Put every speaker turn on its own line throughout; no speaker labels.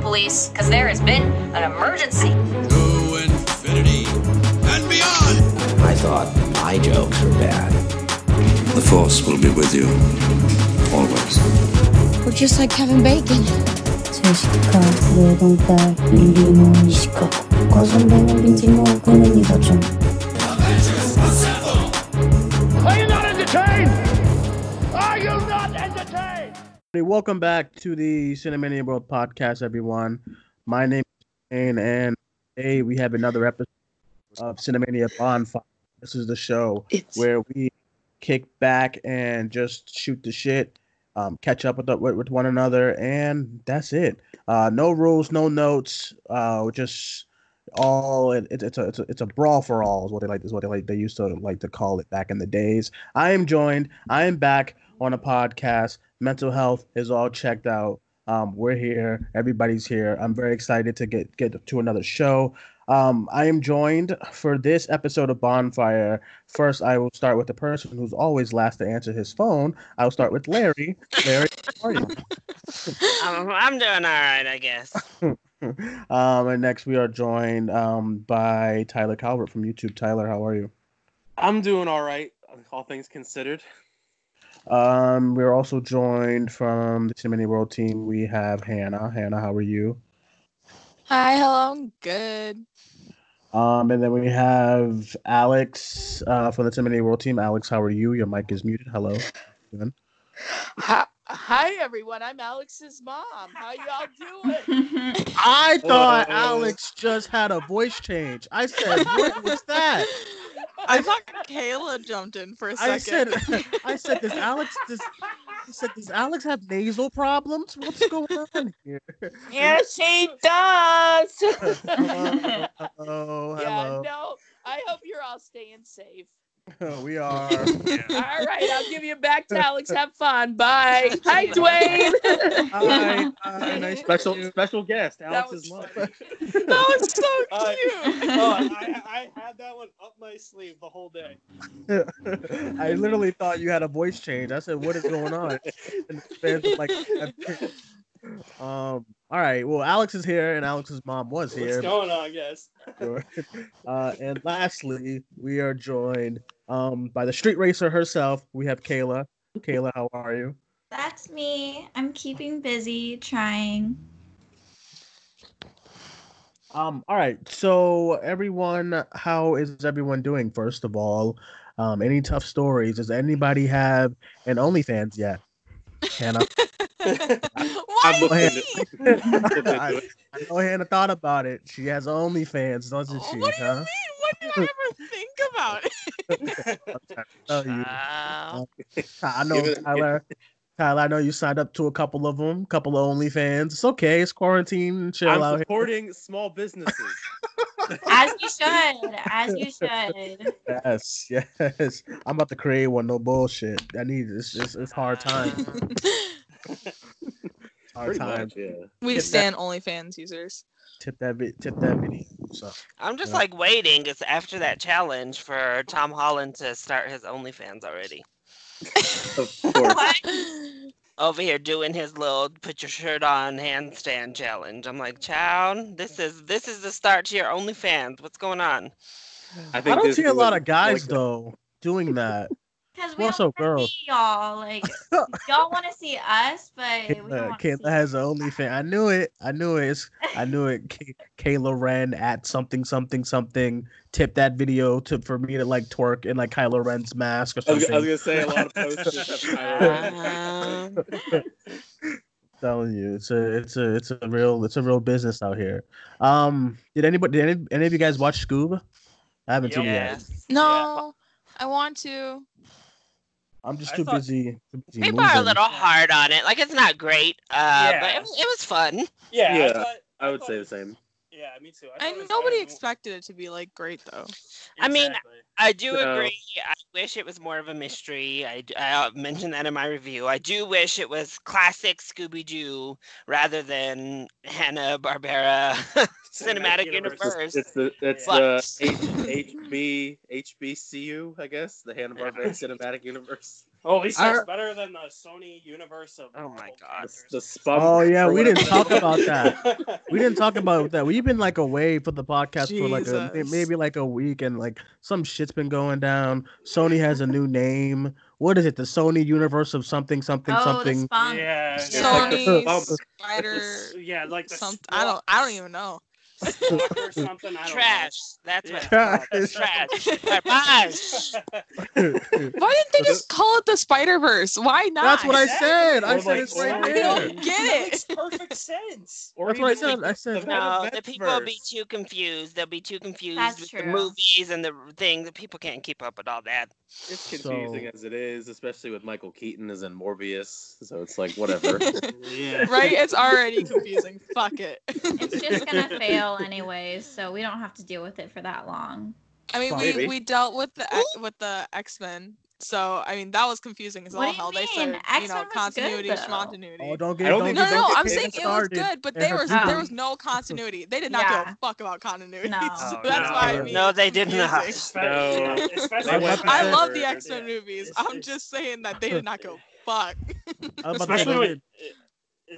because there has been an emergency.
To infinity and beyond!
I thought my jokes were bad.
The Force will be with you. Always.
We're just like Kevin Bacon.
そしてか上段対右の西か風の道の奥の苦手
Are you not entertained? Are you not entertained?
Hey, welcome back to the Cinemania World Podcast, everyone. My name is Shane, and today we have another episode of Cinemania Bonfire. This is the show where we kick back and just shoot the shit, um, catch up with, the, with with one another, and that's it. Uh, no rules, no notes. Uh, we're just all it, it's it's a it's a it's a brawl for all is what they like is what they like they used to like to call it back in the days. I am joined. I am back on a podcast. Mental health is all checked out. Um, we're here. Everybody's here. I'm very excited to get get to another show. Um, I am joined for this episode of Bonfire. First, I will start with the person who's always last to answer his phone. I'll start with Larry. Larry, how are you?
I'm, I'm doing all right, I guess.
Um, and next, we are joined um, by Tyler Calvert from YouTube. Tyler, how are you?
I'm doing all right, all things considered.
Um, we're also joined from the Timony World team. We have Hannah. Hannah, how are you?
Hi, hello, I'm good.
Um, and then we have Alex uh, from the Timony World team. Alex, how are you? Your mic is muted. Hello. Good.
Hi, hi, everyone. I'm Alex's mom. How y'all doing?
I thought
Uh.
Alex just had a voice change. I said, "What was that?"
I thought Kayla jumped in for a second.
I said, "I said, does Alex does, I said, does Alex have nasal problems? What's going on here?"
yes, she does.
Hello, hello,
Yeah,
hello.
no. I hope you're all staying safe.
We are.
All right, I'll give you back to Alex. Have fun. Bye. Hi, Dwayne.
Hi, hi, nice to
Special-
meet you. special guest,
was
Alex's mom.
funny.
that was so
Uh,
cute.
oh, I, I had that one up my sleeve the whole day.
I literally thought you had a voice change. I said, "What is going on?" And the fans were like, um, all right. Well, Alex is here, and Alex's mom was
What's
here.
going on, guys?
Uh, and lastly, we are joined um by the street racer herself. We have Kayla. Kayla, how are you?
That's me. I'm keeping busy trying.
Um, all right. So everyone, how is everyone doing? First of all, um, any tough stories? Does anybody have an OnlyFans yet? Hannah,
Why
looking at
me?
I, I know Hannah thought about it. She has OnlyFans, doesn't she?
What do you
huh?
mean? What did I ever think about it?
Oh, you-
Wow.
I know
Give it-
Tyler. Tyler, I know you signed up to a couple of them, couple of OnlyFans. It's okay. It's quarantine. Chill out
I'm
here.
supporting small businesses.
As you should. As you should.
Yes, yes. I'm about to create one. No bullshit. I need this. It's, it's hard time. Hard
Pretty
time.
much, yeah.
we
that-
stand OnlyFans users.
Tip that. vi- Tip that video. So.
I'm just
Yeah.
like waiting It's after that challenge for Tom Holland to start his OnlyFans already.
Of course.
Over here doing his little put your shirt on handstand challenge. I'm like, child, this is this is the start to your OnlyFans. What's going on?
I,
I
think
don't
this
see a
is
lot of guys
like the-
though doing that.
Because we
Well,
don't
so
want to
girls.
see y'all. Like y'all want to see us, but we don't
Kayla,
want to see.
uh, Kayla has an OnlyFans. I knew it. I knew it. It's, I knew it. K- Kayla Ren at something something something. Tip that video to for me to like twerk in like Kylo Ren's mask or
I was,
something.
I was gonna say a lot of posters. have Kylo Ren.
Um,
telling you, it's a it's a it's a real it's a real business out here. Um, did anybody did any, any of you guys watch Scoob? I haven't seen it yet.
Um, yes.
No, I want to.
I'm just
I
too
thought-
busy. Too busy
People are a
moving.
little hard on it. Like it's not great, uh, but
Yeah.
it, it was fun.
Yeah, I, Yeah,
thought-
I would
thought-
say the same.
Yeah, me too.
I
thought it was
nobody
better than-
expected it to be like great though.
I mean,
Exactly.
I do
So-
agree. I wish it was more of a mystery. I, d- I, uh, mentioned that in my review. I do wish it was classic Scooby Doo rather than Hanna Barbera Cinematic
Cinematic
Universe.
Universe.
It's, it's the it's
But-
the H, HB HBCU, I guess, the Hanna Barbera Cinematic Universe.
Oh, at least that's
Our-
better than the Sony universe of. Oh my god.
The oh yeah, we didn't talk about that. We didn't talk about that. We've been like away for the podcast for like a, may-
Jesus.
maybe like a week, and like some shit's been going down. Sony has a new name. What is it? The Sony Universe of something something
Oh,
Oh,
something.
Yeah.
It's
yeah.
like the
Sony
spunk.
spider.
Yeah, like the
some, I don't. I don't even know.
Or something. I don't
Trash. That's what
Yeah.
it's called. Trash. Garbage.
Why didn't they just call it the Spider Verse? Why not?
That's what I said. I
Or,
said
like,
it's right
or-
I
there.
don't
That
get
makes
it.
perfect sense.
Or That's what I said. I said
No, the people will be too confused. They'll be too confused
That's
with the
true.
movies and the thing. The people can't keep up with all that.
It's confusing as it is, especially with Michael Keaton as in Morbius. So it's like whatever.
yeah.
Right? It's already confusing. Fuck it.
It's just gonna fail anyways, so we don't have to deal with it for that long.
I mean, we,
Maybe.
we dealt with the X, with the X Men, so I mean that was confusing as
What
all
do you
hell. They
mean?
said you
X-Men
know
was good,
continuity,
though.
continuity.
Oh, don't get.
No,
don't
no,
get-
no,
don't get
I'm
me
saying it was
started.
good, but
And
they
her
were
people-
there was no continuity. They did not give
Yeah.
a fuck about continuity.
No.
so
Oh,
that's
no.
why I mean.
No, they did not. No.
Especially, especially
They went
I love the
backwards.
X Men movies. I'm just saying that they did not go fuck.
I was about
especially
to say, don't
when, eh,
get-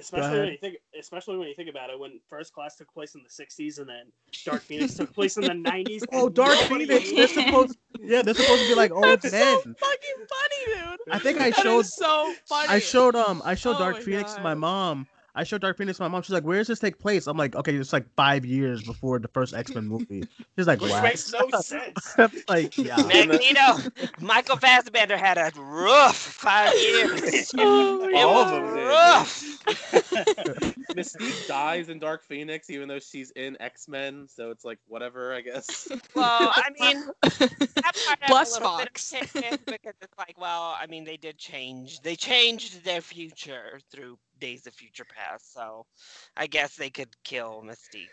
especially
ahead.
when you think, especially when you think about it, when First Class took place in the '60s and then Dark Phoenix took place in the '90s.
Oh,
and
Dark
nobody-
Phoenix. They're supposed. Yeah, they're supposed to be like old
That's
men.
so fucking funny, dude.
I think I
That is
showed-
so funny.
I showed um I showed
Oh
Dark
my
Phoenix to
God.
my mom. I showed Dark Phoenix to my mom. She's like, "Where does this take place?" I'm like, "Okay, it's like five years before the first X Men movie." She's like,
which
"Wow."
makes no sense.
I'm like, yeah.
Magneto, Michael Fassbender had a rough five years.
Oh,
It
All
was
of them did.
rough.
Mystique dies in Dark Phoenix, even though she's in X Men. So it's like whatever, I guess.
Well, I mean, that part I'm a
Oh, Bless
little bit
Fox.
upset with because it's like, well, I mean, they did change. They changed their future through Days of Future Past, so I guess they could kill Mystique.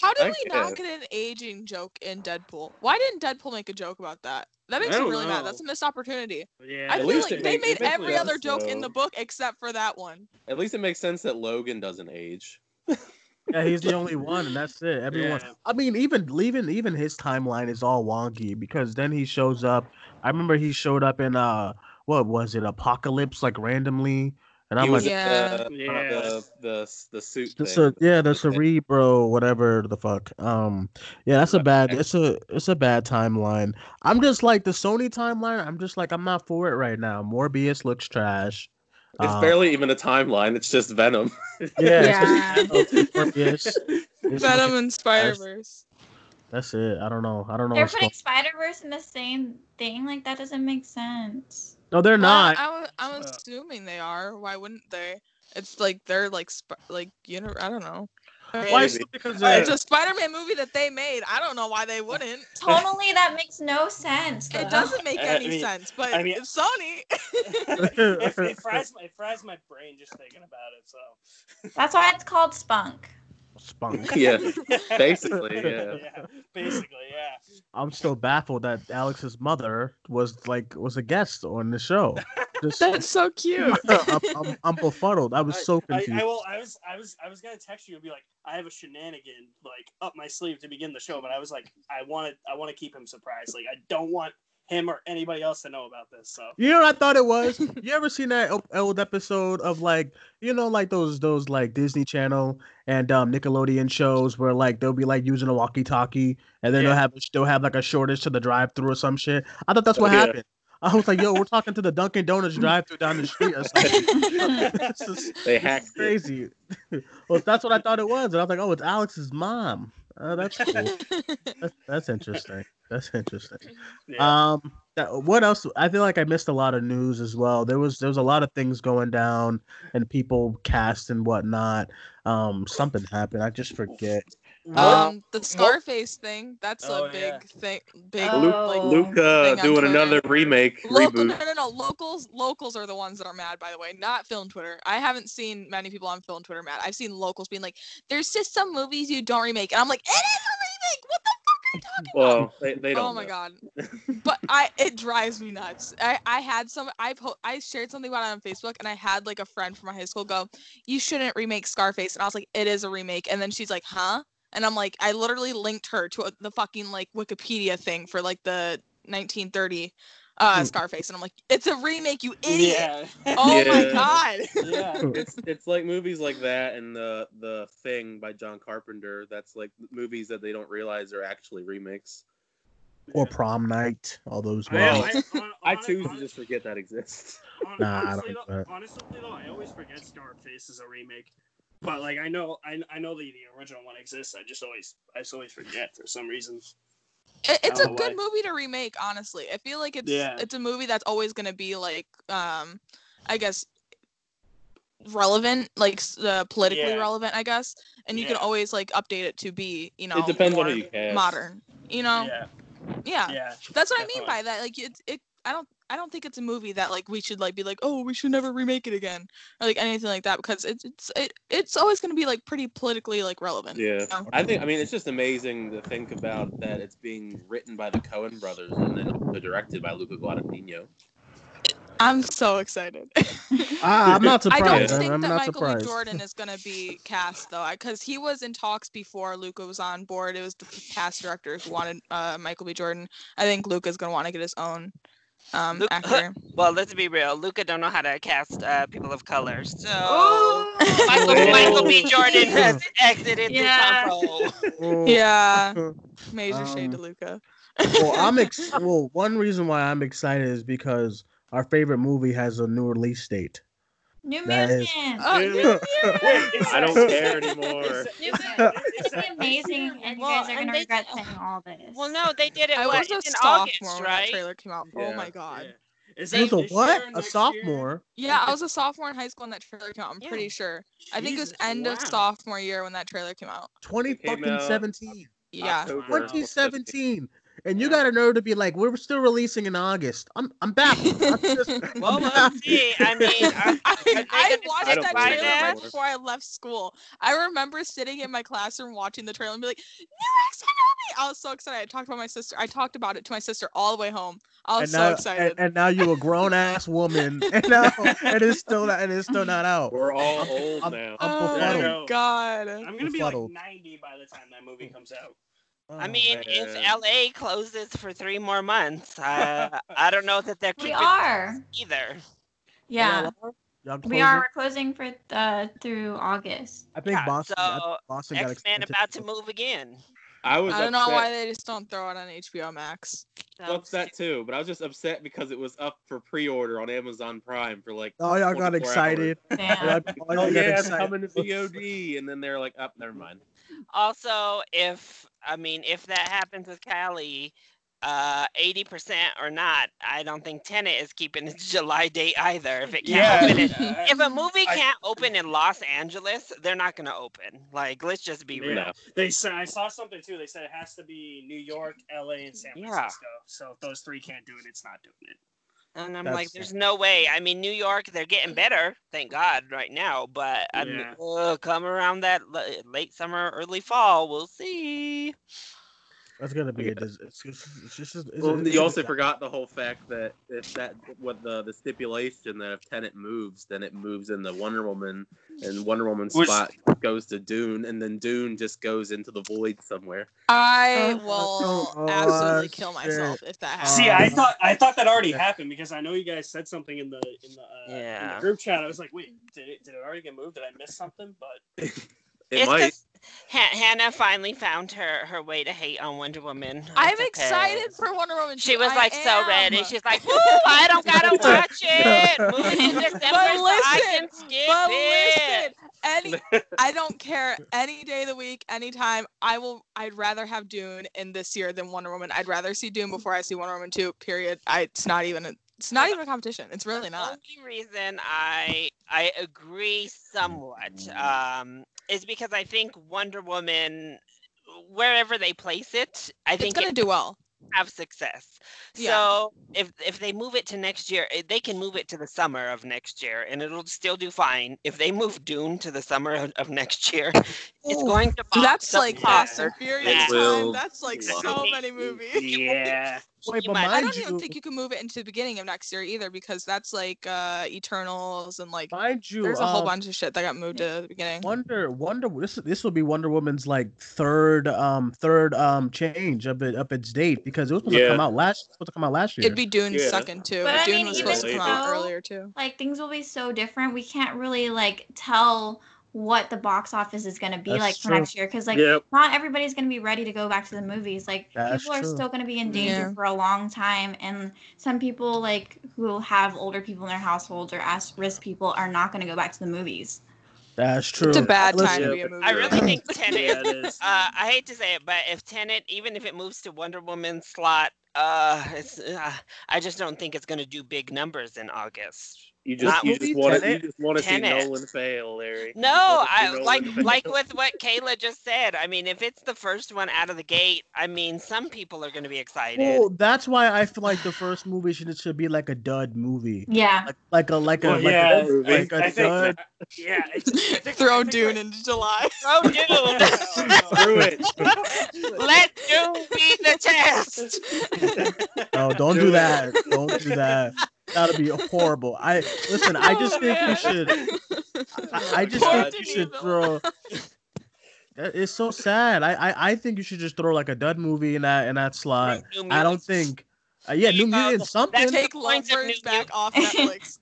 How did
I
we not
guess.
get an aging joke in Deadpool? Why didn't Deadpool make a joke about that? That makes
I
me
don't
really mad.
know.
That's a missed opportunity.
Yeah,
I
at
feel
least
like
it
they
makes-
made
it makes
every
sense,
other joke in
though.
the book except for that one.
At least it makes sense that Logan doesn't age.
yeah, he's the only one, and that's it. Everyone.
Yeah.
I mean, even leaving even his timeline is all wonky because then he shows up. I remember he showed up in uh what was it Apocalypse like randomly, and I'm
he
like,
was
yeah,
Yeah.
the,
Yeah.
the, the the suit
the,
thing.
ce- yeah, the cerebro, whatever the fuck. Um, yeah, that's a bad. It's a it's a bad timeline. I'm just like the Sony timeline. I'm just like I'm not for it right now. Morbius looks trash.
It's
Uh,
barely even a timeline. It's just Venom.
yeah, it's just-
Yeah.
it's Morbius.
Venom
It's looking-
and Spider Verse.
That's it. I don't know. I don't know.
They're
what's
putting
going-
Spider Verse in the same thing. Like that doesn't make sense.
No, they're not.
I, wa- I'm
Uh.
assuming they are. Why wouldn't they? It's like they're like sp- like you know I don't know.
Why?
It's-
is it Because they're-
It's a Spider-Man movie that they made. I don't know why
Uh,
they wouldn't.
Totally, that makes no sense. though.
It doesn't make
I
any
mean-
sense, but
I mean-
Sony.
it, it fries my- it fries my brain just thinking about it. So
That's why it's called Spunk.
spunk.
yeah, basically. Yeah.
yeah, basically, yeah.
I'm still baffled that Alex's mother was like was a guest on the show. Just,
That's so cute.
I'm, I'm, I'm befuddled. I was so
I,
confused.
I, well, I was, I was, I was gonna text you and be like, I have a shenanigan like up my sleeve to begin the show, but I was like, I want to, I want to keep him surprised. Like, I don't want him or anybody else to know about this. So
You know what I thought it was? You ever seen that o- old episode of like, you know, like those those like Disney Channel and um Nickelodeon shows where like they'll be like using a walkie-talkie and then they'll
Yeah.
have they'll have like a shortage to the drive-through or some shit. I thought that's what
Yeah.
happened. I was like, yo, we're talking to the Dunkin' Donuts drive-through down the street or something. This is- this
They
is
hacked it.
crazy. well, that's what I thought it was, and I was like, oh, it's Alex's mom. Oh, that's cool. that's, that's interesting. That's interesting.
yeah,
Um, that, what else? I feel like I missed a lot of news as well. There was there was a lot of things going down and people cast and whatnot. Um, something happened. I just forget.
Uh,
Um, the Scarface thing. That's
Oh,
a big
yeah.
thing. Big
Lu-
like
Lu-
Luca
Thing on
doing
Twitter.
another remake
local. No,
reboot.
no, no. Locals, locals are the ones that are mad. By the way, not film Twitter. I haven't seen many people on film Twitter mad. I've seen locals being like, "There's just some movies you don't remake," and I'm like, "It is a remake. What the fuck are you talking about?"
Well, they, they don't.
oh my
know.
god but i it drives me nuts i i had some i po- i shared something about it on facebook and i had like a friend from my high school go you shouldn't remake scarface and i was like it is a remake and then she's like huh and i'm like i uh, literally linked her to a, the fucking like wikipedia thing for like the 1930 uh, Scarface, and I'm like, it's a remake, you idiot!
Hmm. Yeah.
Oh
Yeah.
my god!
it's it's like movies like that and the the thing by John Carpenter. That's like movies that they don't realize are actually remakes.
or prom night, all those
Well,
ones.
I, choose to just forget that exists.
Hon-
Nah, I don't
honestly,
think
though,
that.
honestly though, I always forget Scarface is a remake. But like I know, I, I know the, the original one exists. I just always I just always forget for some reason.
It, it's
I
a
don't know
good
why.
movie to remake, honestly. I feel like it's
Oh, Yeah.
it's a movie that's always gonna be like, um, I guess relevant, like s- uh, politically
Yeah.
relevant, I guess. And you can
Yeah.
always like update it to be, you know,
depends on
more
who you cast.
modern. You know,
Yeah.
yeah,
Yeah,
That's what I mean
definitely.
by that. Like it, it. I don't. I don't think it's a movie that like we should like be like, oh, we should never remake it again, or like anything like that, because it's it's it, it's always gonna be like pretty politically like relevant. you
Yeah,
know?
I think I mean it's just amazing to think about that it's being written by the Cohen brothers and then also directed by Luca Guadagnino.
I'm so excited.
Ah, I'm not surprised.
I don't
I'm-
think
I'm
that
not
Michael
surprised.
B. Jordan is going to be cast though, because he was in talks before Luca was on board. It was the past directors who wanted uh, Michael B. Jordan. I think Luca's going to want to get his own um, actor.
Well, let's be real. Luca don't know how to cast uh, people of color, so
Oh!
Michael, Michael B. Jordan has exited
Yeah.
the console.
yeah, major shade to
Um,
Luca.
well, I'm ex- well. One reason why I'm excited is because our favorite movie has a new release date.
New
That is-
Mutants.
Oh, New Mutants.
I don't care anymore.
New Mutants is gonna be amazing, and you guys are
and
gonna
they-
regret saying all this.
Well, no, they did it.
I
what,
was a
in
sophomore
August,
when that
right?
trailer came out. Oh my god.
Is
He was a what? A sophomore?
Yeah, I was a sophomore in high school when that trailer came out. I'm pretty sure. I think it was
Jesus,
end of
wow.
sophomore year when that trailer came out.
Twenty
came
fucking
out
seventeen.
Yeah.
October.
Twenty seventeen. And you got a nerve to be like, we're still releasing in August. I'm I'm baffled. I'm just,
Well,
I'm
we'll
baffled.
see. I mean, are, are they
I
gonna
watched
stick
that
by
trailer
that?
right before I left school. I remember sitting in my classroom watching the trailer and be like, "New Xenobi!" I was so excited. I talked about my sister. I talked about it to my sister all the way home. I was
and
so
now,
excited.
And, and now you're a grown ass woman, and now and it's still not and it's still not out.
We're all old
I'm-
now.
I'm
oh
befuddled.
my god! I'm
Uh, gonna be like
befuddled. Uh,
ninety by the time that movie comes out.
I mean, if
man.
LA closes for three more months, uh, I don't know that they're
We
keeping
are.
either.
Yeah,
Y'all
we
closing?
are. We're closing for uh, through August.
I think Boston. I think
so,
Boston got
X Men
extended.
about to move again.
I was
I don't know
upset-
why they just don't throw it on HBO Max.
I was upset too, but I was just upset because it was up for pre-order on Amazon Prime for like.
Oh, y'all got
24
excited.
hours.
Y'all- oh, y'all
Oh
got
yeah, it's
excited.
coming to VOD, and then they're like, "Up, never mind."
Also, if I mean, if that happens with Cali, eighty percent or not, I don't think Tenet is keeping its July date either. If it can't open it, if a movie
I-
can't open in Los Angeles, they're not gonna open. Like, let's just be
Yeah.
real.
They said I saw something too. They said it has to be New York, LA, and San
Yeah.
Francisco. So if those three can't do it, it's not doing it.
And I'm
That's-
like, there's no way. I mean, New York, they're getting
Mm.
better, thank God, right now. But I mean,
Yeah.
ugh, come around that l- late summer, early fall, we'll see.
That's gonna be a. dis- It's, it's, it's, just- it's,
Well,
it's-
you also forgot the whole fact that if that what the the stipulation that if Tenant moves, then it moves in the Wonder Woman, and Wonder Woman's
Which-
spot goes to Dune, and then Dune just goes into the void somewhere.
Uh,
I
Oh,
will absolutely
shit.
kill myself if that happens.
See, I
Um,
thought I thought that already happened because I know you guys said something in the in the, uh, in
Yeah.
the group chat. I was like, wait, did it did it already get moved? Did I miss something? But
It
It's
might.
'cause Ha- Hannah finally found her her way to hate on Wonder Woman.
I'm
It's okay.
excited for Wonder Woman.
She
2.
was
I
like so
am.
ready. She's like, "Woo! I don't gotta watch it. Move it to December, so I
listen,
can skip
But
it."
listen, any I don't care any day of the week, anytime. I will. I'd rather have Dune in this year than Wonder Woman. I'd rather see Dune before I see Wonder Woman two. Period. I, it's not even. A, it's not even a competition. It's really not.
only reason I I agree somewhat um, is because I think Wonder Woman, wherever they place it, I
It's
think
gonna
it
do well.
have success.
Yeah.
So if if they move it to next year, eh, they can move it to the summer of next year, and it'll still do fine. If they move Dune to the summer of, of next year, it's
Ooh,
going to box
That's
up
like
hard.
Fast and Furious
It
time.
will
That's like
blow.
so many movies.
yeah,
Wait, but
I
mind
don't even
you-
think you can move it into the beginning of next year either because that's like uh Eternals and like
mind you,
there's a whole
um,
bunch of shit that got moved to the beginning.
Wonder, Wonder. This this will be Wonder Woman's like third, um, third, um, change of it up its date because it was supposed
Yeah.
to come out last. Supposed to come out last year.
It'd be Dune sucking too.
But I
Dune
mean,
was
even
supposed to come out
so,
earlier too.
Like things will be so different. We can't really like tell what the box office is going to be
That's
like for
true.
next year because like
Yep.
not everybody's going to be ready to go back to the movies. Like
That's
people are
true.
still going to be in danger
Yeah.
for a long time, and some people like who have older people in their households or as risk people are not going to go back to the movies.
That's true.
a bad time
Listen,
to be a
I really think Tenet.
Yeah, it
uh, I hate to say it, but if Tenet, even if it moves to Wonder Woman slot, uh, it's, uh, I just don't think it's going to do big numbers in August.
You
Not
just you
movie
just want to you
Tenet.
just want to see
Tenet.
Nolan fail, Larry. You
No,
wanna see
I
Nolan
like
fail.
like with what Kayla just said. I mean, if it's the first one out of the gate, I mean, some people are going to be excited.
Well, that's why I feel like the first movie should, should be like a dud movie.
Yeah.
Like, like a like a
Well,
like
yeah,
a,
I-
like a
I think-
dud.
Yeah. It's,
Throw Dune into July.
Throw Dune.
Oh,
Screw it.
Let Dune be the test.
No, Oh, don't do that. Don't do that. That'll be horrible. I listen. I just think you should. I, I just
Poor
think you should throw. That- It's so sad. I, I I think you should just throw like a dud movie in that in that slot.
New
I don't think. Uh, yeah, New Mutants. Something.
Take Lovebirds back off Netflix.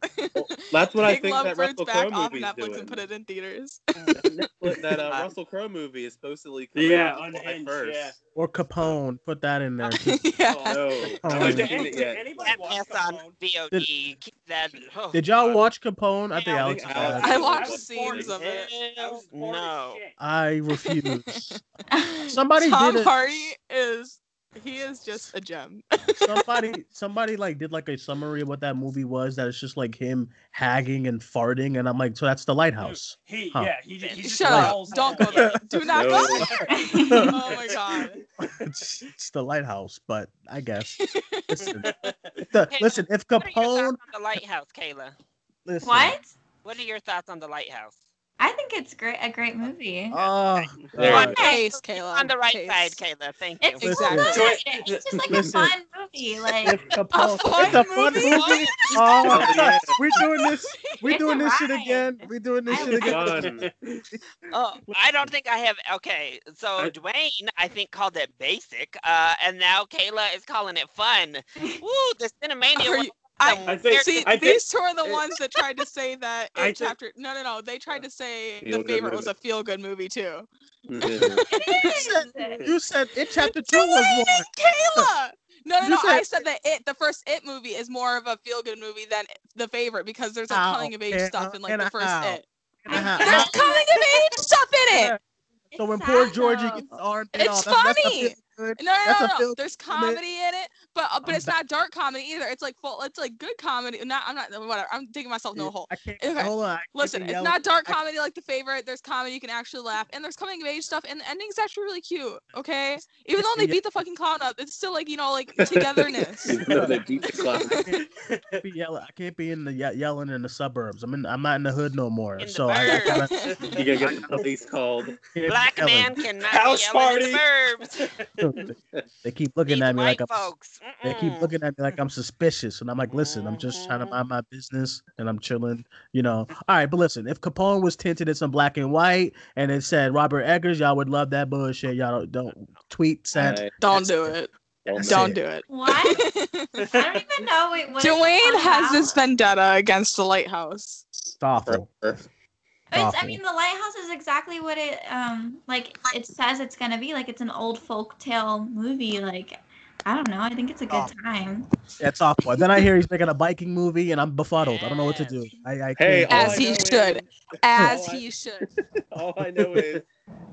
That's what I
Take
think that
Lovebirds
Russell
back
Crowe
off
movie's
Netflix
doing.
and put it in theaters.
But that uh, Russell Crowe movie is supposedly coming
Yeah,
out July
Unhinged,
first.
yeah.
Or Capone. Put that in there. too.
Oh,
Oh, No, I
Capone.
haven't seen it yet.
That mess on VOD. Keep that. Oh,
Did y'all watch Capone? I think Alex. is
think
mad.
Alex I watched was
scenes of it.
No.
I refuse. Somebody
Tom
did a-
Hardy is he is just a gem.
somebody somebody like did like a summary of what that movie was that it's just like him hagging and farting and i'm like so that's the lighthouse
He
huh.
yeah, he, he just
Shut up!
falls
Don't
down.
go there. Do not go.
No.
there. oh my god.
it's, it's the lighthouse but i guess listen, if the- listen if capone
The Lighthouse, Kayla.
listen,
What?
What are your thoughts on The Lighthouse?
I think it's great a great movie.
oh
On
God.
the case,
Um,
Kayla. On the right side, Kayla. Thank you.
It's
Listen.
fun. It's just like
Listen.
a fun movie. Like
If Capone, it's a fun movie. Oh, we're doing this. We're
It's
doing
a
this shit again. We're doing this shit again.
Oh, I don't think I have. Okay, so Dwayne, I think called it basic, uh, and now Kayla is calling it fun. Woo, the Cinemania.
Are
was
you-
some
I,
weird-
see, these two are the ones that tried to say that in
I think-
chapter. No, no, no. They tried to say the
Feel-good
favorite was
movie.
a feel good movie too.
You said it. Chapter two was one.
Kayla. No, no,
You
no. I
said-
said that it, the first It movie, is more of a feel good movie than the favorite because there's like
How
coming of age
and
stuff in like
and
the first
how.
It.
And how-
There's coming of age stuff in it.
So when poor Georgie gets his arm bit
It's
off, that's- that's a
funny.
feel good-
No, no,
that's a
no, no.
feel-
There's
comment.
comedy in it, but uh, but
I'm
it's not dark comedy either. It's like full. It's like good comedy. Not I'm not whatever. I'm digging myself no hole.
I can't.
Okay.
Hold on. I can't
Listen,
even
it's
yell.
not dark
I-
comedy like the favorite. There's comedy you can actually laugh, and there's coming of age stuff, and the ending's actually really cute. Okay, even though they
yeah.
beat the fucking clown up, it's still like you know like togetherness.
no, they beat the clown.
can't be yelling. I can't be in the ye- yelling in the suburbs. I'm in. I'm not in the hood no more.
In the
so I, I gotta.
burbs.
You gotta get the police called.
Black
Ellen.
man cannot
House
be yelling in the burbs.
they keep looking at me like I'm.
folks.
They
Mm.
keep looking at me like I'm suspicious, and I'm like, listen, I'm just trying to
Mm-hmm.
mind my business, and I'm chilling, you know. All right, but listen, if Capone was tinted in some black and white, and it said Robert Eggers, y'all would love that bullshit. Y'all don't, don't tweet send.
Alright.
Don't do it.
That's
Don't
it.
do it.
What? I don't even know. Wait, what it's
Dwayne
about.
has this vendetta against the lighthouse.
It's awful.
It's, I
Awful.
mean, the lighthouse is exactly what it um like. It says it's gonna be like it's an old folk tale movie. Like, I don't know. I think it's a
Oh.
good time.
That's awful. Then I hear he's making a biking movie, and I'm befuddled. I don't know what to do. I, I
Hey,
can't.
all I
As he
know
should. As
Oh,
All I-
he should.
All I know is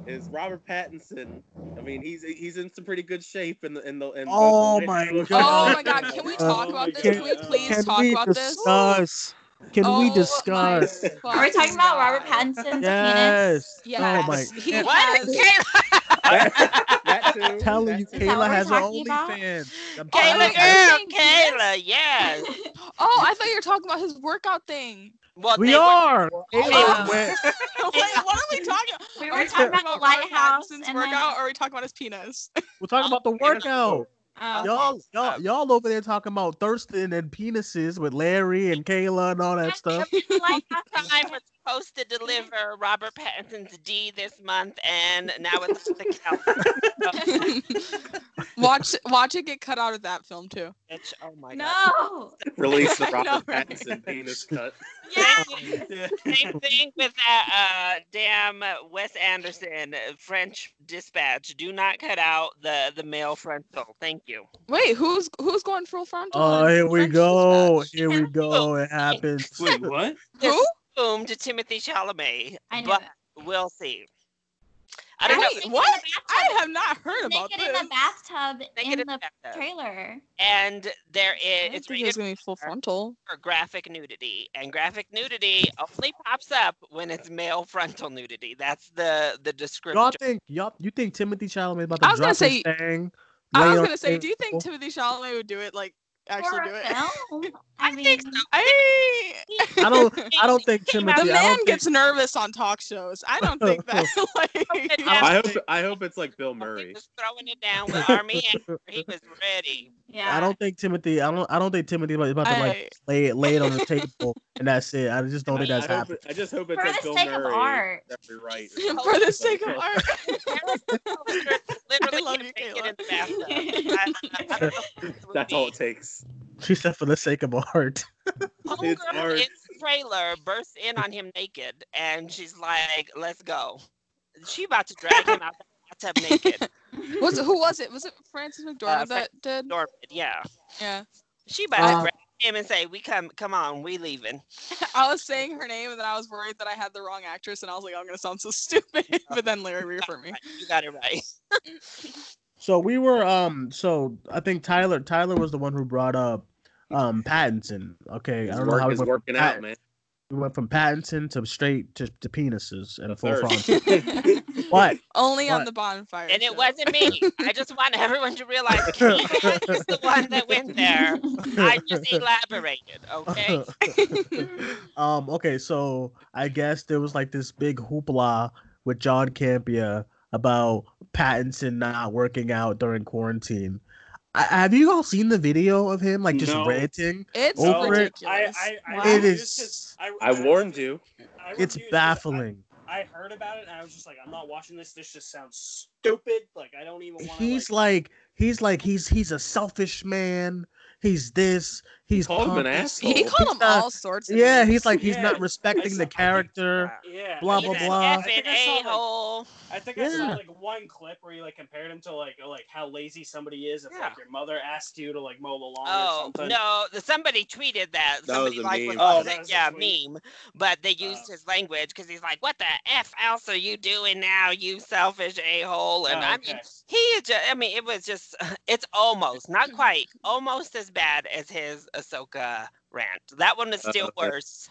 is Robert Pattinson. I mean, he's he's in some pretty good shape in the in the in both
Oh
the
my
Lighthouse.
God.
Oh my God! Can we talk about this? Can we please
Can
talk
we
about this?
discuss? Can
Oh
we
my
discuss?
Are we talking about Robert Pattinson's
Yes.
Yes.
Oh my.
He
God.
has.
That too.
telling you,
that
Kayla
what we're
has an
talking about?
OnlyFans. I'm telling
Kayla,
you.
girl, Kayla, yes.
Oh, I thought you were talking about his workout thing.
Well,
We
they were-
are.
Oh.
Kayla went-
Wait, what are we talking about?
We
Are
were
we talking
talking about
about Robert
Lighthouse
Pattinson's
and
workout
then-
or are we talking about his penis?
We're talking about the workout.
um,
Oh,
y'all, y'all, y'all over there talking about Thurston and penises with Larry and Kayla and all that stuff.
Time was supposed to deliver Robert Pattinson's D this month, and now it's the Kelly.
watch watch it get cut out of that film too.
Bitch, oh my
No.
Release the
I
Robert
know, right?
Pattinson penis cut.
Yeah. Same thing with that uh, damn uh, Wes Anderson uh, French Dispatch. Do not cut out the the male frontal. Thank you.
Wait, who's who's going full frontal?
Oh,
on
here we
French
go.
Dispatch?
Here we go. It happens.
Wait, what?
Who?
Boom to Timothy Chalamet.
I know
but we'll see. I don't
Wait,
know.
what? I have not heard about
Naked in
this.
the bathtub
Naked
in
in
the
the bathtub.
trailer.
And there is it's
think it's
rated
gonna be full frontal.
for graphic nudity, and graphic nudity only pops up when it's male frontal nudity. That's the the description.
Y'all think y'all you think Timothy Chalamet about to
I was
drop
gonna say-
his thing?
I
lay
was
on
gonna say,
the
do you think
table?
Timothy Chalamet would do it? Like actually
For a
do it?
film? I mean,
think
I,
I don't. I don't think
the
Timothy. I
man
don't think,
gets nervous on talk shows. I don't think that. like,
I hope I hope it's like Bill Murray.
Just throwing it down with Army, and he was ready.
yeah.
I don't think Timothy. I don't. I don't think Timothy is about to like
I-
lay it lay it on the table and that's it. I just don't
I,
think that's
I hope
happening.
it- I just hope it's
For
like
the
Bill
sake of
Murray.
art.
Jeffrey Wright.
for the sake of art.
Literally
love
can't
you,
make
Kayla.
it in the bathtub. I, I, I don't know what this
That's
movie
all it takes.
She said for the sake of art.
Oh,
It's
Homegirl
art.
in the trailer bursts in on him naked, and she's like, "Let's go." She about to drag him out the bathtub naked.
Was it, who was it? Was it Francis McDormand that did?
Dormant, yeah.
Yeah.
She about to
Um,
drag him and say, "We come, come on, we leaving."
I was saying her name and then I was worried that I had the wrong actress and I was like, I'm gonna sound so stupid. But then Larry reaffirmed me.
Right, You got it right.
So we were um so I think Tyler Tyler was the one who brought up um Pattinson. Okay, I
His
don't know how
work
we
is
went,
working
Pat-
out, man.
we went from Pattinson to straight to, to penises and full
Third.
frontal. What?
Only on
What?
the bonfire.
And it
show.
wasn't me. I just want everyone to realize Caitlin is the one that went there. I just elaborated, okay?
um. Okay. So I guess there was like this big hoopla with John Campia about Pattinson not working out during quarantine. I, have you all seen the video of him like just
No.
ranting?
It's
Over it.
ridiculous.
I, I,
Wow.
I
It
refuse to-
is-
I warned you.
I refuse
It's
to- I-
baffling.
I heard about it and I was just like, I'm not watching this. This just sounds stupid. Like I don't even want to.
He's like he's like he's he's a selfish man. He's this. He's
Called him an
punk.
asshole.
he called
He's
him
not-
all sorts of
Yeah,
names.
he's like he's
Yeah,
not respecting the
something.
character.
yeah,
blah,
I
He's
blah,
think I-
an
blah.
I think
effing
I saw, like-
a-hole.
I think I
Yeah.
saw like one clip where he like compared him to like oh, like how lazy somebody is if
Yeah.
like your mother asked you to like mow the lawn or
Oh
something.
no! The, somebody tweeted that.
That
somebody
was a
like
meme.
was
Oh, that
upset,
was a
yeah,
tweet.
meme. But they used
Oh.
his language because he's like, "What the f else are you doing now, you selfish a hole?" And
Oh,
I mean,
okay.
he is just. I mean, it was just. It's almost not quite, almost as bad as his Ahsoka rant. That one is still
Uh,
worse.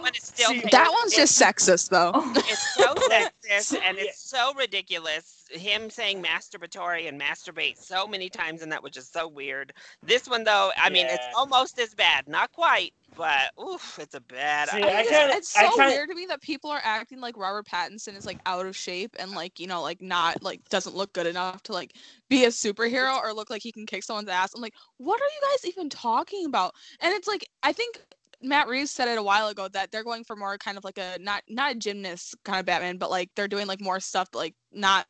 one is still.
See,
that one's just sexist though.
Oh,
It's so sexist and it's so ridiculous. Him saying masturbatory and masturbate so many times, and that was just so weird. This one, though, I mean, it's
Yeah.
almost as bad. Not quite, but oof, it's a bad.
See,
I-
I
It's-
kinda-
it's
I
so
kinda-
weird to me that people are acting like Robert Pattinson is like out of shape and like you know like not like doesn't look good enough to like be a superhero or look like he can kick someone's ass. I'm like, what are you guys even talking about? And it's like I think Matt Reeves said it a while ago that they're going for more kind of like a not not a gymnast kind of Batman, but like they're doing like more stuff like not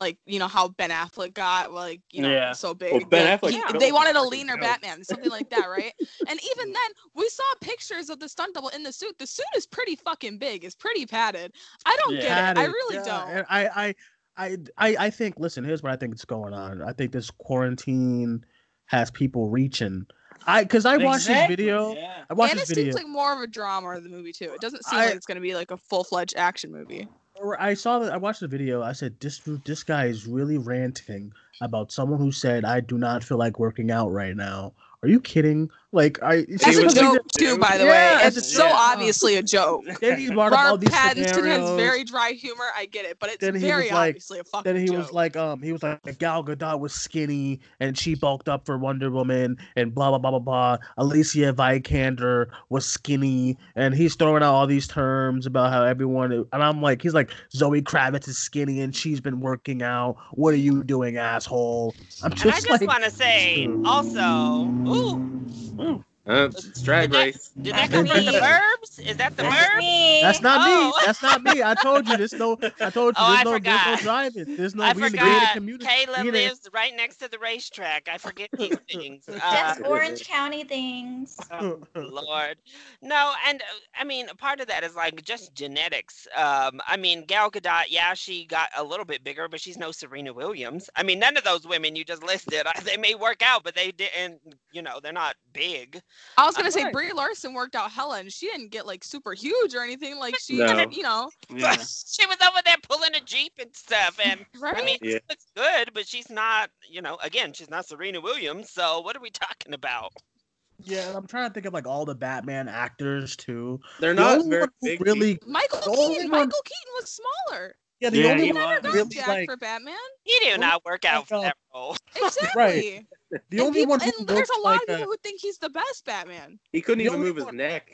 like you know how Ben Affleck got like you know
Yeah.
so big.
Well, Ben
like,
Affleck
he-
built
they
a
wanted a
freaking
leaner
house.
Batman, something like that, right? And even then, we saw pictures of the stunt double in the suit. The suit is pretty fucking big. It's pretty padded. I don't
Yeah.
get it. I
Patty,
really
yeah,
don't.
and I, I, I, I, I think. Listen, here's what I think is going on. I think this quarantine has people reaching. I, cause I watched
Exactly,
this video.
Yeah.
I watched
and it
this
seems
video.
like more of a drama of the movie too. It doesn't seem
I-
like it's gonna be like a full fledged action movie.
or I saw that. I watched the video. I said, this, this guy is really ranting about someone who said, "I do not feel like working out right now." Are you kidding? Like, I. it's
That's
He
a
was-
joke too, by the
Yeah,
way.
it's
It's,
a
so
joke.
obviously a joke.
Then he brought up all
Robert
these
Pattinson has
scenarios.
very dry humor. I get it, but it's
Then he
very
was like-
obviously a fucking
then he
joke.
was like, um, he was like, Gal Gadot was skinny and she bulked up for Wonder Woman and blah blah blah blah blah. Alicia Vikander was skinny and he's throwing out all these terms about how everyone and I'm like, he's like, Zoe Kravitz is skinny and she's been working out. What are you doing, asshole. I'm
And I
just
just
like,
want to say also, ooh,
Uh, it's drag race.
did that come from the burbs? Is that the burbs?
That's not
oh,
me. That's not me. I told you. There's no. I told you.
Oh,
there's, no,
I
there's no
forgot.
driving. There's no.
I
we in the gated
forgot.
community.
Kayla
we in a-
lives right next to the racetrack. I forget these things. Uh,
That's Orange County things.
Oh, Lord. No, and uh, I mean, a part of that is like just genetics. Um, I mean, Gal Gadot, yeah, she got a little bit bigger, but she's no Serena Williams. I mean, none of those women you just listed, they may work out, but they didn't, you know, they're not big.
I was gonna
I'm
say
right.
Brie Larson worked out hella, and she didn't get like super huge or anything. Like she,
No.
you know,
Yeah. She was over there pulling a Jeep and stuff. And I
Right?
mean, she looks good, but she's not, you know, again, she's not Serena Williams. So what are we talking about?
Yeah, and I'm trying to think of like all the Batman actors too.
They're
The
not
only
very
one who
big
really.
Michael
the only
Keaton.
one-
Michael Keaton was smaller.
Yeah, the
Yeah,
only
he
one
Never
who
got
really
jacked
like
for Batman.
He did not work out for that role.
Exactly.
the
And
only
people-
one who
and there's a
looked
lot
like
of people
a-
who think he's the best Batman.
He couldn't
The
even
only
move his neck.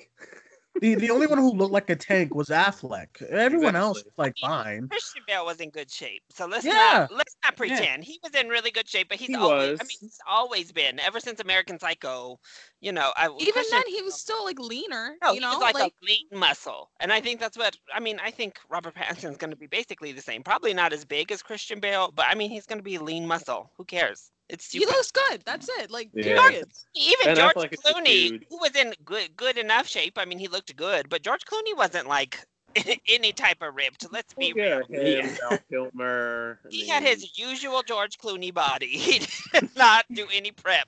the, the only one who looked like a tank was Affleck. Everyone else was like fine.
Christian Bale was in good shape, so let's
Yeah.
not let's not pretend he was in really good shape. But he's
He
always, I
was.
mean, he's always been ever since American Psycho. You know, I
Even
Christian,
then, he was still like leaner.
no,
you know,
he was like, a lean muscle, and I think that's what I mean. I think Robert Pattinson's going to be basically the same, probably not as big as Christian Bale, but I mean, he's going to be lean muscle. Who cares? It's
he
stupid.
looks good. That's it. Like
Yeah.
period.
Even
Ben
George
Affleck is a
Clooney,
dude.
who was in good good enough shape, I mean, he looked good, but George Clooney wasn't like any type of ripped. Let's be real.
Yeah, him,
Yeah.
Val Kilmer. I
He had
mean,
his usual George Clooney body. He did not do any prep.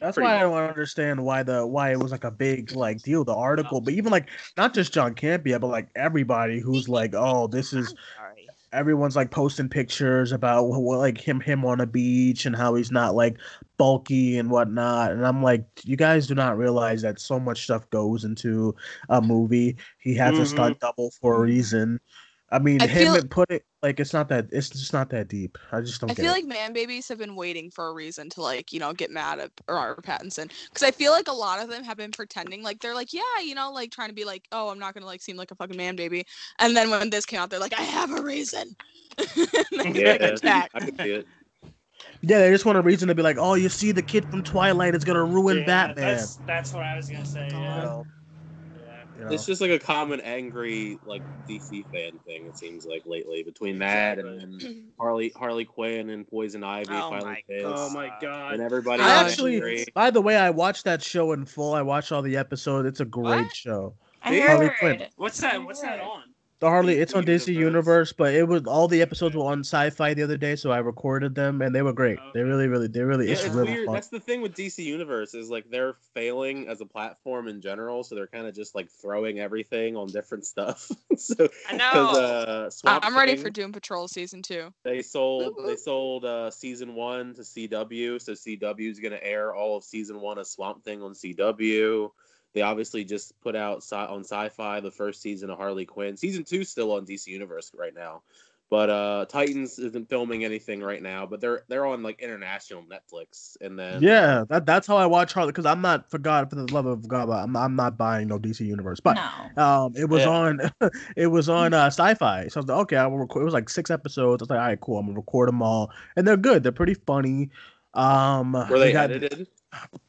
That's
Pretty
why I don't understand why the why it was like a big like deal the article, but even like not just John Campia, but like everybody who's like, oh, this is
Sorry.
everyone's like posting pictures about wh- what like him him on a beach and how he's not like bulky and whatnot and i'm like you guys do not realize that so much stuff goes into a movie he has a stunt
Mm-hmm.
double for a reason i mean
I
him
feel-
and put it like it's not that it's just not that deep i just don't
I
get
feel
it.
like man babies have been waiting for a reason to like you know get mad at Robert Pattinson because I feel like a lot of them have been pretending like they're like yeah you know like trying to be like oh I'm not gonna like seem like a fucking man baby and then when this came out they're like I have a reason.
Yeah,
Jack.
I could see it.
yeah they just want a reason to be like oh you see the kid from twilight is gonna ruin
Yeah,
batman
That's, that's what I was gonna say.
you
Yeah. Yeah.
know, you know.
It's just like a common angry like DC fan thing. It seems like lately between that and then Harley Harley Quinn and Poison Ivy
Oh my
finally kissed,
Oh my
and
god.
everybody
I
got
actually,
angry.
by the way, I watched that show in full. I watched all the episodes. It's a great show.
I
They-
Harley
heard.
Quinn.
What's that? What's that on?
The Harley,
DC
it's on Disney
Universe.
Universe, but it was all the episodes were on Sci-Fi the other day, so I recorded them, and they were great. They really, really, they really,
Oh, Yeah,
it's,
it's
really
weird.
fun.
That's the thing with DC Universe is like they're failing as a platform in general, so they're kind of just like throwing everything on different stuff. so
I
'cause,
know.
uh,
I-
Swamp
I'm ready
Thing-
for Doom Patrol season two.
They sold
Woo-woo.
they sold uh, season one to CW, so CW is going to air all of season one of Swamp Thing on CW. They obviously just put out sci- on Sci-Fi the first season of Harley Quinn. Season two still on DC Universe right now, but uh, Titans isn't filming anything right now. But they're they're on like international Netflix, and then
Yeah, that, that's how I watch Harley because I'm not for God for the love of God, but I'm I'm not buying no DC Universe, but.
no.
Um, it was
Yeah.
on, it was on uh, Sci-Fi. So I was like, okay, I will record. It was like six episodes. I was like, all right, cool. I'm gonna record them all, and they're good. They're pretty funny. Um,
were they
they got-
edited?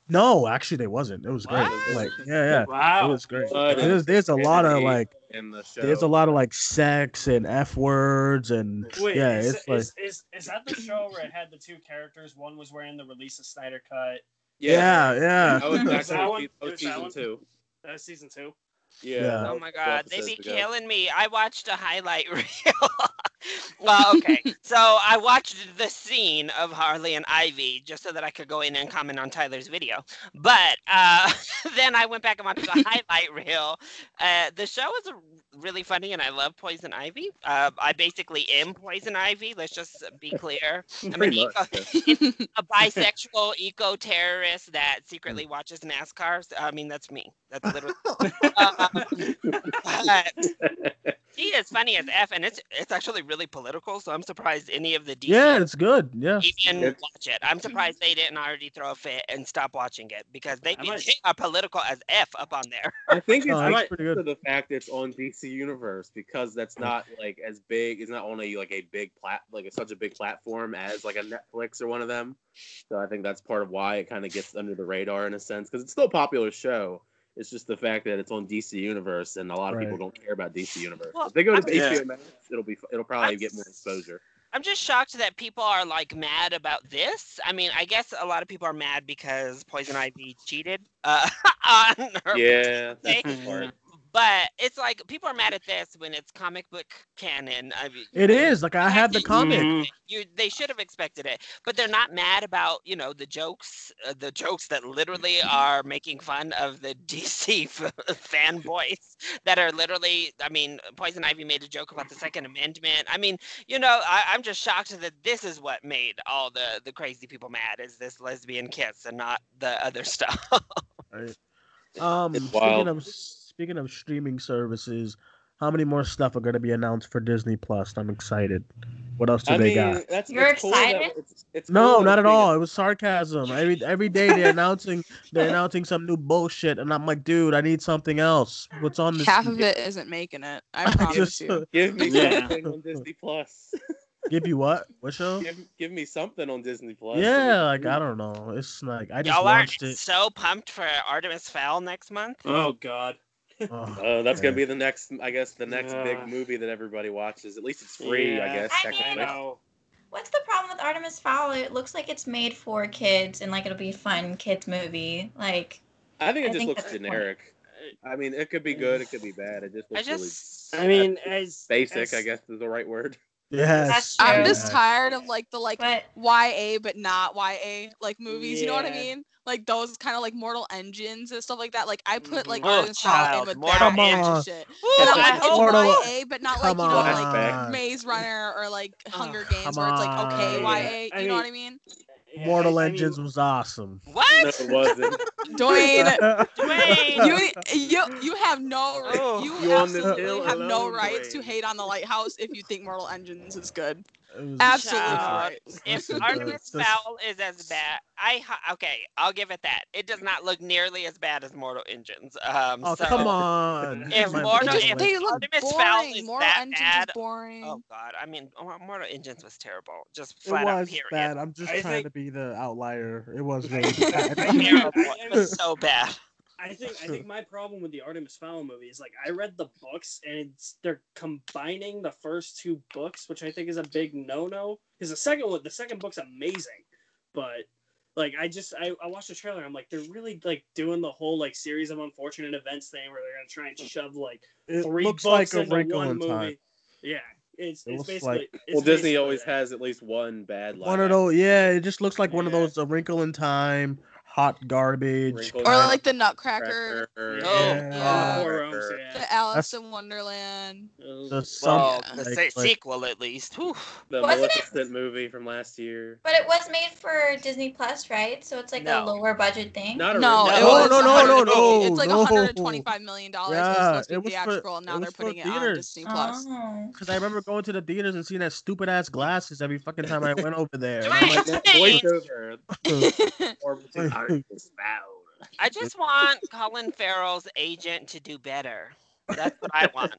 No, actually, they wasn't. It was great.
What?
Like, yeah, yeah.
Wow.
It was great.
Blood and
There's, there's a lot of
Infinity
like
in the show.
there's a lot of like sex and f words and
Wait,
yeah,
is,
it's like
is, is, is that the show where it had the two characters? One was wearing the release of Snyder Cut.
yeah, yeah.
That was
There's
actually
that one,
that was
there's that
season
one.
two.
That was season two.
Yeah.
Oh my god, they be
Episodes ago.
killing me. I watched a highlight reel. well, okay. so I watched the scene of Harley and Ivy just so that I could go in and comment on Tyler's video. But uh, then I went back and watched the highlight reel. Uh, the show is a- really funny, and I love Poison Ivy. Uh, I basically am Poison Ivy. Let's just be clear. I'm an
Pretty
eco-
much. yeah.
a bisexual eco terrorist that
Mm.
secretly watches NASCAR. So, I mean, that's me. That's literally. Uh, Um, but She is funny as f, and it's it's actually really political. So I'm surprised any of the DC
Yeah, it's good. Yeah.
even watch it. I'm surprised they didn't already throw a fit and stop watching it because they, they are political as f up on there.
I think it's right to the fact it's on DC Universe because that's not like as big. It's not on a like a big plat like it's such a big platform as like a Netflix or one of them. So I think that's part of why it kind of gets under the radar in a sense because it's still a popular show. It's just the fact that it's on DC Universe and a lot of people don't care about DC Universe.
Well,
if they go to
I'm- Yeah.
HBO Max, it'll be it'll probably get more exposure.
I'm just shocked that people are like mad about this. I mean, I guess a lot of people are mad because Poison Ivy cheated uh, on her.
Yeah,
birthday.
that's the part.
But it's like people are mad at this when it's comic book canon. I mean,
It is like I have the comic.
you they should have expected it, but they're not mad about you know the jokes, uh, the jokes that literally are making fun of the DC f- fanboys that are literally. I mean, Poison Ivy made a joke about the Second Amendment. I mean, you know, I, I'm just shocked that this is what made all the the crazy people mad is this lesbian kiss and not the other stuff.
Um,
It's
speaking
wild.
of speaking of streaming services, how many more stuff are going to be announced for Disney Plus? I'm excited. What else do
I
they
mean,
got?
that's
You're
it's cool that
excited?
it's, it's
No,
cool that
not at
it's being
all. It was sarcasm. Every every day they're announcing they're announcing some new bullshit, and I'm like, dude, I need something else. What's on this?
Half of it isn't making it. I promise
just-
you.
Give me
Yeah.
something on Disney Plus.
Give you what? What show?
Give, give me something on Disney Plus.
Yeah, like I don't know. It's like I just
Y'all are
watched it.
so pumped for Artemis Fowl next month.
God.
Oh,
Uh, that's gonna
man.
be the next, I guess, the next
Yeah.
big movie that everybody watches. At least it's free, I
Yeah.
guess.
I
technically.
mean- What's the problem with Artemis Fowl? It looks like it's made for kids and like it'll be a fun kids movie. Like
I think it
I
just
think
looks
that's the point.
generic. I mean, it could be good, it could be bad. It just
I
looks
just,
I mean, as
really basic.
as-
I guess is the right word.
Yes.
I'm
yeah.
just tired of like the like
But
YA but not YA like movies. You know what I
Yeah.
mean? Like those kind of like Mortal Engines and stuff like that. like I put like
Oh,
Artemis Fowl in
child,
with
Mortal
that bunch
Engines.
of shit.
Woo,
And I'm
I
like, it's
hope
Mortal-
YA, but not like
Come
you know, like
on.
Maze Runner or like Hunger
Ugh,
Games, where it's like
come
okay,
on.
YA. You
I
know
mean-
what I mean?
yeah,
Mortal
I- I mean,
Engines was awesome.
No,
What?
it wasn't.
Dwayne,
Dwayne.
you you you have no ri-
Oh,
you,
you on this
absolutely
hill
have no
alone,
rights to
Dwayne.
hate on the lighthouse if you think Mortal Engines is good.
It was
Absolutely
awesome.
Child.
right.
If
Listen, the-
Artemis
this-
Fowl is as bad, I ho- okay, I'll give it that. It does not look nearly as bad as Mortal Engines. Um,
Oh
so
come on!
If
My fucking
Mortal-
It just,
if
lips.
they look
Artemis
boring.
Fowl is
Mortal
that
Engines
bad-
is boring.
Oh God! I mean, oh, Mortal Engines was terrible. Just
It
flat out.
was
Period.
bad. I'm just
I
trying
think-
to be the outlier. It was really
I mean,
bad.
Terrible. It was so bad.
I think I think my problem with the Artemis Fowl movie is like I read the books and it's they're combining the first two books, which I think is a big no no. Because the second one, the second book's amazing, but like I just I, I watched the trailer. and I'm like they're really like doing the whole like series of unfortunate events thing where they're gonna try and shove like
it
three
looks like
books
a
into
wrinkle
one
in
movie.
time.
Yeah, it's
It
it's
looks
basically
like-
it's
Well, Disney
basically
always
that.
has at least one bad.
One
live
of those, yeah. It just looks like one of
Yeah.
those a wrinkle in time, hot garbage.
Wrinkle in
Or
Time.
like the
action
Nutcracker,
character.
Oh,
Yeah.
Four rooms, yeah.
the Alice
That's-
in Wonderland.
Oh,
The
Well,
some-
the
like-
se-
like-
sequel at least. Whew.
The
Wasn't it-
Maleficent movie from last year.
but it was made for Disney Plus, right? So it's like
No.
a lower budget thing.
Not a
No,
remake.
it
No,
was
no, no, no,
150 It's like
no,
125 million dollars. it was
Yeah,
supposed to
it
be
was for-
theatrical, and now
it
they're
was for
putting it on
theaters.
Disney Plus.
Oh.
Because I remember going to the theaters and seeing that stupid ass glasses every fucking time I went over there. And I'm
Like
like,
that
Dwayne.
voiceover.
Oh.
Orbiting Artemis Fowl.
I just want Colin Farrell's agent to do better. That's what I want.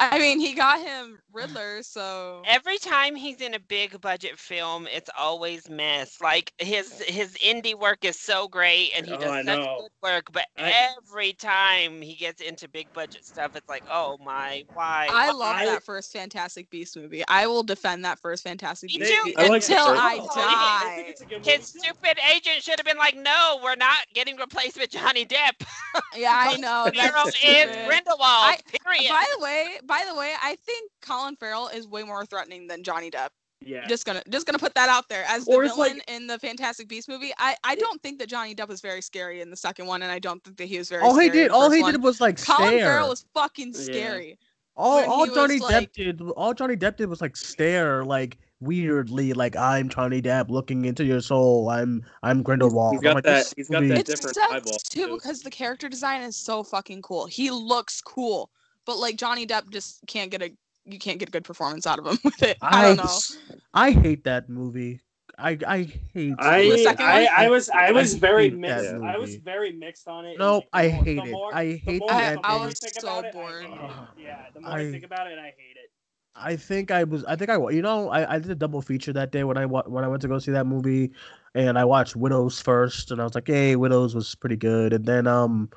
I mean, he got him Riddler, so
Every time he's in a big budget film, it's always mess. Like his his indie work is so great and he
Oh,
does
I
such
know.
good work, but
I-
every time he gets into big budget stuff, it's like, oh my, why?
I
why?
love
I-
that first Fantastic Beast movie. I will defend that first Fantastic
Me
Beast
too.
movie
I like the
until
first
I
one.
I
die.
think it's a good movie.
His stupid agent should have been like, no, we're not getting replaced with Johnny Depp.
Yeah, I know.
Farrell
That's
is
stupid.
Grindelwald.
I-
period.
By the way, by the way, I think Colin Farrell is way more threatening than Johnny Depp.
Yeah.
Just gonna just gonna put that out there as the
Or it's
villain
like-
in the Fantastic Beast movie. I, I don't think that Johnny Depp was very scary in the second one, and I don't think that he was very.
all
scary
he
in
did,
the
all
first
he
one.
did was like
Colin
stare.
Farrell was fucking
Yeah.
scary.
all
when
all
he was,
Johnny
like-
Depp did, all Johnny Depp did was like stare like weirdly, like I'm Johnny Depp looking into your soul. I'm I'm Grindelwald.
He's
Oh, I'm
got
like,
that-
this
he's got
movie-
that
It
different
sucks
eyeballs,
too
too.
because the character design is so fucking cool. He looks cool. But like Johnny Depp just can't get a you can't get a good performance out of him with it. I,
I,
don't know.
I hate that movie. I I hate.
I,
it.
I, I was I was very
hate
mixed.
that
I was
movie.
very mixed on it.
Nope, I
more-
hate
the
it.
more-
I
the
hate
more- The
that
more I
movie.
think
So
about it,
bored.
I hate it. Yeah, the more I,
Uh-huh. I-
think about it, I hate it.
I think I was. I think I. wa- You know, I, I did a double feature that day when I wa- when I went to go see that movie, and I watched Widows first, and I was like, "Hey, Widows was pretty good." And then um,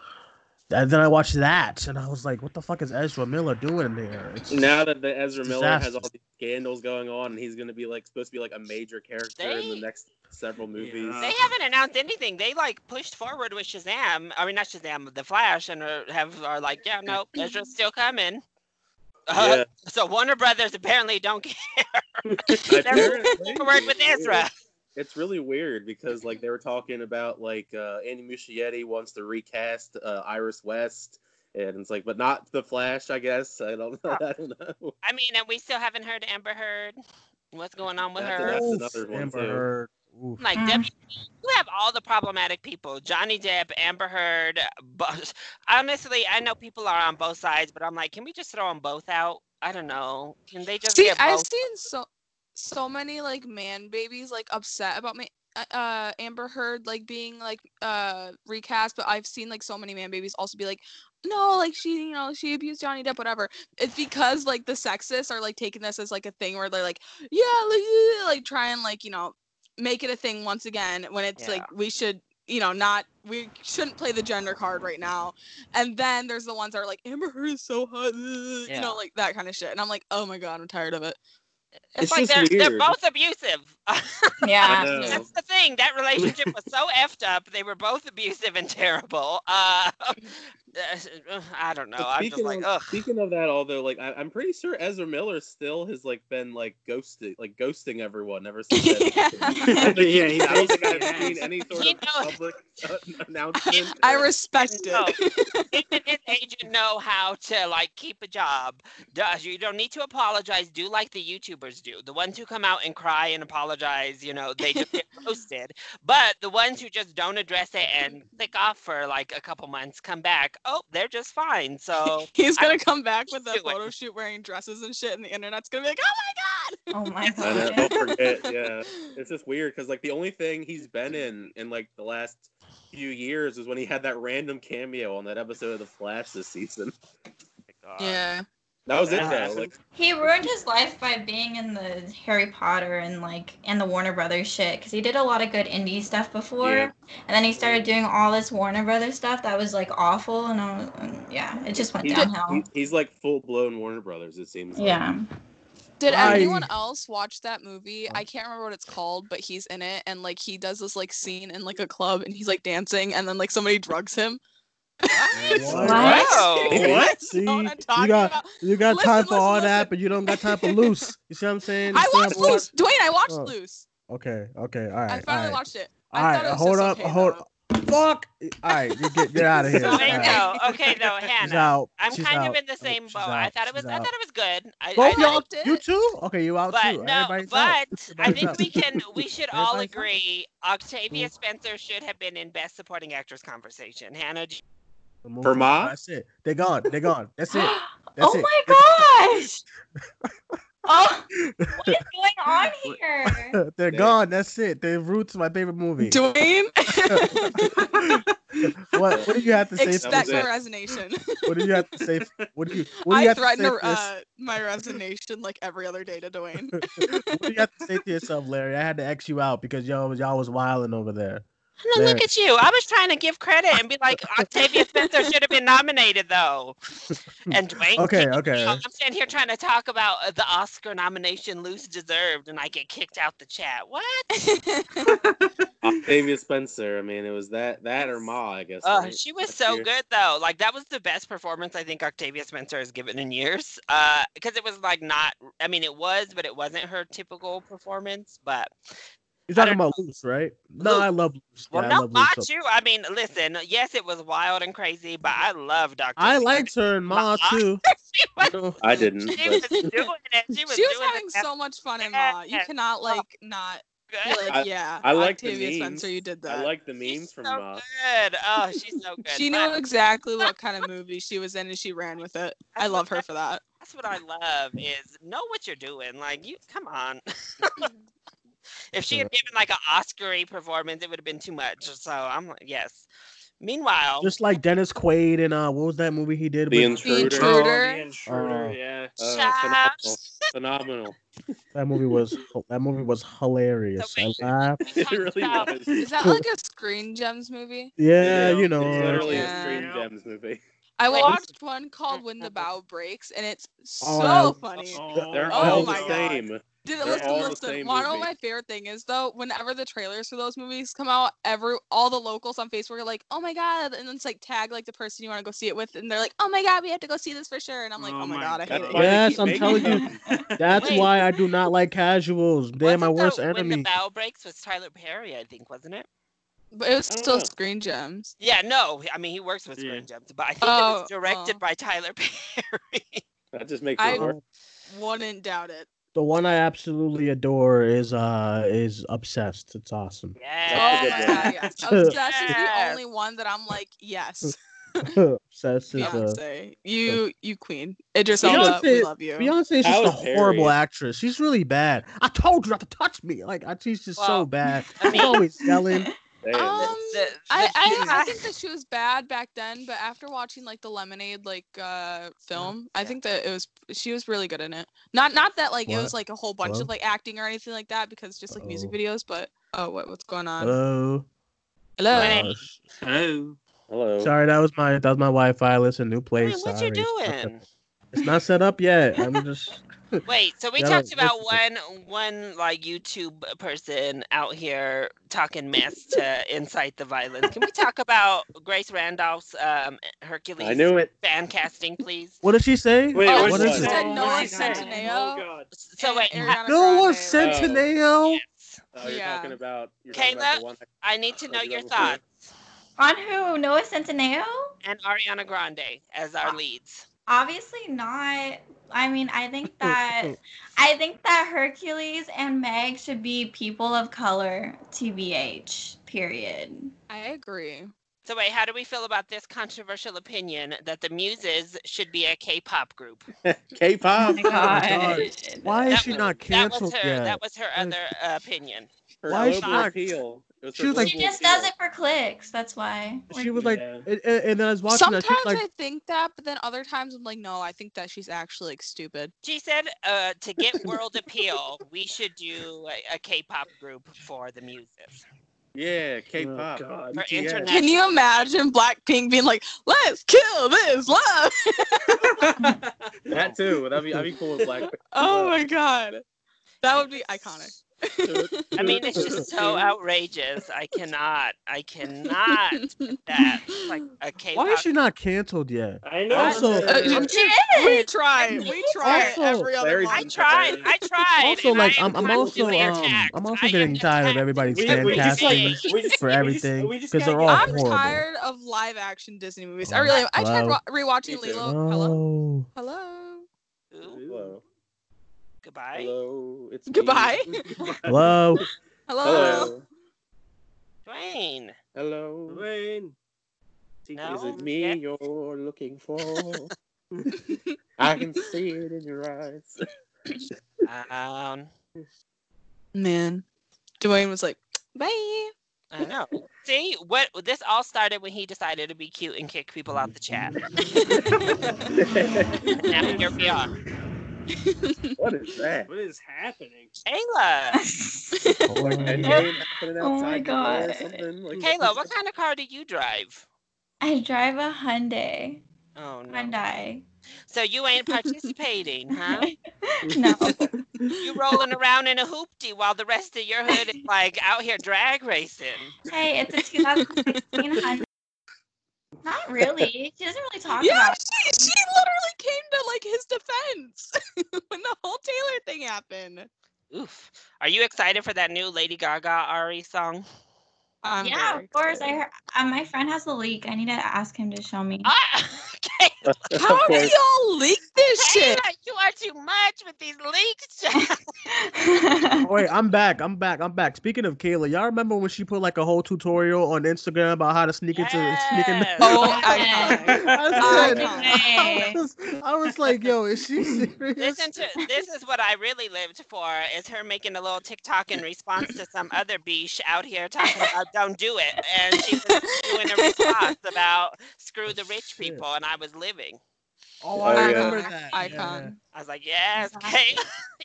and then I watched that, and I was like, "What the fuck is Ezra Miller doing there?" It's
Now that the Ezra Miller has
Disaster.
all these scandals going on, and he's going to be like supposed to be like a major character in the
They-
next several movies.
They
Uh.
haven't announced anything. They like pushed forward with Shazam. I mean, not Shazam, the Flash, and are, have are like, yeah, no, Ezra's still coming. Uh, So Warner Brothers apparently don't care.
Yeah,
They're
apparently.
gonna work with Ezra.
It's really weird because like they were talking about like uh, Andy Muschietti wants to recast uh, Iris West, and it's like, but not the Flash, I guess. I don't know. I don't know.
I mean, and we still haven't heard Amber Heard. What's going on with
That's-
her?
that's
Oof,
another one,
Amber
too.
Heard. Oof.
Like W, you have all the problematic people: Johnny Depp, Amber Heard. But honestly, I know people are on both sides, but I'm like, can we just throw them both out? I don't know. Can they just
See,
get both?
I've seen so so many like man babies like upset about ma- uh, uh Amber Heard like being like uh recast, but I've seen like so many man babies also be like, no, like she you know she abused Johnny Depp, whatever. It's because like the sexists are like taking this as like a thing where they're like, yeah, like, yeah," like try and like you know make it a thing once again when it's
Yeah.
like we should you know not we shouldn't play the gender card right now and then there's the ones that are like Amber Heard is so hot, you
Yeah.
know, like that kind of shit. And I'm like, oh my god, I'm tired of it.
It's,
It's
like
just
they're, they're
weird.
both abusive.
I
Yeah.
know.
That's the thing. That relationship was so effed up. They were both abusive and terrible. Uh, I don't know.
But
I'm just like,
of,
ugh.
Speaking of that, although, like, I, I'm pretty sure Ezra Miller still has like been like ghosted, like ghosting everyone ever since. That
Yeah, he
I don't think
basically
I've seen
has.
any sort
He
of
knows-
public uh, announcement.
I
or-
respect
No.
it.
He and his agent know how to like keep a job. Does you don't need to apologize. Do like the YouTubers do. The ones who come out and cry and apologize, you know, they just get roasted. But the ones who just don't address it and click off for like a couple months, come back. Oh, they're just fine. So
He's
I
gonna come back with
do
a
it.
photo shoot wearing dresses and shit, and the internet's gonna be like, oh my god.
Oh my
I know,
god.
don't forget. Yeah, it's just weird because like the only thing he's been in in like the last few years is when he had that random cameo on that episode of The Flash this season.
God.
Yeah.
That was it
That
though.
happened.
Like,
He ruined his life by being in the Harry Potter and like and the Warner Brothers shit because he did a lot of good indie stuff before,
Yeah.
and then he started doing all this Warner Brothers stuff that was like awful, and I was, and, yeah, it just went
he's,
downhill.
he- he's like full blown Warner Brothers. It seems. like.
Yeah,
Did
I-
anyone else watch that movie? I can't remember what it's called, but he's in it, and like he does this like scene in like a club, and he's like dancing, and then like somebody drugs him.
What?
Wow.
You
What?
guys
See,
know what
you
I'm talking
got
about.
you got
Listen,
time for
listen,
all
listen.
that, but you don't got time for loose. You see what I'm saying?
I
You see what
watched
I'm
Loose. Dwayne, I watched
Oh.
Loose.
saying? Okay, okay, all
I
right, all
finally
right,
watched it. I
all
thought it
right.
was
Hold
just
up,
okay,
hold.
though.
Fuck! All right, you get get out of here.
So
All
wait,
right.
no, okay though,
She's
Hannah.
out.
I'm
She's
kind
out.
of in the
Nope,
same
she's
boat. I
out.
thought it was.
She's
I
out.
thought it was good. I, I
Both
I
y'all,
liked it.
you too? Okay, you out
but
too.
no,
Everybody's out.
but I
Everybody's
think
out.
we can. We should all
Everybody's out.
agree Octavia
Mhm.
Spencer should have been in Best Supporting Actress conversation. Hannah, do-
Remove
For
them.
Ma?
That's it. They're gone. They're gone. That's it. That's
oh
it.
my
That's
gosh! oh, what is going on here?
it. They're
They-
gone. That's it. They roots my favorite movie.
Dwayne,
what What do you have to say?
expect
was
my
it.
resignation.
For, what do you have to say? for- What do you What do you
I
have to say
threaten
to
to, uh,
yourself?
my resignation like every other day to Dwayne.
What do you have to say to yourself, Larry? I had to X you out because y'all was y'all was wilding over there.
No, look
Larry.
at you. I was trying to give credit and be like Octavia Spencer should have been nominated though. And Dwayne.
Okay,
kicked me
okay.
out. I'm sitting here trying to talk about uh, the Oscar nomination Luce deserved, and I get kicked out the chat. What?
Octavia Spencer. I mean, it was that that or Ma, I guess.
Oh,
right?
she was
Last
so
year.
good though. Like that was the best performance I think Octavia Spencer has given in years. Uh, because it was like not. I mean, it was, but it wasn't her typical performance. But
You're
I
talking
don't
about Loose, right? No,
Loose.
I love Loose.
well,
Yeah, I
no,
love
Ma
Loose. so-
too. I mean, listen. Yes, it was wild and crazy, but I loved Octavia.
I liked her and Ma
Ma.
too.
she was,
You know,
I didn't.
she was
but-
doing it. She was,
she was
doing
having
it.
so much fun in Ma. You
Yes.
cannot like not
good.
I-
yeah,
I like the
Octavia
memes.
Spencer, you did
I
that.
like the memes from. uh,
Good. Oh, she's so good.
She knew exactly what kind of movie she was in, and she ran with it. I love her for that.
That's what I love is know what you're doing. Like you, come on. if she had given like an Oscary performance, it would have been too much. So I'm like, yes. Meanwhile,
Just like Dennis Quaid in uh, what was that movie he did?
The
with-
Intruder. The
Intruder.
The intruder,
Oh.
yeah.
uh,
Shout.
phenomenal. phenomenal.
That movie was that movie was hilarious. I laughed.
it really
Now,
was.
Is that like a Screen Gems movie?
Yeah, you know. uh,
it's literally
Yeah.
a Scream Gems movie.
I
Wait.
watched one called When the Bow Breaks, and it's so
Oh, I-
funny.
They're
Oh
all
my
the
God.
same.
Did
They're
listen,
all the
listen.
same
One of
movie.
my favorite thing is though, whenever the trailers for those movies come out, every all the locals on Facebook are like, "Oh my god!" and then it's like tag like the person you want to go see it with, and they're like, "Oh my god, we have to go see this for sure." And I'm like, "Oh, my god, I hate
That's
it."
why they
Yes,
keep
I'm
making
telling you.
them.
That's
Wait.
why I do not like casuals. They're my
wasn't
worst
the, When the
enemy.
bow breaks was Tyler Perry, I think, wasn't it?
But it was
I don't
still
know.
Screen Gems.
Yeah, no. I mean, he works with Screen Gems, but I think it
Oh,
was directed by Tyler Perry.
That just makes
I-
it worse.
Wouldn't doubt it.
Uh, The one I absolutely adore is uh is obsessed. It's awesome.
yeah.
a
oh
good
my
one.
god, yes. Obsessed is the only one that I'm like, yes,
obsessed is uh, a
Beyonce, you, you queen, Idris Elba,
Beyonce,
we love you.
Beyonce is
That
just a
was
horrible
Perry.
actress. She's really bad. I told you not to touch me. Like I, she's just
Well,
so bad.
I
She's
mean-
always yelling.
Damn.
Um,
the- the
I, I, I
thing-
think that she was bad back then, but after watching like the Lemonade like uh film, I
Yeah.
think that it was she was really good in it. Not not that like it was
What?
like a whole bunch
Hello?
of like acting or anything like that because just like music
Uh-oh.
videos, but oh what what's going on?
Hello.
Hello.
Uh,
Hello.
Hello.
sorry, that was my that was my Wi-Fi. Listen, new
Wait,
place.
what
sorry.
you doing?
It's not set up yet. I'm just.
Wait, so we
Yeah,
talked
no,
about one
listen
one like YouTube person out here talking mess to incite the violence. Can we talk about Grace Randolph's um, Hercules
I knew it.
fan casting, please?
What did she say?
Wait,
Oh,
what
what
is
is
she
it?
said
Oh
Noah
my God. Oh
Centineo.
god.
So wait,
and
I-
Ariana
No one
Grande,
said
Oh.
Centineo.
yes.
Oh, you're
Yeah.
talking about. You're
Kayla?
talking about the
I need to
Oh,
know
you
your
have a fear?
thoughts.
On who? Noah Centineo?
And Ariana Grande as our leads.
Obviously not. I mean, I think that I think that Hercules and Meg should be people of color, TBH. Period.
I agree.
So wait, how do we feel about this controversial opinion that the Muses should be a K-pop group?
one. K-pop.
my
God.
God.
Oh Why
That
is she
was-
not canceled
that was her,
yet?
That was her
That is-
other uh, opinion.
Her
Why is she
global
not-
appeal. It was
She
her
was like-
she
global
just does
appeal.
it for clicks. That's why.
She was like,
Oh. Yeah.
and, and- and then I was watching
Sometimes
that. She was like,
I think that, but then other times I'm like, no, I think that she's actually like stupid.
She said, uh, to get world appeal, we should do a, a K-pop group for the muses.
Yeah,
Oh,
K-pop.
God.
For
BTS.
internet-
Can you imagine Blackpink being like, "Let's kill this love"?
That too. That'd be. I'd be cool with black.
Oh my god, that would be iconic.
I mean, it's just so outrageous. I cannot. I cannot. with That It's like a K-pop.
why is she not canceled yet?
I know.
Also-
Uh,
Yeah.
you-
She
we
is.
try, we try it
Also,
every other
Larry's
month.
I tried. I tried.
Also,
and
like,
I am
I'm- I'm also,
constantly
um,
attacked.
I'm also
I am
getting tired of
attacked
everybody
in
We-
saying
every
we just, like,
way.
casting
we just-
for
we just-
everything
we just
because they're
gotta
all
get-
I'm
horrible.
tired of live action Disney movies. I
Oh,
really, I tried
hello?
wa- rewatching
Me too.
Lilo. Hello,
Oh,
hello,
Ooh,
Hello.
goodbye.
Hello. It's me.
Goodbye.
hello.
hello.
Hello.
Dwayne.
Hello.
Wayne.
No.
Is it
Yeah.
me you're looking for? I can see it in your eyes.
Um,
Man, Dwayne was like, "Bye."
I know. See what this all started when he decided to be cute and kick people out the chat. now here we are.
what is that?
What is happening?
Kayla,
Like
Endgame happening
Oh my
outside your door or
God.
something? Like,
Kayla, what kind of car do you drive?
I drive a Hyundai.
Oh no.
Hyundai.
So you ain't participating, huh?
no.
You rolling around in a hoopty while the rest of your hood is like out here drag racing.
Hey, it's a 2016 Hyundai. Not really. She doesn't really talk
yeah,
about it.
she, she literally came to like his defense when the whole Taylor thing happened.
Oof. Are you excited for that new Lady Gaga Ari E song?
I'm
yeah,
very
of course. I heard, uh, my friend has a leak. I need to ask him to show me.
How do y'all leak this shit?
You are too much with these leaks.
Oh, wait, I'm back. I'm back. I'm back. Speaking of Kayla, y'all remember when she put like a whole tutorial on Instagram about how to sneak into sneak in?
Oh,
Oh,
I, said-
Iconic.
I was, I was like, yo, is she serious?
Listen to this is what I really lived for is her making a little TikTok in response to some other beesh out here talking about don't do it, and she was doing a response about screw the rich people, and I was living.
Oh,
I yeah.
remember that.
Icon.
I was like, yes, Kate,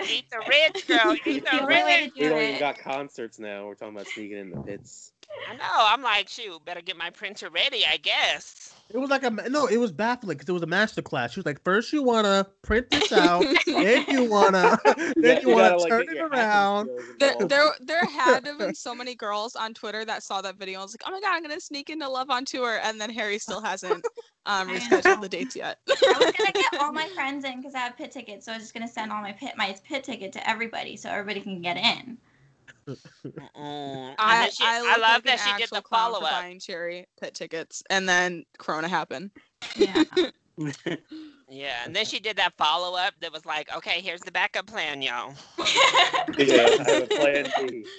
eat the rich girl, eat the rich.
We don't even got concerts now. We're talking about sneaking in the pits.
I know. I'm like, shoot, better get my printer ready, I guess.
It was like a ma- no. It was baffling because it was a master class. She was like, first you wanna print this out, then you wanna, then
got-
you
you
wanna
gotta, like,
turn
get
it
your hacking
around.
There,
Oh.
there, there had to have been so many girls on Twitter that saw that video. and was like, oh my god, I'm gonna sneak into Love on Tour, and then Harry still hasn't um,
I
rescheduled the dates yet.
I was gonna get all my friends in because I have pit tickets, so I was just gonna send all my pit my pit ticket to everybody so everybody can get in.
Mm-mm. And
I,
then she-
I,
I
look
love
like
that
an
she did
actual
the
clown for
follow up.
Buying cherry pit tickets, and then Corona happened.
Yeah.
Yeah, and then she did that follow up that was like, okay, here's the backup plan, y'all.
Yeah, I have a plan B.
Oh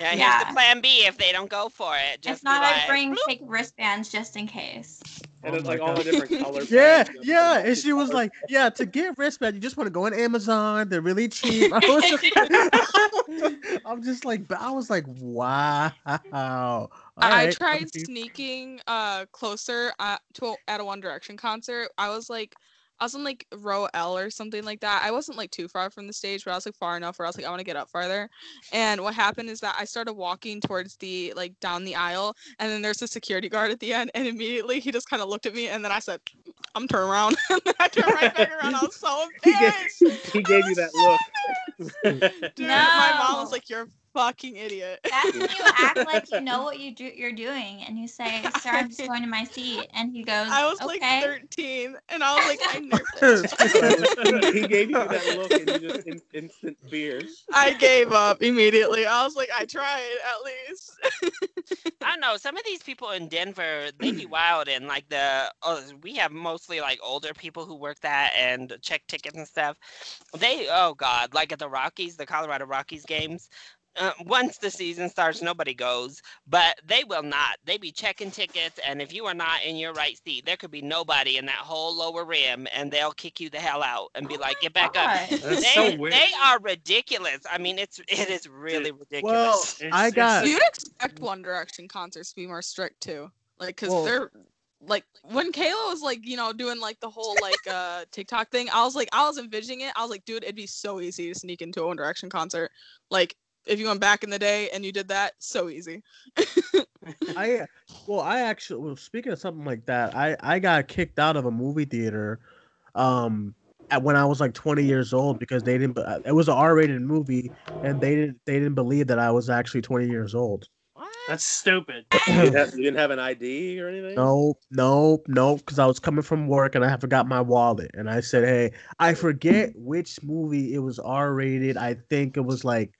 Yeah, here's
Yeah.
the plan B if they don't go for it. Just
if not,
be like,
I bring fake wristbands just in case.
And
Oh
it's
my
like all the
God.
different color.
Yeah,
plans.
yeah. And she was like, yeah, to get wristband, you just want to go on Amazon. They're really cheap. I was just, I'm just like, but I was like, wow. All
I
right,
tried
okay.
sneaking uh closer uh, to a- at a One Direction concert. I was like, I was in like row L or something like that. I wasn't like too far from the stage, but I was like far enough where I was like, I want to get up farther. And what happened is that I started walking towards the like down the aisle, and then there's a security guard at the end, and immediately he just kind of looked at me, and then I said, I'm turn around, and then I turned right back around. I was so
He gave-
embarrassed.
He gave you that look.
Dude, my
No.
mom was like, "You're a fucking idiot."
That's when you act like you know what you do, you're doing, and you say, "Sir, I'm just going to my seat," and he goes,
I was like
"Okay."
13, and I was like, "I nervous."
he gave you that look and you just in, instant fear.
I gave up immediately. I was like, I tried at least.
I don't know. Some of these people in Denver, they be wild and like the oh, we have mostly like older people who work that and check tickets and stuff. They oh god, like at the Rockies, the Colorado Rockies games. Uh, once the season starts, nobody goes, but they will not. They be checking tickets, and if you are not in your right seat, there could be nobody in that whole lower rim, and they'll kick you the hell out and be like, "Get back
God.
up." they,
Oh That's so weird.
they are ridiculous. I mean, it's it is really ridiculous.
Well, I got.
You'd expect One Direction concerts to be more strict too, like because
Well-
they're like when Kayla was like you know doing like the whole like uh TikTok thing. I was like I was envisioning it. I was like, dude, it'd be so easy to sneak into a One Direction concert. Like if you went back in the day and you did that, so easy.
I well, I actually well, speaking of something like that, I I got kicked out of a movie theater, um, at, when I was like 20 years old because they didn't. uh, It was an R-rated movie, and they didn't they didn't believe that I was actually 20 years old.
That's stupid.
You didn't have, you didn't have an ID or anything?
No, no, no, because I was coming from work and I forgot my wallet, and I said, hey, I forget which movie it was R-rated. I think it was like.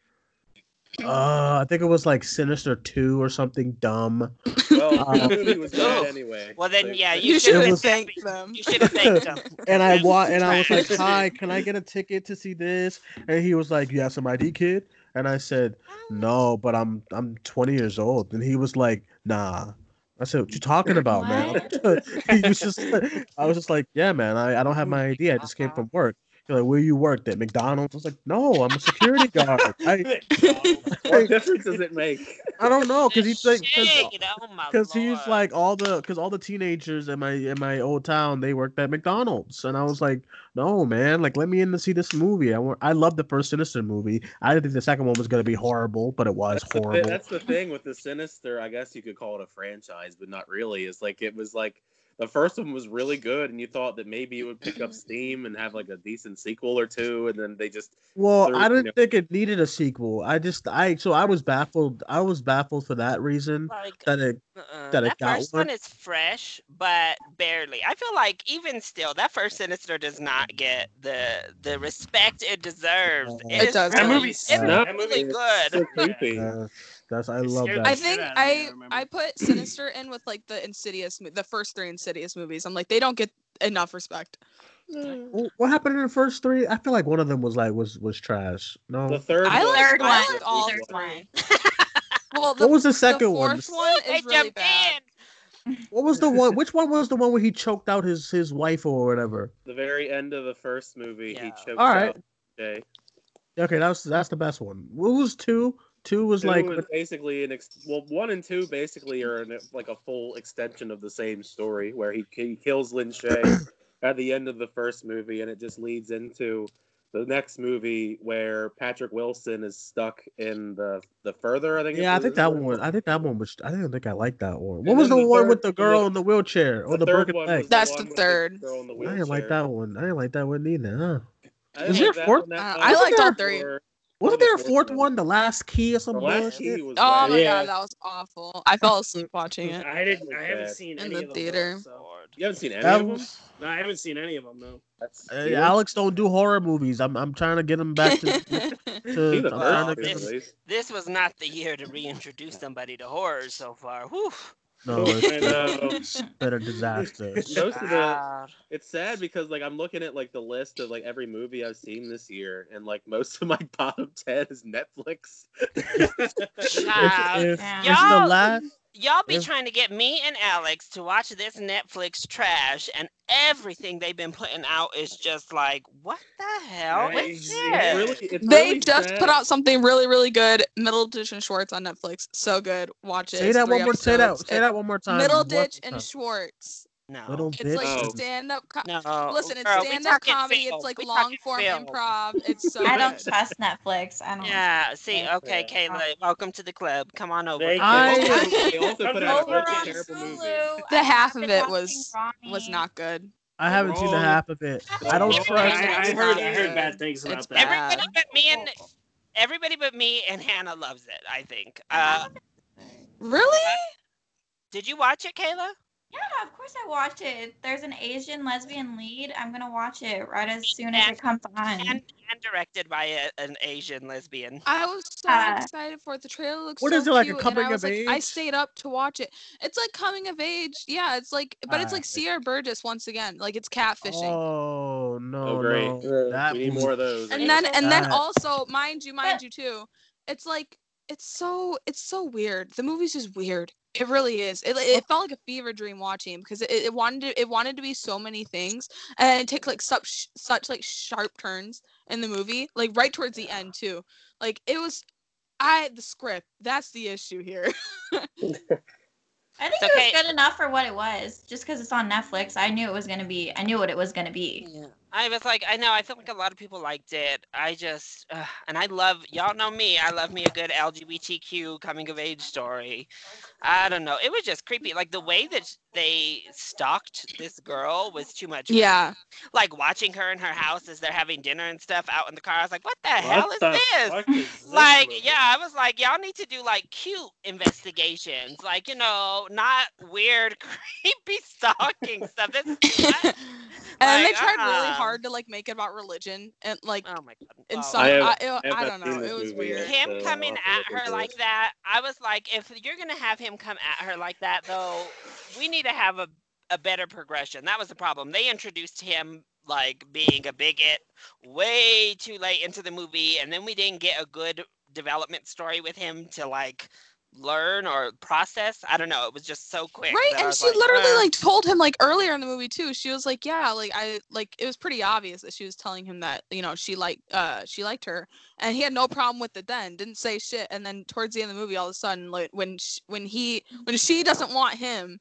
Uh, I think it was like Sinister Two or something dumb.
Well,
Uh,
the movie was
Oh.
bad anyway.
Well, then, yeah,
you
you,
You
should
should
have
have
was-
thanked them.
you should have thanked them.
and I
That
wa- and I was like,
trash.
"Hi, can I get a ticket to see this?" And he was like, "You have some ID, kid?" And I said, "No, but I'm I'm 20 years old." And he was like, "Nah." I said, "What you talking about, man?" he was just, I was just like, "Yeah, man, I, I don't have my ID. I just came from work." He's like, "Where you worked at McDonald's?" I was like, "No, I'm a security guard. I,
What difference does it make?
I don't know because he's like." 'cause-
Shit, oh my
because he's
lord.
like all the because all the teenagers in my in my old town they worked at McDonald's and I was like no man like let me in to see this movie I want I love the first Sinister movie I didn't think the second one was gonna be horrible but it was
That's the, thi-
horrible
that's the thing with the Sinister. I guess you could call it a franchise, but not really. It's like it was like the first one was really good, and you thought that maybe it would pick up steam and have like a decent sequel or two, and then they just
well
third,
I
you know.
didn't think it needed a sequel I just I so I was baffled I was baffled for that reason
Like,
that it
uh-uh.
that it
that
got
first
one.
one is fresh, but barely. I feel like even still, that first Sinister does not get the the respect it deserves.
Uh,
It,
It
is
does.
That
really-
movie's
it
No.
that
really
movie
It's
good.
so creepy.
uh, That's I love that.
I think I I put Sinister in with like the Insidious, mo- the first three Insidious movies. I'm like they don't get enough respect.
Wh- What happened in the first three? I feel like one of them was like was was trash. No,
The third
I
one-
like, I
one.
like all
Third
three. well, the,
what was the second one?
fourth one is really bad.
What was the one? Which one was the one where he choked out his his wife or whatever?
The very end of the first movie, he choked
All right.
out Jay.
Okay, that's that's the best one. What was two? Two was
Two
like
was basically an ex- well, one and two basically are an, like a full extension of the same story where he, he kills Lin Shay at the end of the first movie, and it just leads into the next movie where Patrick Wilson is stuck in the the further. I think.
yeah, I
it's-
think that one. I think that one was. I didn't think I liked that one.
uh, And
What was the,
then the
one
third-
with the girl
the-
in the wheelchair or
the
the,
third
broken
one was
leg?
the
That's
one
the
with the
third.
girl in the
I didn't like
wheelchair.
that one. I didn't like that one either.
I
Huh?
didn't
Is there a
like that
fourth?
one that
Uh,
much.
I liked all
Or-
three.
Wasn't
the
there a
fourth
fourth
one.
one? The last key or some
The last
bullshit?
key was
Oh
bad.
my
Yeah.
god, that was awful. I fell asleep watching it.
I didn't. I haven't
Bad.
seen
In
any
the
of them.
theater.
though, so-
You haven't seen any
That
of them.
was-
No, I haven't seen any of them. No.
That's
Hey, Alex, don't do horror movies. I'm I'm trying to get him back to. to
See the
I'm
Well,
trying to get
first
him-
two, at
this-
least.
This was not the year to reintroduce somebody to horror so far. Whew.
No,
I
it's
know.
been a disaster.
Most of the
Ah.
God.
it's sad because like I'm looking at like the list of like every movie I've seen this year, and like most of my bottom ten is Netflix.
Child.
If, if,
Yeah.
if the
Y'all-
last,
Y'all be
If-
trying to get me and Alex to watch this Netflix trash, and everything they've been putting out is just like, what the hell
Yeah, it's-
is this?
it's
Really, it's
They
really
just
sad.
put out something really, really good. Middle Ditch and Schwartz on Netflix. So good. Watch it.
say
It's
that
three
one more. Say that.
episodes.
Say that one more time.
Middle
one more
Ditch and
time.
Schwartz.
No.
Little
It's
bitch.
like
Oh.
stand up. Co-
no.
Listen, it's
girl, we
stand up
talking
comedy.
film.
It's like
We
long
talking
form
film.
improv. It's so
I don't
good.
trust Netflix. I don't.
Yeah. See,
Yeah.
okay, Kayla, welcome to the club. Come on over.
They-
I
Also, they also
Come
put
to
out a
the fucking
bunch of
on
terrible movies.
Hulu.
The
I've
half
been
of it
watching
was was
Ronnie.
not good.
I haven't seen
Wrong.
the half of it. I don't
Yeah,
trust.
it's
I, I heard.
not
I
good.
heard bad things about
It's
that.
bad.
Everybody but me and everybody but me and Hannah loves it. I think. Uh,
Really?
did you watch it, Kayla?
Yeah, of course I watched it. If There's an Asian lesbian lead. I'm gonna watch it right as soon as it comes on.
And and directed by a, an Asian lesbian.
I was so
Uh,
excited for it. The trailer looks
What
so
is it, like a
cute,
coming
and I was
of
like, I
age?
stayed up to watch it. It's like coming of age, yeah. It's like, but it's like
Alright.
Sierra Burgess once again, like it's catfishing.
Oh no!
Oh great,
No. That
we need more of those.
and then, and then
That-
also, mind you, mind
But-
you too, it's like it's so it's so weird. The movie's just weird. It really is. It, it felt like a fever dream watching because it, it wanted to, it wanted to be so many things, and it took like such such like sharp turns in the movie, like right towards the end too. Like it was I the script. That's the issue here.
I think
It's okay.
it was good enough for what it was. Just because it's on Netflix, I knew it was gonna be. I knew what it was gonna be.
Yeah. I was like, I know. I feel like a lot of people liked it. I just, uh, and I love y'all know me. I love me a good LGBTQ coming of age story. I don't know. It was just creepy. Like the way that they stalked this girl was too much. for me.
Yeah.
Like watching her in her house as they're having dinner and stuff out in the car. I was like, what the
What
hell is
the
this?
fuck is this
like
movie?
yeah i was like y'all need to do like cute investigations like you know not weird creepy stalking stuff That's
and
I-
then they
Like,
tried really
uh-uh.
hard to like make it about religion and like
oh my god
in
Well,
some
I have-
I, it-
I have
I don't
not seen
know.
this
It was
movie yet.
weird.
him
so I'll
coming
have to
at
look
her
into
like
it.
that i was like if you're gonna have him come at her like that though we need to have a, a better progression that was the problem they introduced him like being a bigot way too late into the movie and then we didn't get a good development story with him to like learn or process i don't know it was just so quick
Right,
that I
and
was
she literally
"Uh."
like told him like earlier in the movie too. She was like, "Yeah, like I like it was pretty obvious that she was telling him that you know she liked uh she liked her, and he had no problem with it then. Didn't say shit, and then towards the end of the movie, all of a sudden, like when sh when he when she doesn't want him,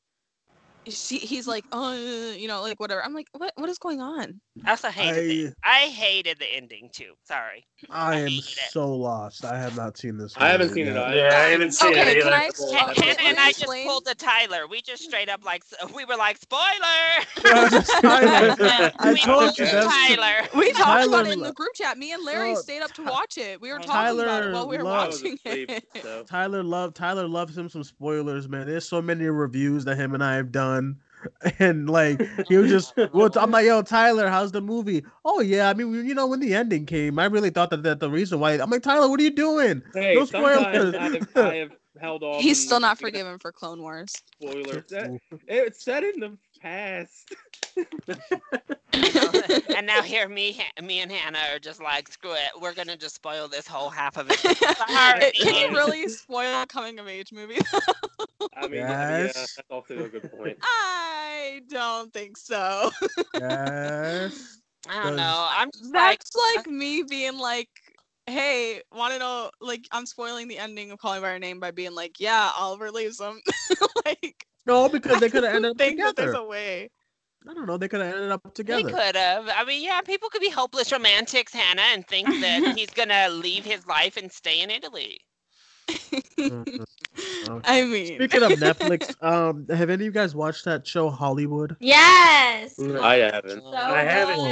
she he's like, oh, you know, like whatever. I'm like, what what is going on?
I also hated the, I hated the ending too. Sorry.
I am
hate it.
so lost. I have not seen this.
I haven't
movie
seen it
yet.
either.
Yeah, I haven't seen
Okay,
it
can
either.
I explain?
Ha-
Well,
Can,
Hannah
can
and
I
I just
explain?
pulled a Tyler. We just straight up like s- we were like spoiler.
Tyler, I
we
told
pulled
you
a
that's
Tyler.
We talked about
Tyler
it in
lo-
the group chat. Me and Larry
No,
stayed up to watch it. We were
Oh,
talking about it
Tyler
while we were
I
loves-
was
watching
asleep,
it.
so
Tyler love Tyler loves him some spoilers, man. There's so many reviews that him and I have done and like he was just. Well, I'm like, yo, Tyler, how's the movie? Oh yeah, I mean, you know, when the ending came, I really thought that, that the reason why I'm like, Tyler, what are you doing?
Hey,
no
sometimes
spoilers.
I have, I have held off.
He's
and
still not forgiven for Clone Wars.
spoilers. That- It's set in the past.
and now here me, Ha- me and Hannah are just like, screw it. We're gonna just spoil this whole half of it. Sorry.
Can you really spoil a coming of age movie?
I mean, yeah,
Yes.
that's also a good point.
I don't think so.
yes.
I don't know. I'm just like,
That's like me being like, hey, want to know? Like, I'm spoiling the ending of Calling by Your Name by being like, yeah, Oliver leaves them. like,
No, because they could have ended up
think that there's
together.
a way.
I don't know. They could have ended up
we
together.
could have. I mean, yeah, people could be hopeless romantics, Hannah, and think that he's gonna leave his life and stay in Italy.
Mhm. Okay.
I mean,
Speaking of Netflix, um, have any of you guys watched that show Hollywood?
Yes.
I haven't.
So
Mm, I haven't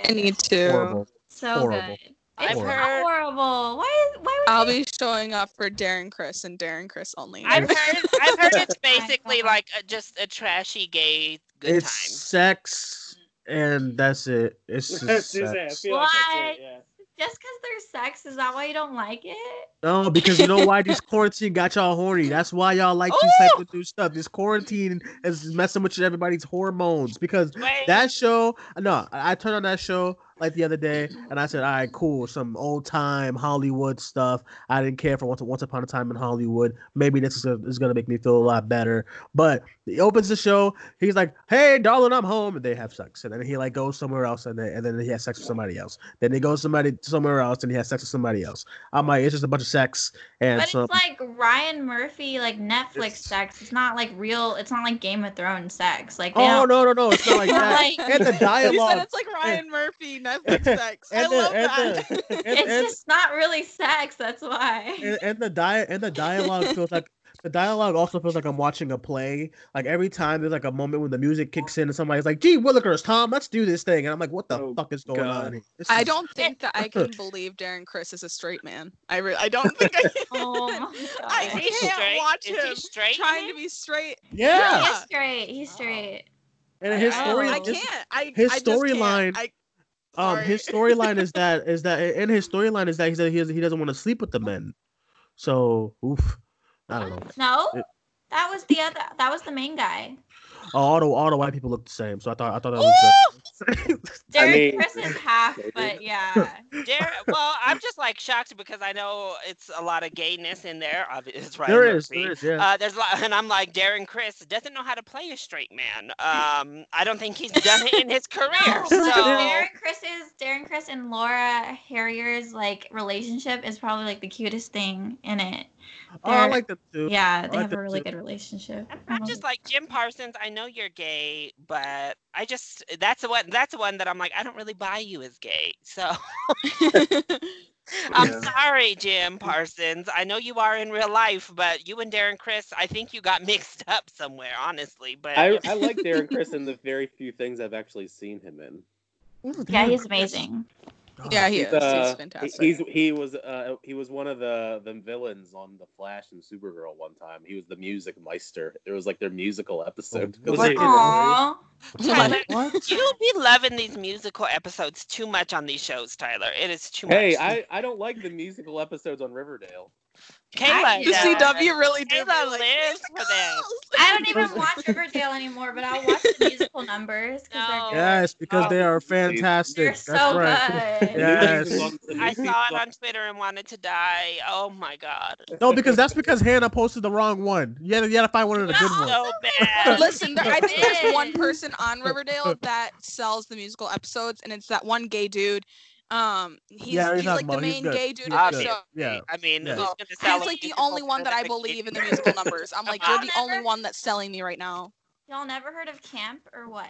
good.
I need to.
Horrible.
So
Horrible.
good.
I've
Horrible.
heard.
Horrible. Why? Why would
I'll be showing up for Darren Chris and Darren Chris only.
I've heard. I've heard it's basically
God.
like a, just a trashy gay good
It's
time.
sex, and that's it. It's just
That's his
sex.
ass. I feel like that's it, yeah.
just because there's sex is that why you don't like it?
No, because you know why this quarantine got y'all horny. That's why y'all like this type of new stuff. This quarantine is messing with everybody's hormones. Because
Wait.
that show, no, I I turned on that show like the other day, and I said, "All right, cool, some old time Hollywood stuff." I didn't care for once, once upon a time in Hollywood. Maybe this is, a, is gonna make me feel a lot better. But he opens the show. He's like, "Hey, darling, I'm home," and they have sex. And then he like goes somewhere else, and then and then he has sex with somebody else. Then he goes somebody somewhere else, and he has sex with somebody else. I'm like, it's just a bunch of sex and
But
some.
it's like Ryan Murphy, like Netflix
It's-
sex. It's not like real. It's not like Game of Thrones sex. Like they
oh
don't-
no, no, no! It's not like that.
like,
And the
You said
dialogue.
it's like Ryan Murphy, Netflix sex. I
and the-
love
and
that.
the- and-
it's
and-
just not really sex. That's why.
and, and the diet and the dialogue feels like the dialogue also feels like I'm watching a play. Like every time there's like a moment when the music kicks in and somebody's like, "Gee, Willikers, Tom, let's do this thing," and I'm like, "What the
Oh,
fuck is going
God.
on?" Here? This
I
is-
don't think that I can believe Darren Chris is a straight man. I re- I don't think I can.
oh my god.
I
Is he
can't
straight?
watch
Is he
him
straight?
trying to be straight.
Yeah,
He's straight. He's straight.
and his
I- I
story,
I
his,
can't. I
his
I just can't.
storyline-
I-
um, his storyline is that is that, and his storyline is that he said he doesn't- he doesn't want to sleep with the men. So, oof, I don't know.
No,
It-
that was the other. That was the main guy.
Oh, All the all the white people look the same, so I thought I thought that was. good.
I
Derek
mean-
Chris is half, but yeah.
Dar- well, I'm just like shocked because I know it's a lot of gayness in there. Obviously, it's right.
there is, there is, yeah.
Uh, there's a lot, and I'm like Darren Chris doesn't know how to play a straight man. Um, I don't think he's done it in his career.
No,
So
but Oh Darren Chris's Darren Chris and Laura Harrier's like relationship is probably like the cutest thing in it.
oh, I
there-
like them too.
Yeah, they
like
have a
that
really
too.
good relationship.
And I'm just like Jim Parsons. I know you're gay, but I just that's the one that's the one that I'm like I don't really buy you as gay. So I'm
Yeah.
sorry, Jim Parsons. I know you are in real life, but you and Darren Chris, I think you got mixed up somewhere, honestly. But
I, I like Darren Chris in the very few things I've actually seen him in.
Ooh,
yeah,
damn,
he's
Chris.
amazing.
God.
yeah, he is.
Uh,
He's fantastic.
He's he was uh, he was one of the the villains on the Flash and Supergirl one time. He was the music meister. There was like their musical episode. It was
What?
like
Aww.
Tyler,
Like, what?
you'll be loving these musical episodes too much on these shows, Tyler. It is too
Hey,
much.
I, I don't like the musical episodes on Riverdale.
Kayla,
The
Yeah.
CW really did.
Kayla
be like,
lives for this.
I don't even watch Riverdale anymore, but I'll watch the musical numbers because
No.
they're,
Yes, because they are fantastic.
they're
That's
so
right.
good.
The new
Yes.
season's on- the new
I
season's
saw it on Twitter and wanted to die. Oh my god.
No, because that's because Hannah posted the wrong one. You had, you had to find one of the good ones.
So bad.
Listen, there- I think there's one
Yes.
person on Riverdale that sells the musical episodes, and it's that one gay dude. Um, he's,
Yeah, he's
he's
not
like the
Mo, he's
main
good.
gay dude in
He's
the
good.
show.
Yeah.
I mean,
Yeah.
who's gonna sell
He's
a
like the
musical
only one that I
specific-
believe in the musical numbers. I'm like,
Come
you're
on.
the only one that's selling me right now.
Y'all never heard of camp or what?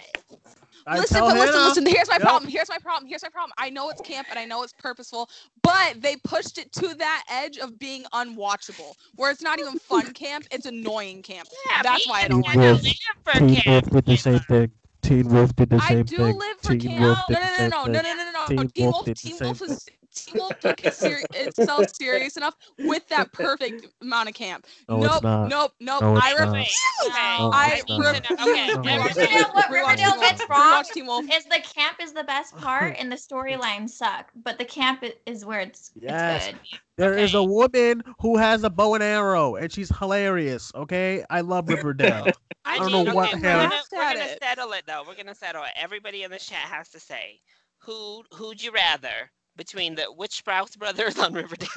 I
listen,
tell
but listen,
Hannah-
listen. Here's my
Yep.
problem. Here's my problem. Here's my problem. I know it's camp and I know it's purposeful, but they pushed it to that edge of being unwatchable, where it's not even fun camp. It's annoying camp.
Yeah,
That's
me
why I
and
don't
Hannah
like
live for camp. Kayla.
thing. Teen Wolf did the
I do live for camp. No, no, no, no, no, no, no, no, no, no. Team Wolf, Team Wolf is won't take it seri- itself serious enough with that perfect amount of camp.
No,
nope,
it's not.
nope, nope.
No, it's
I
not.
refuse.
No,
I
it's not.
refuse.
No,
Rewatch
it's
Riverdale, what
Teen
Riverdale
Wolf.
gets wrong
Rewatch Teen Wolf.
is the camp is the best part and the storylines suck, but the camp i- is where it's,
Yes.
it's good.
There is a woman who has a bow and arrow, and she's hilarious. Okay, I love Riverdale. I don't know
mean,
what
okay, We're
Harry.
gonna, we're gonna settle it though. We're gonna settle it. Everybody in the chat has to say who who'd you rather between the which Sprouse brothers on Riverdale?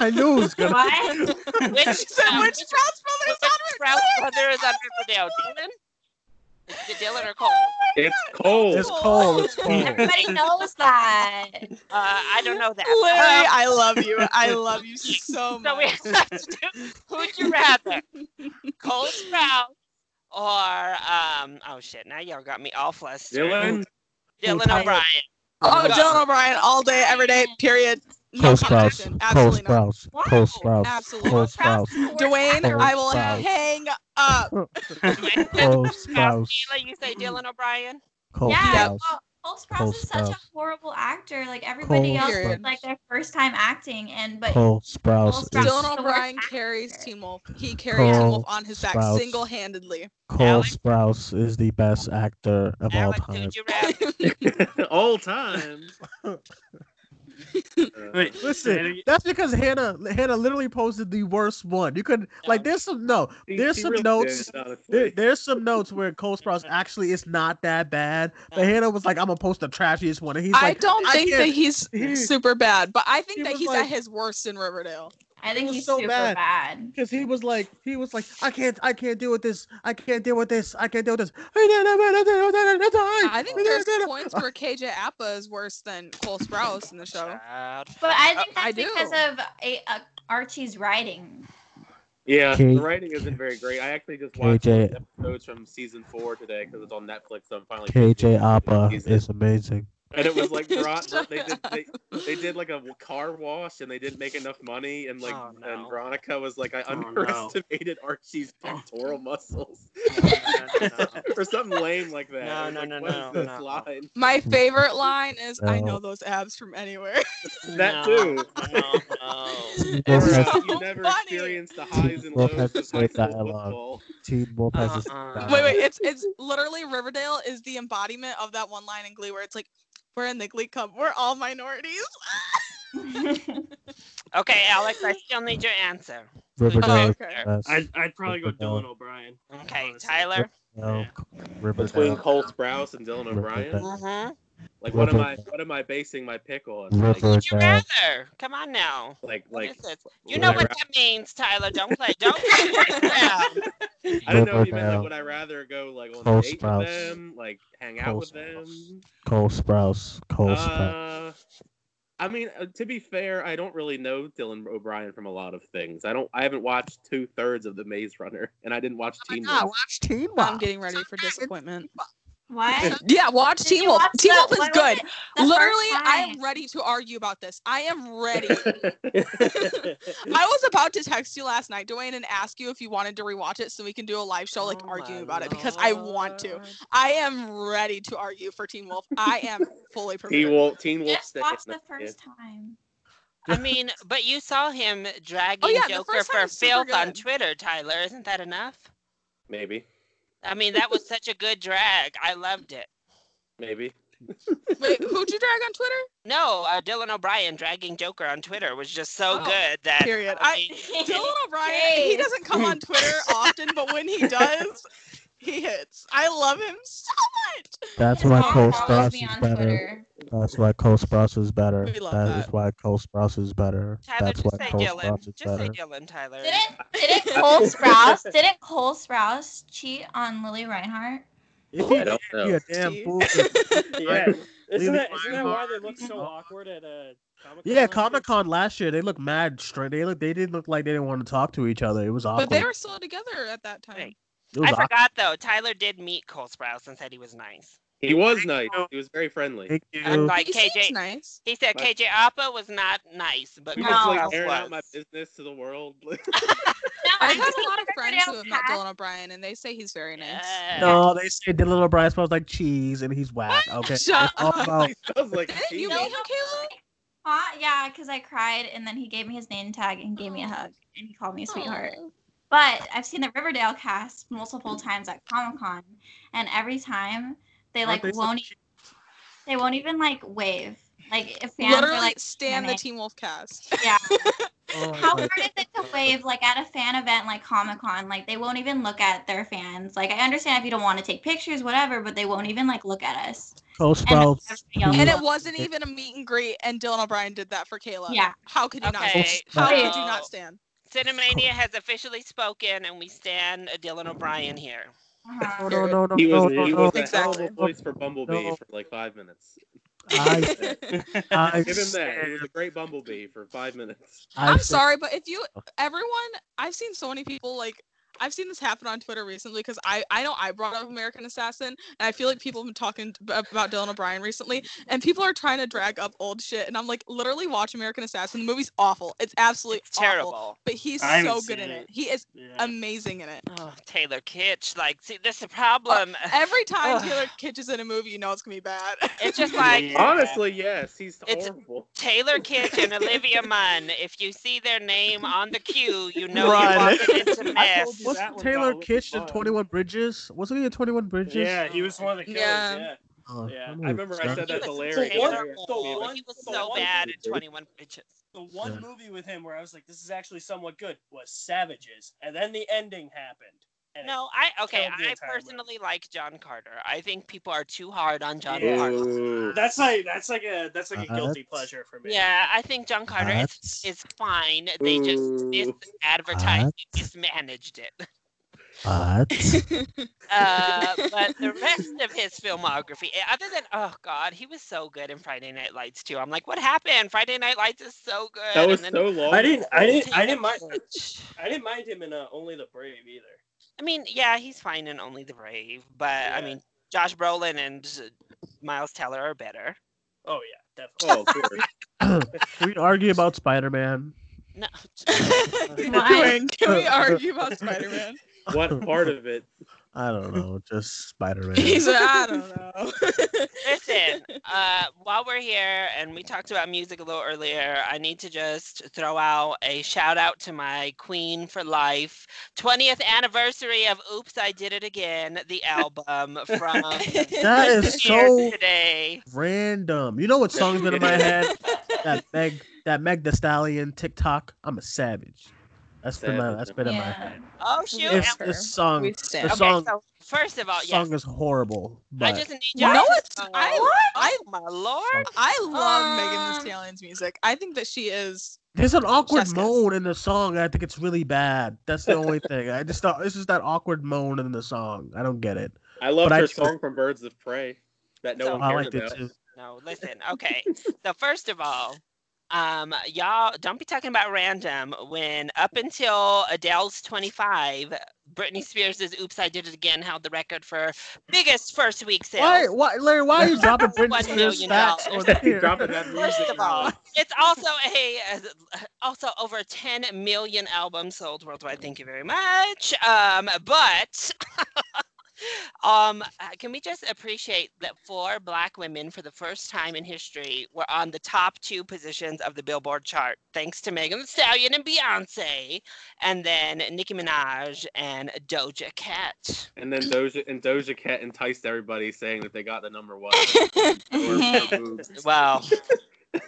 I knew it was gonna.
which which Sprouse brothers on Riverdale? Sprouse brothers on Riverdale? Dylan? Is it Dylan or Cole?
It's cold.
It's cold. It's cold.
Everybody knows that. Uh,
I don't know that.
Larry,
Um,
I love you. I love you so
So we
much.
have to do who'd you rather? Cole Sprouse or um oh shit, now y'all got me all flustered.
Dylan?
Dylan O'Brien.
Oh,
uh,
Dylan O'Brien all day, every day, period. No
Cole
competition.
Sprouse. Cole
Absolutely not.
Sprouse. Cole Sprouse.
Absolutely.
Cole Sprouse.
Dwayne,
Cole
I will
Sprouse.
hang up.
Cole Sprouse.
Kayla, you say Dylan O'Brien?
Cole
yeah,
Sprouse.
well, Cole Sprouse
Cole
is such a
Sprouse.
horrible actor. Like everybody
Cole
else,
Sprouse.
is like their first time acting, and but
Cole Sprouse.
Cole
is-
Sprouse
Dylan
the
O'Brien carries Team Wolf. He carries Team
Cole
Wolf on his back
Sprouse.
single handedly.
Cole Sprouse is the best actor of all time.
all time.
Wait,
Listen, that's because Hannah Hannah literally posted the worst one. You could like there's some no,
He-
there's
he
some
really
notes.
did, honestly.
there- there's some notes where Cole Sprouse actually is not that bad, but Hannah was like, "I'm gonna post the trashiest one," and he's
I
like,
don't think that
can't-
he's
he-
super bad, but I think
he
that
was
he's
like-
at his worst in Riverdale.
I think
was
he's
so
super
bad.
bad.
Because he was like, he was like, I can't, I can't deal with this. I can't deal with this. I can't deal with this. I
I think there's points where KJ Appa is worse than Cole Sprouse in the show.
But I think that's
I do.
because of a, uh Archie's writing.
Yeah,
K-
the writing isn't very great. I actually just watched
KJ
the episodes from season four today because it's on Netflix. So I'm finally
KJ Appa is amazing.
and it was like Veron- they did they, they did like a w- car wash and they didn't make enough money and
Oh,
like and Veronica was like I
no.
underestimated Archie's
Oh,
pectoral muscles or something lame like that.
No,
I was
no,
like,
no,
what is
no,
this
no.
line?
My favorite line is I
Mm. No.
know those abs from anywhere.
That
No,
too.
no, no.
Team Wolf
Never,
has,
so
Oh. you never
funny.
experienced the highs and
Wolf
lows
has the
of high
same
school
dialogue.
football.
Team Wolf has the same
Uh-uh.
dialogue.
Wait, wait, it's it's literally Riverdale is the embodiment of that one line in Glee where it's like, we're in the Glee Club, we're all minorities.
Okay, Alex, I still need your answer.
Riverdale.
Oh,
is
okay.
the best.
I'd, I'd probably go
Riverdale.
Dylan O'Brien.
Okay,
honestly.
Tyler.
No,
Between
Riverdale.
Cole Sprouse and Dylan O'Brien,
Riverdale.
Mm-hmm.
like what am I?
Riverdale.
What am I basing my pick on? Like,
Would you
Riverdale.
rather? Come on now.
like,
What
like
is this? You know what that means, Tyler. Don't play. Don't play. now.
I don't know if you meant
Riverdale.
like would I rather go like on
Cole
a date
Sprouse.
with them, like hang
Cole
out with
Sprouse.
them.
Cole Sprouse. Cole Sprouse.
Uh, I mean, uh, to be fair, I don't really know Dylan O'Brien from a lot of things. I don't. I haven't watched two thirds of the Maze Runner, and I didn't
Oh
watch Teen Wolf.
watch Teen
I'm getting ready for disappointment.
What?
Yeah, watch
Did
Teen
you
Wolf.
watch
Teen
the-
Wolf is
what was
good.
it? The first
Literally, I
time.
am ready to argue about this. I am ready. I was about to text you last night, Dwayne, and ask you if you wanted to rewatch it so we can do a live show like arguing about it because I want to. I am ready to argue for Teen Wolf. I am fully prepared.
Teen Wolf. Teen Wolf.
Just
stayed
watch
in
the first time.
I mean, but you saw him dragging
Oh, yeah, the
Joker
first time
for
was super
filth on
good.
Twitter, Tyler. Isn't that enough?
Maybe.
I mean, that was such a good drag. I loved it.
Maybe.
Wait, who'd you drag on Twitter?
No, uh, Dylan O'Brien dragging Joker on Twitter was just so
Oh,
good that.
Period.
I
I
mean,
Dylan O'Brien, he
Jeez.
doesn't come on Twitter often, but when he does, he hits. I love him so much.
That's
His
why
mom
Cole
follows
Sprouse
me
is
on
better.
Twitter.
That's why Cole Sprouse is better.
We love
That is
that.
why Cole Sprouse is better.
Tyler,
That's
just
why
say
Cole
Dylan.
Sprouse is
Just say
better.
Dylan, Tyler.
Didn't didn't Cole Sprouse didn't Cole Sprouse cheat on Lily Reinhart?
I don't know.
You a damn
Steve.
fool.
yeah. Isn't
Lily
that, isn't that why they look so
Reinhart.
awkward at a Comic Con?
Yeah, Comic Con last year, they looked mad straight. They look, they didn't look like they didn't want to talk to each other. It was awkward.
But they were still together at that time.
Right.
it was
I
awkward.
forgot though. Tyler did meet Cole Sprouse and said he was nice.
He was nice. He was very friendly.
Thank you.
Unlike
he
KJ,
seems nice.
he said
My-
KJ Appa was not nice, but
He
Cole
was like
Sprouse
airing out my
was.
business to the world.
No,
I've had
think
a lot of friends who
Riverdale
have met
passed.
Dylan O'Brien, and they say he's very nice.
Yeah.
No, they said Dylan O'Brien smells like cheese and he's whack. Okay. Oh,
Shut
It's all
up.
Oh.
about-
I was like,
Didn't you
"Jeez."
meet him, Kayla?
Aw, yeah, because I cried, and then he gave me his name tag and gave me a hug, and he called me a sweetheart. But I've seen the Riverdale cast multiple times at Comic Con, and every time they like
Aren't they so
won't, e- they won't even like wave. Like if fans
Literally
are like
stand the
standing-
Teen Wolf cast.
Yeah.
oh
How
my
hard is it to wave like at a fan event like Comic Con? Like they won't even look at their fans. Like I understand if you don't want to take pictures, whatever, but they won't even like look at us.
Coast
And
Mouth.
everybody
And
else
it wasn't even a meet and greet, and Dylan O'Brien did that for Kayla.
Yeah.
How could you not?
Okay,
Stand? How could you
so-
not stand?
Cinemania has officially spoken, and we stand Dylan O'Brien here.
Uh-huh.
No, no, no,
He
no,
was,
no,
he
no.
Oh,
was a hell of a voice for Bumblebee
No.
for like five minutes.
I- I
Give him that. He was a great Bumblebee for five minutes.
I'm sorry, but if you everyone, I've seen so many people like I've seen this happen on Twitter recently because I I know I brought up American Assassin, and I feel like people have been talking t- about Dylan O'Brien recently, and people are trying to drag up old shit, and I'm like, literally watch American Assassin. The movie's awful. It's absolutely
terrible.
awful. But he's
I haven't
so good in
seen it.
it. He is amazing in it.
Oh, Taylor Kitsch, like, see, that's the problem.
Every time
Ugh.
Taylor Kitsch is in a movie, you know it's gonna be bad.
It's just like
Honestly, yes, he's
It's-
horrible.
Taylor Kitsch and Olivia Munn. If you see their name on the queue, you know
Right.
you're walking into mess.
Wasn't Taylor Kitsch in 21 Bridges? Wasn't he in 21 Bridges?
Yeah, he was one of the killers.
Yeah.
Yeah.
Oh,
Yeah, I
I'm gonna
remember I
start-
said
He
that's
was
hilarious.
terrible.
The one-
he was
the
so
one-
bad in 21 Bitches.
The one
Yeah.
movie with him where I was like, this is actually somewhat good was Savages, and then the ending happened. And
No, I okay.
Killed the
I
entire movie.
personally like John Carter. I think people are too hard on John
Yeah.
Carter.
That's like that's like a that's like a guilty
Uh, That's-
pleasure for me.
Yeah, I think John Carter is, is fine. They just misadvertised it, mismanaged it.
What?
Uh, but the rest of his filmography, eh, other than oh god, he was so good in Friday Night Lights too. I'm like, what happened? Friday Night Lights is so good.
That was
and
so long.
I didn't I didn't I
Taylor
didn't mind
Kitsch.
I didn't mind him in uh, Only the Brave either.
I mean, yeah, he's fine in Only the Brave, but I mean, Josh Brolin and uh, Miles Teller are better.
Oh yeah,
Oh,
definitely.
of course.
Can we argue about Spider Man?
No,
Can we argue about Spider Man?
What part of it?
I don't know, just Spider Man.
He's like, I don't know.
Listen, uh, while we're here and we talked about music a little earlier, I need to just throw out a shout out to my queen for life 20th anniversary of Oops, I Did It Again, the album from
That is so
today.
random. You know what song's been in my head? That Meg, that Meg The Stallion TikTok. I'm a savage. That's been my,
Savage.
that's been in my
Yeah.
head.
Oh, shoot.
It's
and-
the song.
We
The
stand.
okay,
song,
so first of all, yes,
song is horrible.
I
But
just need you
No, it's
know,
I I
oh my lord.
I love Megan Thee
Um,
Stallion's music. I think that she is.
there's an awkward
Jessica.
moan in the song. and I think it's really bad. That's the only thing. I just thought it's just that awkward moan in the song. I don't get it.
I love
But I
her
do-
song from Birds of Prey that no
So-
one
I
cared
liked it
about.
too.
No, listen. Okay. so first of all, um, y'all don't be talking about random when up until Adele's 25, Britney Spears' Oops, I Did It Again held the record for biggest first week sales.
Why, why, Larry? Why are you dropping Britney
One
Spears
million
facts on
dollars.
here?
Dropping that music.
First of all, it's also a also over 10 million albums sold worldwide. Thank you very much. Um, but um, uh, can we just appreciate that four black women for the first time in history were on the top two positions of the Billboard chart, thanks to Megan Thee Stallion and Beyonce, and then Nicki Minaj and Doja Cat.
And then Doja and Doja Cat enticed everybody saying that they got the number one.
Wow.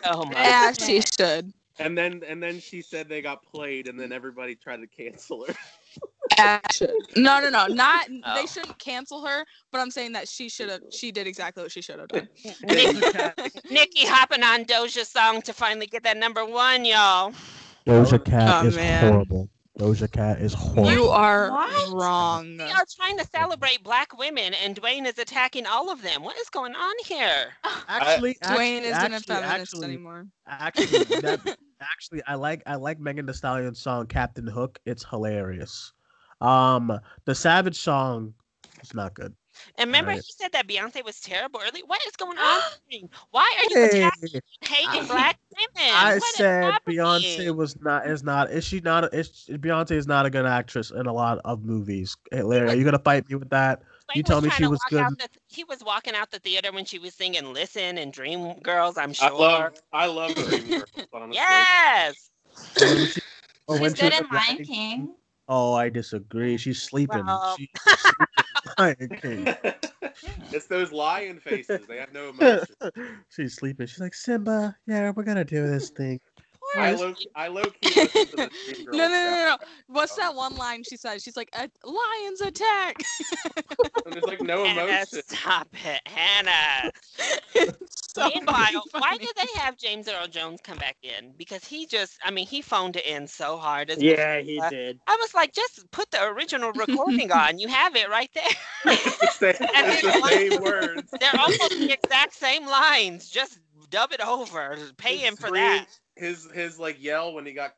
Oh my.
Yeah, she should.
and then and then she said they got played, and then everybody tried to cancel her.
Yeah, she should. No, no, no. Not
Oh.
they shouldn't cancel her. But I'm saying that she should have. She did exactly what she should have done.
Nicki, Nicki hopping on Doja's song to finally get that number one, y'all.
Doja Cat
Oh,
is
man.
horrible. Doja Cat is horrible.
You are
What?
wrong.
We are trying to celebrate black women, and Dwayne is attacking all of them. What is going on here?
Uh, actually,
Dwayne isn't
actually,
a
actually,
feminist
actually,
anymore.
Actually, that, actually, I like I like Megan Thee Stallion's song "Captain Hook." It's hilarious. Um, the Savage song is not good.
And remember,
Right.
he said that Beyonce was terrible early. What is going on? Dwayne? Why are you attacking
Hey,
and hating
I-
black women?
I
What is
said
happening?
Beyonce was not is not is she Eh, not is Beyonce is not a good actress in a lot of movies. Hey, Larry, are you gonna fight me with that? you tell me
trying
she
to
was
walk
good.
out the- he was walking out the theater when she was singing "Listen" and "Dream Girls." I'm sure.
I love I love Dream Girls, honestly.
yes.
Or
She's
when she
good
was
in Lion King.
Oh, I disagree. She's sleeping.
Well.
She's Lion King.
It's those lion faces. They have no emotion.
She's sleeping. She's like Simba. Yeah, we're gonna do this thing.
I low I low key listen to the
No,
Dream Girls.
no, no, no. no. What's that one line she said? She's like, "A "Lions attack."
And there's like no
Hannah,
emotion.
stop it, Hannah. Meanwhile, why did they have James Earl Jones come back in? Because he just, I mean, he phoned it in so hard. as
Yeah, he
Mufasa.
did.
I was like, just put the original recording on. You have it right there.
It's the same,
And
it's the same words.
They're almost the exact same lines. Just dub it over. Pay him for that.
His his like yell when he got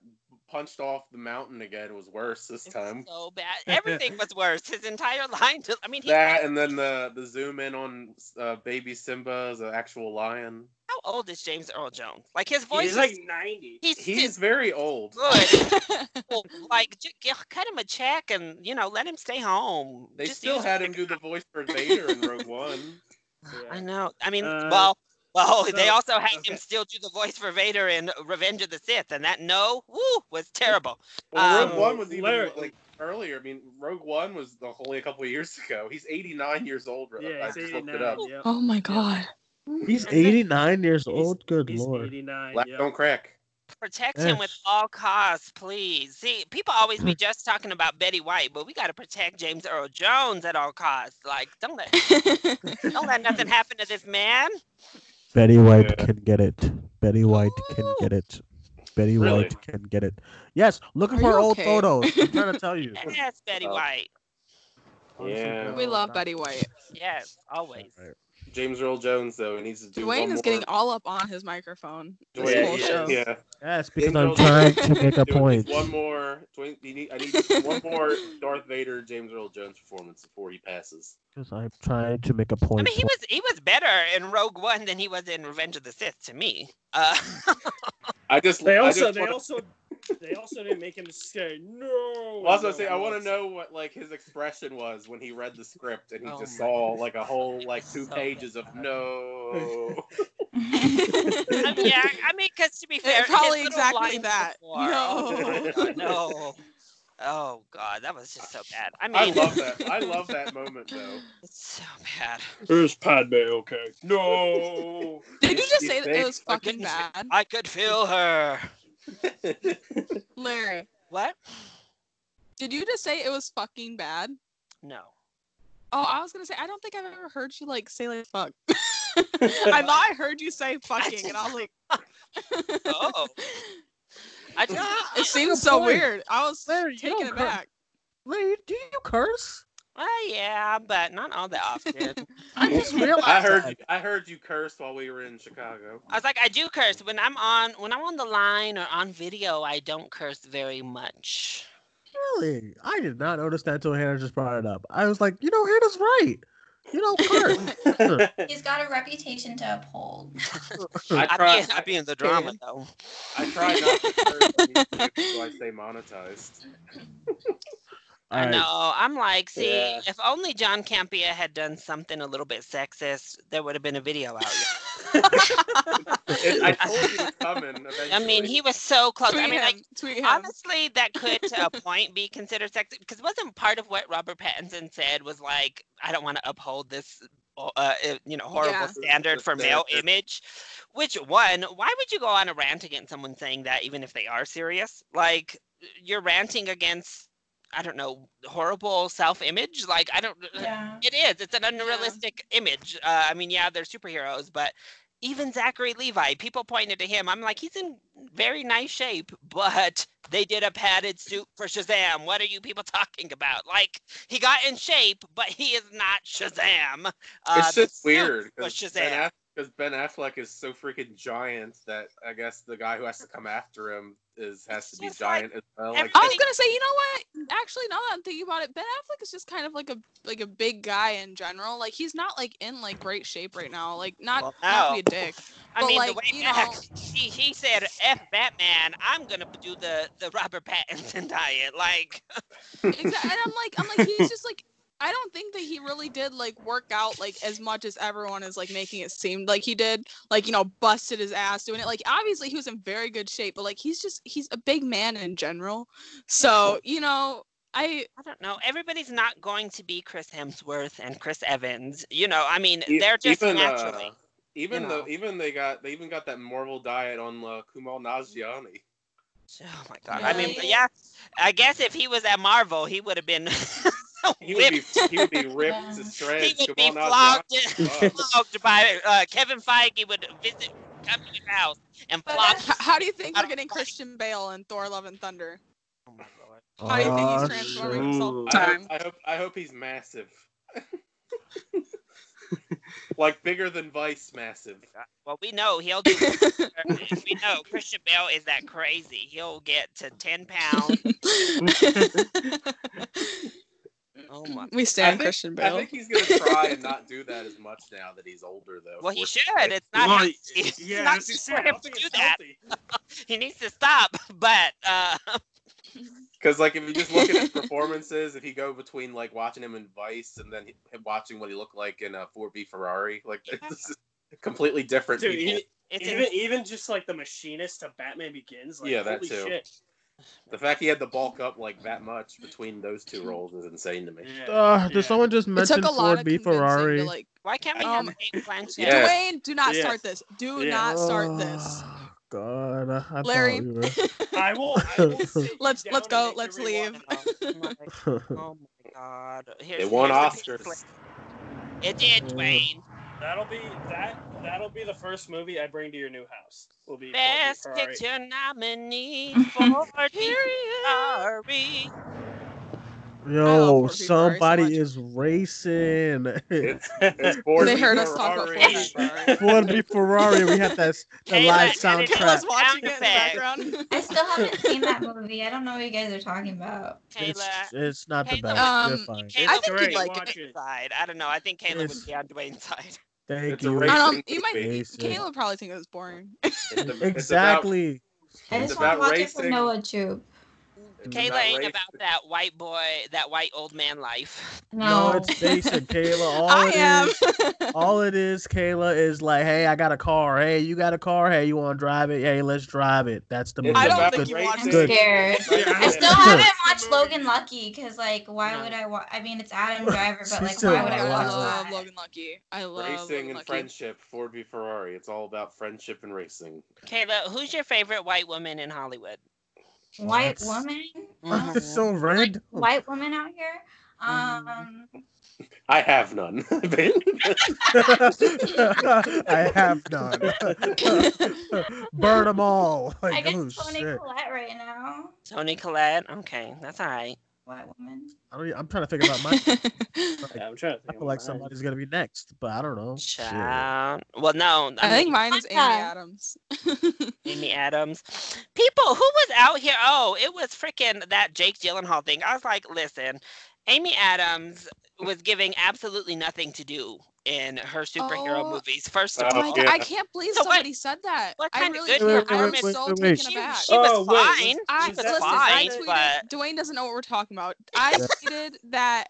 punched off the mountain again was worse this time.
So bad. Everything was worse. His entire line. Just, I mean, he,
That and then the the zoom in on uh, baby Simba as an actual lion.
how old is James Earl Jones? Like his voice.
He's
is-
like 90.
He's,
He's very old.
good. well, like, ju- g- cut him a check and you know let him stay home.
They
Just
still
use-
had him do the voice for Vader in Rogue One.
I know. I mean,
Uh,
well, well, they
so-
also had
okay.
him still do the voice for Vader in Revenge of the Sith, and that no, woo, was terrible.
Well, Rogue
Um,
One was even
Larry-
like earlier. I mean, Rogue One was the- only a couple of years ago. He's 89 years old. Ro-
Yeah,
I
he's
just looked it
89,
up.
yep.
Oh my god.
He's
That's it.
89 years old. Good
He's
lord.
89.
Black
yep.
don't crack.
Protect him with
Yes.
all costs, please. See, people always be just talking about Betty White, but we got to protect James Earl Jones at all costs. Like, don't let don't let nothing happen to this man.
Betty White
Yeah.
can get it. Betty White can get it. Betty
Really?
White can get it. Yes, look
Are
for
you
old
okay?
photos. I'm trying to tell you.
Yes, Betty
Oh.
White.
Yeah.
We
Oh,
love Betty White.
Yes, always.
James Earl Jones though, he needs to do
Dwayne
one
is
more.
getting all up on his microphone this
Dwayne,
whole
he
show.
is, yeah.
Yes, because
James
I'm
Earl
trying
Jones
to make a
doing
point.
just One more. Dwayne, you need, I need just one more Darth Vader James Earl Jones performance before he passes.
Because I'm trying to make a point.
I mean, he
for-
was he was better in Rogue One than he was in Revenge of the Sith to me. Uh,
I just
They
I
also,
just
they
wanna-
also, they also didn't make him say no.
Well, I was gonna say, I
no,
want to
no.
know what like his expression was when he read the script and he
Oh
just
my
saw
goodness.
like a whole like two
So
pages of no.
I mean, yeah, I mean, because to be fair, his
probably
little
exactly
lines
that.
before- Oh, my God, no. Oh God, that was just so bad. I
I
mean,
love that. I love that moment though.
it's so bad.
Here's Padme, okay? No.
Did you just say that it
think?
was
I
fucking
couldn't-
bad?
I could feel her.
Larry,
What?
did you just say it was fucking bad?
No.
Oh, I was gonna say I don't think I've ever heard you like say like fuck. I thought I heard you say fucking, and I was like,
Oh, I just. uh,
it seems so weird. I was
Larry, you
taken
don't cur-
aback.
Larry, do you curse?
Well, yeah, but not all that often.
I just realized.
I heard
that.
you, I heard you curse while we were in Chicago.
I was like, I do curse when I'm on when I'm on the line or on video. I don't curse very much.
Really? I did not notice that until Hannah just brought it up. I was like, you know, Hannah's right. You don't curse.
He's got a reputation to uphold.
I
I
try.
be, I be in the drama though.
I, I try not to curse, on YouTube, so I stay monetized.
All
I
right.
know. I'm like, see,
Yeah.
if only John Campia had done something a little bit sexist, there would have been a video out. yet.
It, I told you it was coming.
I mean, he was so close.
Tweet
I mean,
him.
like,
Tweet him.
honestly, that could to a point be considered sexist because wasn't part of what Robert Pattinson said was like, I don't want to uphold this, uh, uh, you know, horrible
Yeah.
standard for male
Standard.
image. Which one? Why would you go on a rant against someone saying that, even if they are serious? Like, you're ranting against, I don't know, horrible self-image. Like, I don't.
Yeah.
It is. It's an unrealistic image. Uh, I mean, yeah, they're superheroes, but even Zachary Levi, people pointed to him. I'm like, he's in very nice shape, but they did a padded suit for Shazam. What are you people talking about? Like, he got in shape, but he is not Shazam. Uh,
it's
the
just
suit
weird
was
because ben,
Shazam.
Aff- 'cause Ben Affleck is so freaking giant that I guess the guy who has to come after him is has
It's
to be
just like
giant as well.
every-
Like,
I was gonna say, you know what? Actually, now that I'm thinking about it, Ben Affleck is just kind of like a like a big guy in general. Like he's not like in like great shape right now. Like not
Well,
not to
no.
be a dick.
I
but,
mean,
like,
the way
you
back,
know-
he, he said, F Batman, I'm going to do the, the Robert Pattinson diet. Like, uh,
Exactly. and I'm like, I'm like, he's just like I don't think that he really did like work out like as much as everyone is like making it seem like he did. Like you know, busted his ass doing it. Like obviously he was in very good shape, but like he's just he's a big man in general. So you know, I
I don't know. Everybody's not going to be Chris Hemsworth and Chris Evans. You know, I mean, they're just
even, uh,
naturally.
even
you
though
know.
even they got they even got that Marvel diet on uh, Kumal Najiani.
Oh my God, I mean, yeah. I guess if he was at Marvel, he would have been.
He would be
whipped.
he would be ripped to shreds.
He would be
Kumail
flogged,
Nanjiani.
flogged by uh, Kevin Feige would visit come to your house and flog.
H- how do you think we're getting Christian Bale and Thor: Love and Thunder?
Oh,
How do you think he's
Oh,
transforming himself?
I hope, I hope I hope he's massive. like bigger than Vice massive.
Well, we know he'll do. we know Christian Bale is that crazy. He'll get to ten pounds. oh my!
We stand
I think-
Christian Bale.
I think he's gonna try and not do that as much now that he's older, though.
Well, he should.
unfortunately.
It's not
Well,
healthy.
yeah,
It's not
as you
good
said,
for
I
him
don't
to do that. he needs to stop. But uh,
Because like if you just look at his performances, if you go between like watching him in Vice and then he- him watching what he looked like in a 4B Ferrari, like this is completely different
Dude,
people.
e- even, even just like the machinist to Batman Begins, like
yeah, that
holy
too.
shit.
The fact he had to bulk up like that much between those two roles is insane to me.
Uh, Did someone just
It
mention
took a lot
Ford
of
B
convincing
Ferrari?
to like.
Why can't
we um,
Yeah.
Dwayne, do not
Yes.
start this. Do
Yeah.
not start this.
God, I, I
Larry.
thought we were.
I will.
let's let's go. Let's leave.
oh my God! Here's,
They won
here's the
Oscars.
clip. It did, Dwayne.
That'll be that. That'll be the first movie I bring to your new house. Will be
Best
Ford v Ferrari.
Picture nominee for Ferrari.
Yo,
Ford v Ferrari so
somebody is racing. It's,
it's
they heard us talk about Ford v Ferrari.
Ford v Ferrari. We have that the live soundtrack.
Kayla's watching it in the background.
I still haven't seen that movie. I don't know what you guys are talking about.
It's, it's not the best.
um,
You're fine.
Kayla
think
would
you'd
be
like
on Dwayne's side. I don't know. I think Kayla would be on Dwayne's side.
Thank
It's a
you.
racing
I don't. You might.
Racing.
Kayla probably think it was boring.
It's a- it's
Exactly.
I
It's
just want to
about
watch it for
racing.
Noah Tube.
Kayla ain't about that white boy, that white old man life.
No,
No.
it's basic, Kayla. All
I
it
am.
is- all it is, Kayla, is like, hey, I got a car. Hey, you got a car. Hey, you want to drive it? Hey, let's drive it. That's the
It's
movie.
I don't
It's
think you watched
I'm
it's
scared. I still haven't watched Logan Lucky because, like, why would I watch? I mean, it's Adam Driver, but
She
like,
said
why would
I
I watch
love
that?
Logan Lucky. I love
Racing
Logan
and
Lucky.
friendship, Ford v Ferrari. It's all about friendship and racing.
Kayla, who's your favorite white woman in Hollywood?
White woman,
It's so random.
white woman out here. Um,
I have none.
I have none. Burn them all.
I
Like,
guess
oh,
Tony
shit.
Collette right now.
Tony Collette. Okay, that's all right.
White woman.
I don't, e, I'm trying to figure out my.
I'm trying to
I
think.
feel like somebody's gonna be next, but I don't know. Shit.
Child. Well, no,
I think mine is Amy
Yeah.
Adams.
Amy Adams. People, who was out here? Oh, it was freaking that Jake Gyllenhaal thing. I was like, listen, Amy Adams was giving absolutely nothing to do in her superhero
Oh.
movies. First of
Oh
Oh
all,
my
yeah.
god! I can't believe
So what-
somebody said that.
what
I
kind of
really
good
can't. I
Wait,
was
wait,
so
wait, wait.
taken
she,
aback.
she was
Oh, wait, was-
fine.
I
she
but
was
listen,
fine,
I tweeted.
but
Dwayne doesn't know what we're talking about. I
Yeah.
tweeted that.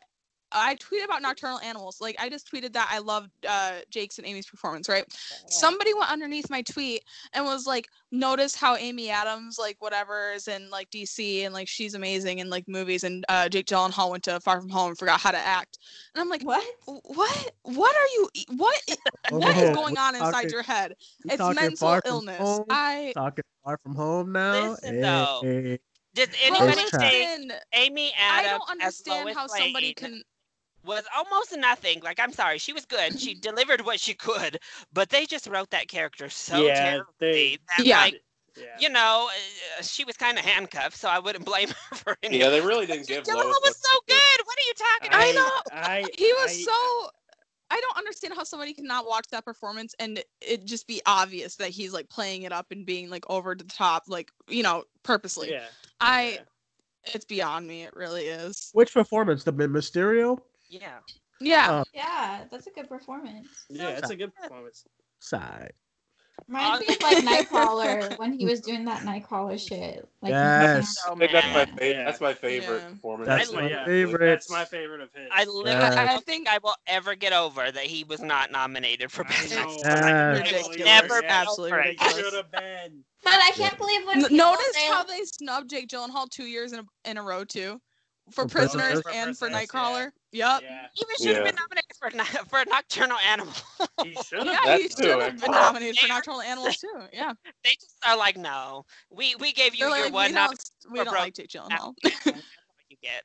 I tweeted about nocturnal animals. Like I just tweeted that I loved uh, Jake's and Amy's performance. Right? Somebody went underneath my tweet and was like, "Notice how Amy Adams, like whatever, is in like DC and like she's amazing in like movies." And uh, Jake Gyllenhaal went to Far From Home and forgot how to act. And I'm like,
What?
"What? What are you? e, What? What
Oh,
is going on
we're
inside
talking-
your head?
we're
It's
talking
mental
far from
illness.
home.
I
talking far from home now. Eh,
Listen,
Hey,
though.
hey.
did anybody
It's trash.
think
listen.
Amy
I
Adams
don't
as
understand
Lois
how somebody
Lane
can.
was almost nothing. Like I'm sorry, she was good. She delivered what she could, but they just wrote that character so
yeah,
terribly
they.
that
Yeah.
like
Yeah.
you know uh, she was kind of handcuffed, so I wouldn't blame her for anything.
yeah, they really didn't give
Gyllenhaal
Lois.
was so good. What are you
Uh,
talking about?
I
I,
know. He was
I-
so. I don't understand how somebody cannot watch that performance and it just be obvious that he's like playing it up and being like over the top, like you know, purposely.
Yeah.
I. It's beyond me. It really is.
Which performance? The Mi- Mysterio?
Yeah.
Yeah.
Uh,
Yeah, that's a good performance.
Yeah, it's a good performance.
Side.
Reminds me of like Nightcrawler when he was doing that Nightcrawler shit. Like,
Yes.
I think that's my favorite. That's my favorite performance.
That's my favorite.
That's my favorite of his.
I literally
Uh,
Yeah.
I don't think I will ever get over that he was not nominated for Best Actor.
Yes.
Ridiculous.
Never
Never
absolutely
over it.
ridiculous.
But I can't believe when
N-
people
notice
say-
how they snubbed Jake Gyllenhaal two years in a, in a row too, for
For
prisoners
Prisoners?
and for
Prisoners,
Nightcrawler. Yep.
Even should have been nominated for no- for Nocturnal Animal.
He should
Yeah,
That
he
too,
should have been
actually.
nominated for Nocturnal Animals too. Yeah.
They just are like, no, we we gave you
They're
your
like,
one
we
nom-
don't, we
for
don't
Bro-
like Jake Gyllenhaal.
you get.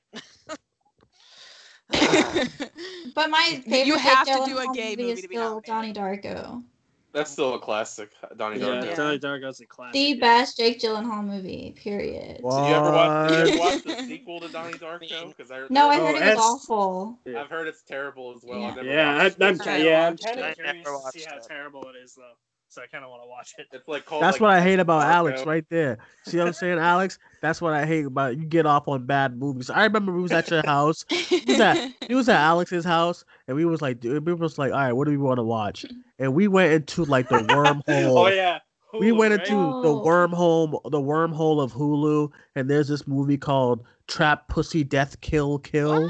But my favorite
You have
Jake
to do a
Gyllenhaal
gay
movie is still Johnny Darko.
That's still a classic. Donnie
Yeah,
Darko.
yeah. Donnie Darko's a classic.
The best Jake Gyllenhaal movie, period.
Did you ever watch? Did you ever watch the sequel to Donnie Darko? Because I
No, I
Oh,
heard it was
that's-
awful.
I've heard it's terrible as well. I've never
Yeah,
watched
I- I'm-
it.
yeah, I'm kind
I
of curious
never
to see
watched
how
it.
terrible it is though. So I kind of want to watch it.
It's like called.
That's
like,
what I hate about
Darko.
Alex right there. See what I'm saying, Alex? That's what I hate about you. Get off on bad movies. I remember we was at your house. We was at, we was at Alex's house, and we was like, dude, we was like, all right, what do we want to watch? And we went into like the wormhole.
Oh yeah,
we
Hulu,
went
right?
into the wormhole, the wormhole of Hulu, and there's this movie called Trap Pussy Death Kill Kill.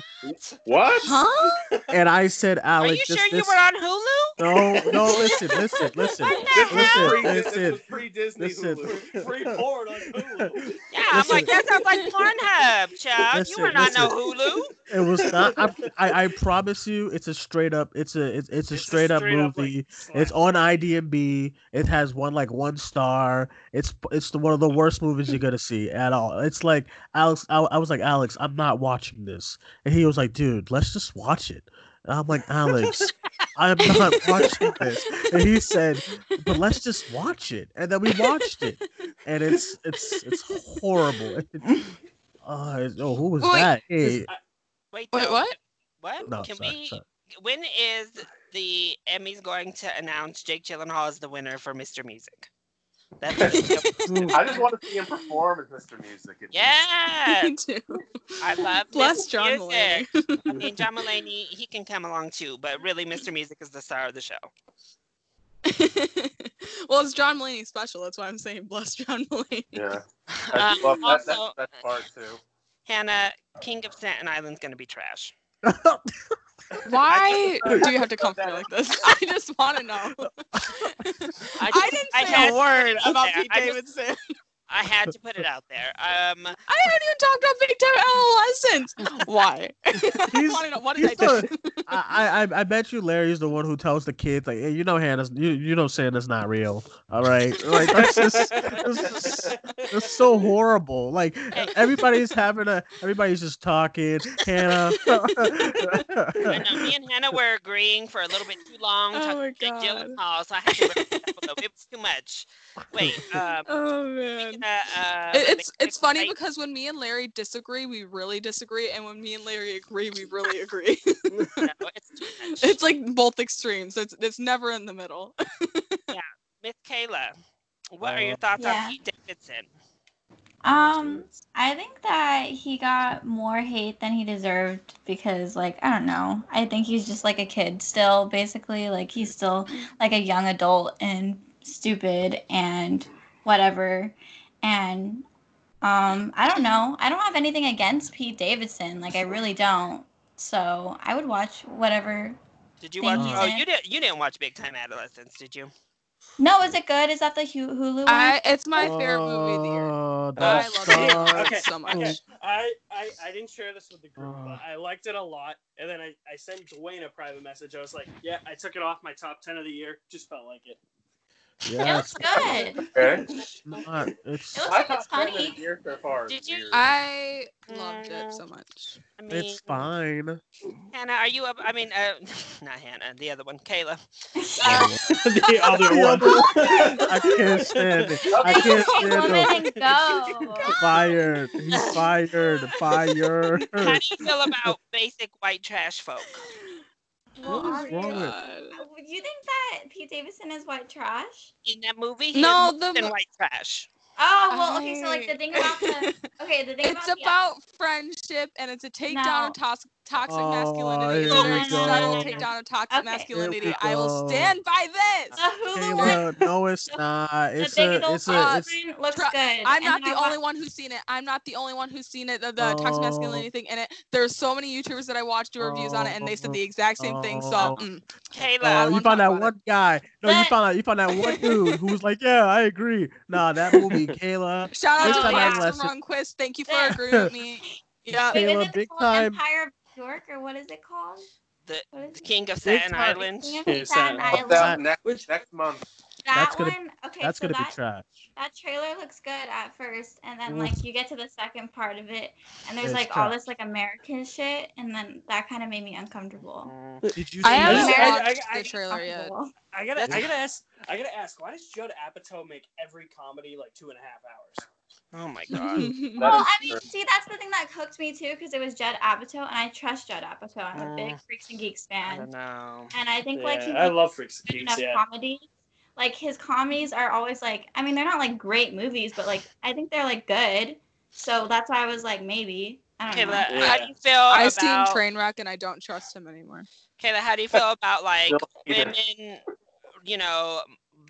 What?
Huh?
And I said,
Are
Alex,
you
this,
sure you
this-
were on Hulu?
No, no, listen, listen, listen, listen, listen,
Pre-Disney
listen.
Hulu.
Free porn on Hulu.
Yeah, I'm like, that sounds like Pornhub, child.
Listen,
you were not no
listen.
Hulu.
It was not. I, I, I promise you, it's a straight up. It's a it's, it's a straight up
straight up, like,
movie. it's on IDMB. It has one like one star. It's it's the, one of the worst movies you're gonna see at all. It's like Alex. I, I was like Alex, I'm not watching this, and he was like, dude, let's just watch it. And I'm like Alex, I'm not watching this, and he said, but let's just watch it, and then we watched it, and it's it's it's horrible. Uh, it's- oh, who was
Wait,
that?
is-
Hey,
Wait,
Wait,
though.
what?
What?
No,
Can
sorry,
we?
sorry.
When is the Emmys going to announce Jake Gyllenhaal as the winner for Mr. Music? That's
I just want to see him perform as Mr. Music. It-
yes. I love
Bless
Mr.
John
Music. I mean, John Mulaney, he can come along too, but really, Mr. Music is the star of the show.
well, it's John Mulaney special. That's why I'm saying bless John Mulaney.
Yeah.
Uh,
I love that,
also-
that, that part too.
Hannah, King of Staten Island's gonna be trash.
Why do you have to come for me like this? I just want to know.
I,
I didn't say
I had
a
to
word
put it
about
out
Pete
there. I just-
Davidson.
I had to put it out there. Um,
I haven't even talked about Big Time Adolescence. Why? I
He's-
want to know what did I
he's
do?
the- I, I I bet you Larry's the one who tells the kids like, hey, you know, Hannah's, you, you know, Santa's not real. All right, like that's just that's, just- that's so horrible. Like everybody's having a everybody's just talking. Hannah,
I know me and Hannah were agreeing for a little bit too long
Oh
talking
my
about Jake
God.
Gyllenhaal, so I had to wrap it up a little bit. It was too much. Wait, um,
Oh man.
uh, uh,
It- it's
the-
it's funny
like,
because when me and Larry disagree, we really disagree, and when me and Larry agree, we really agree.
no, it's too much.
it's like both extremes. It's it's never in the middle.
Miss Kayla, what are your thoughts
Yeah.
on Pete Davidson?
Um, I think that he got more hate than he deserved because, like, I don't know. I think he's just like a kid still, basically. Like, he's still like a young adult and stupid and whatever. And um, I don't know. I don't have anything against Pete Davidson. Like, I really don't. So I would watch whatever.
Did you watch?
Thank you,
Oh,
Jen.
you didn't. You didn't watch Big Time Adolescence, did you?
No, is it good? Is that the Hu- Hulu one?
I it's my favorite movie of the year.
Oh,
I
that
love it.
sucks.
Okay, Oh.
so much.
okay. I, I I didn't share this with the group,
Uh.
but I liked it a lot. And then I, I sent Dwayne a private message. I was like, yeah, I took it off my top ten of the year. Just felt like it.
It looks
Yes,
good. It
Okay.
not,
looks
it's
My
like
top
it's
ten of the
funny.
year so far. is
Did you-
weird.
I loved it so much.
I mean,
it's fine.
Hannah, are you? Up, I mean, uh, not Hannah, the other one, Kayla.
the other
The
one.
other one. I can't stand it. I can't
Hey,
stand
woman,
him.
and go.
Fired. He's fired. Fired.
How do you feel about basic white trash folk?
Well,
What is
Ari,
wrong with-
God.
Would you think that Pete Davidson is white trash?
In that movie, he
No,
is
the
more than
mo-
white trash.
Oh well, okay. So like the
I-
thing about the okay, the thing
It's
about, the-
about friendship and it's a takedown
No.
of toxic Toxic
Oh,
masculinity is
here
very
we
subtle
go.
takedown of toxic masculinity.
Here we
I will
go.
stand by this.
Kayla, no, it's not. It's
digging
a,
old
it's a, it's,
looks
Tru-
good.
I'm
And
not the
how
only one who's seen it. I'm not the only one who's seen it. The, the toxic masculinity
Oh.
thing in it. There's so many YouTubers that I watched do reviews on it, and they said the exact same thing. So,
Oh.
mm.
Oh, you found that one guy. No, you
But-
found out. You found that one dude who was like, "Yeah, I agree." Nah, that movie, Kayla.
shout out
big
to
time
Lex
lesson.
Ronquist. Thank you for agreeing with me. Yeah,
Wait, is Kayla, it big called time.
Empire of York, or what is it called?
The
King
of
Big
Staten
time.
Island.
King of Yeah, Staten Staten Island.
That,
Island.
next, next month.
That
That's gonna-
one. Okay,
that's
so
gonna be
that,
trash.
That trailer looks good at first, and then
Mm.
like you get to the second part of it, and there's
It's
like all
trash.
this like American shit, and then that kind of made me uncomfortable.
Did you
I
see
haven't
that?
watched
the trailer yet.
I gotta,
Yeah.
I gotta ask, I gotta ask, why does Judd Apatow make every comedy like two and a half hours?
Oh my
well, I mean, see, that's the thing that hooked me too, because it was Judd Apatow, and I trust Judd Apatow. I'm a big
Mm.
Freaks and Geeks fan,
don't know.
and I think like
Yeah,
he
I
makes
love Freaks and
good
Geeks,
enough
yeah.
comedies. Like his comedies are always like, I mean, they're not like great movies, but like I think they're like good. So that's why I was like, maybe I don't know.
Kayla, how do you feel
I've
about-
seen Trainwreck, and I don't trust him anymore.
Kayla, how do you feel about like
No, either.
women, you know,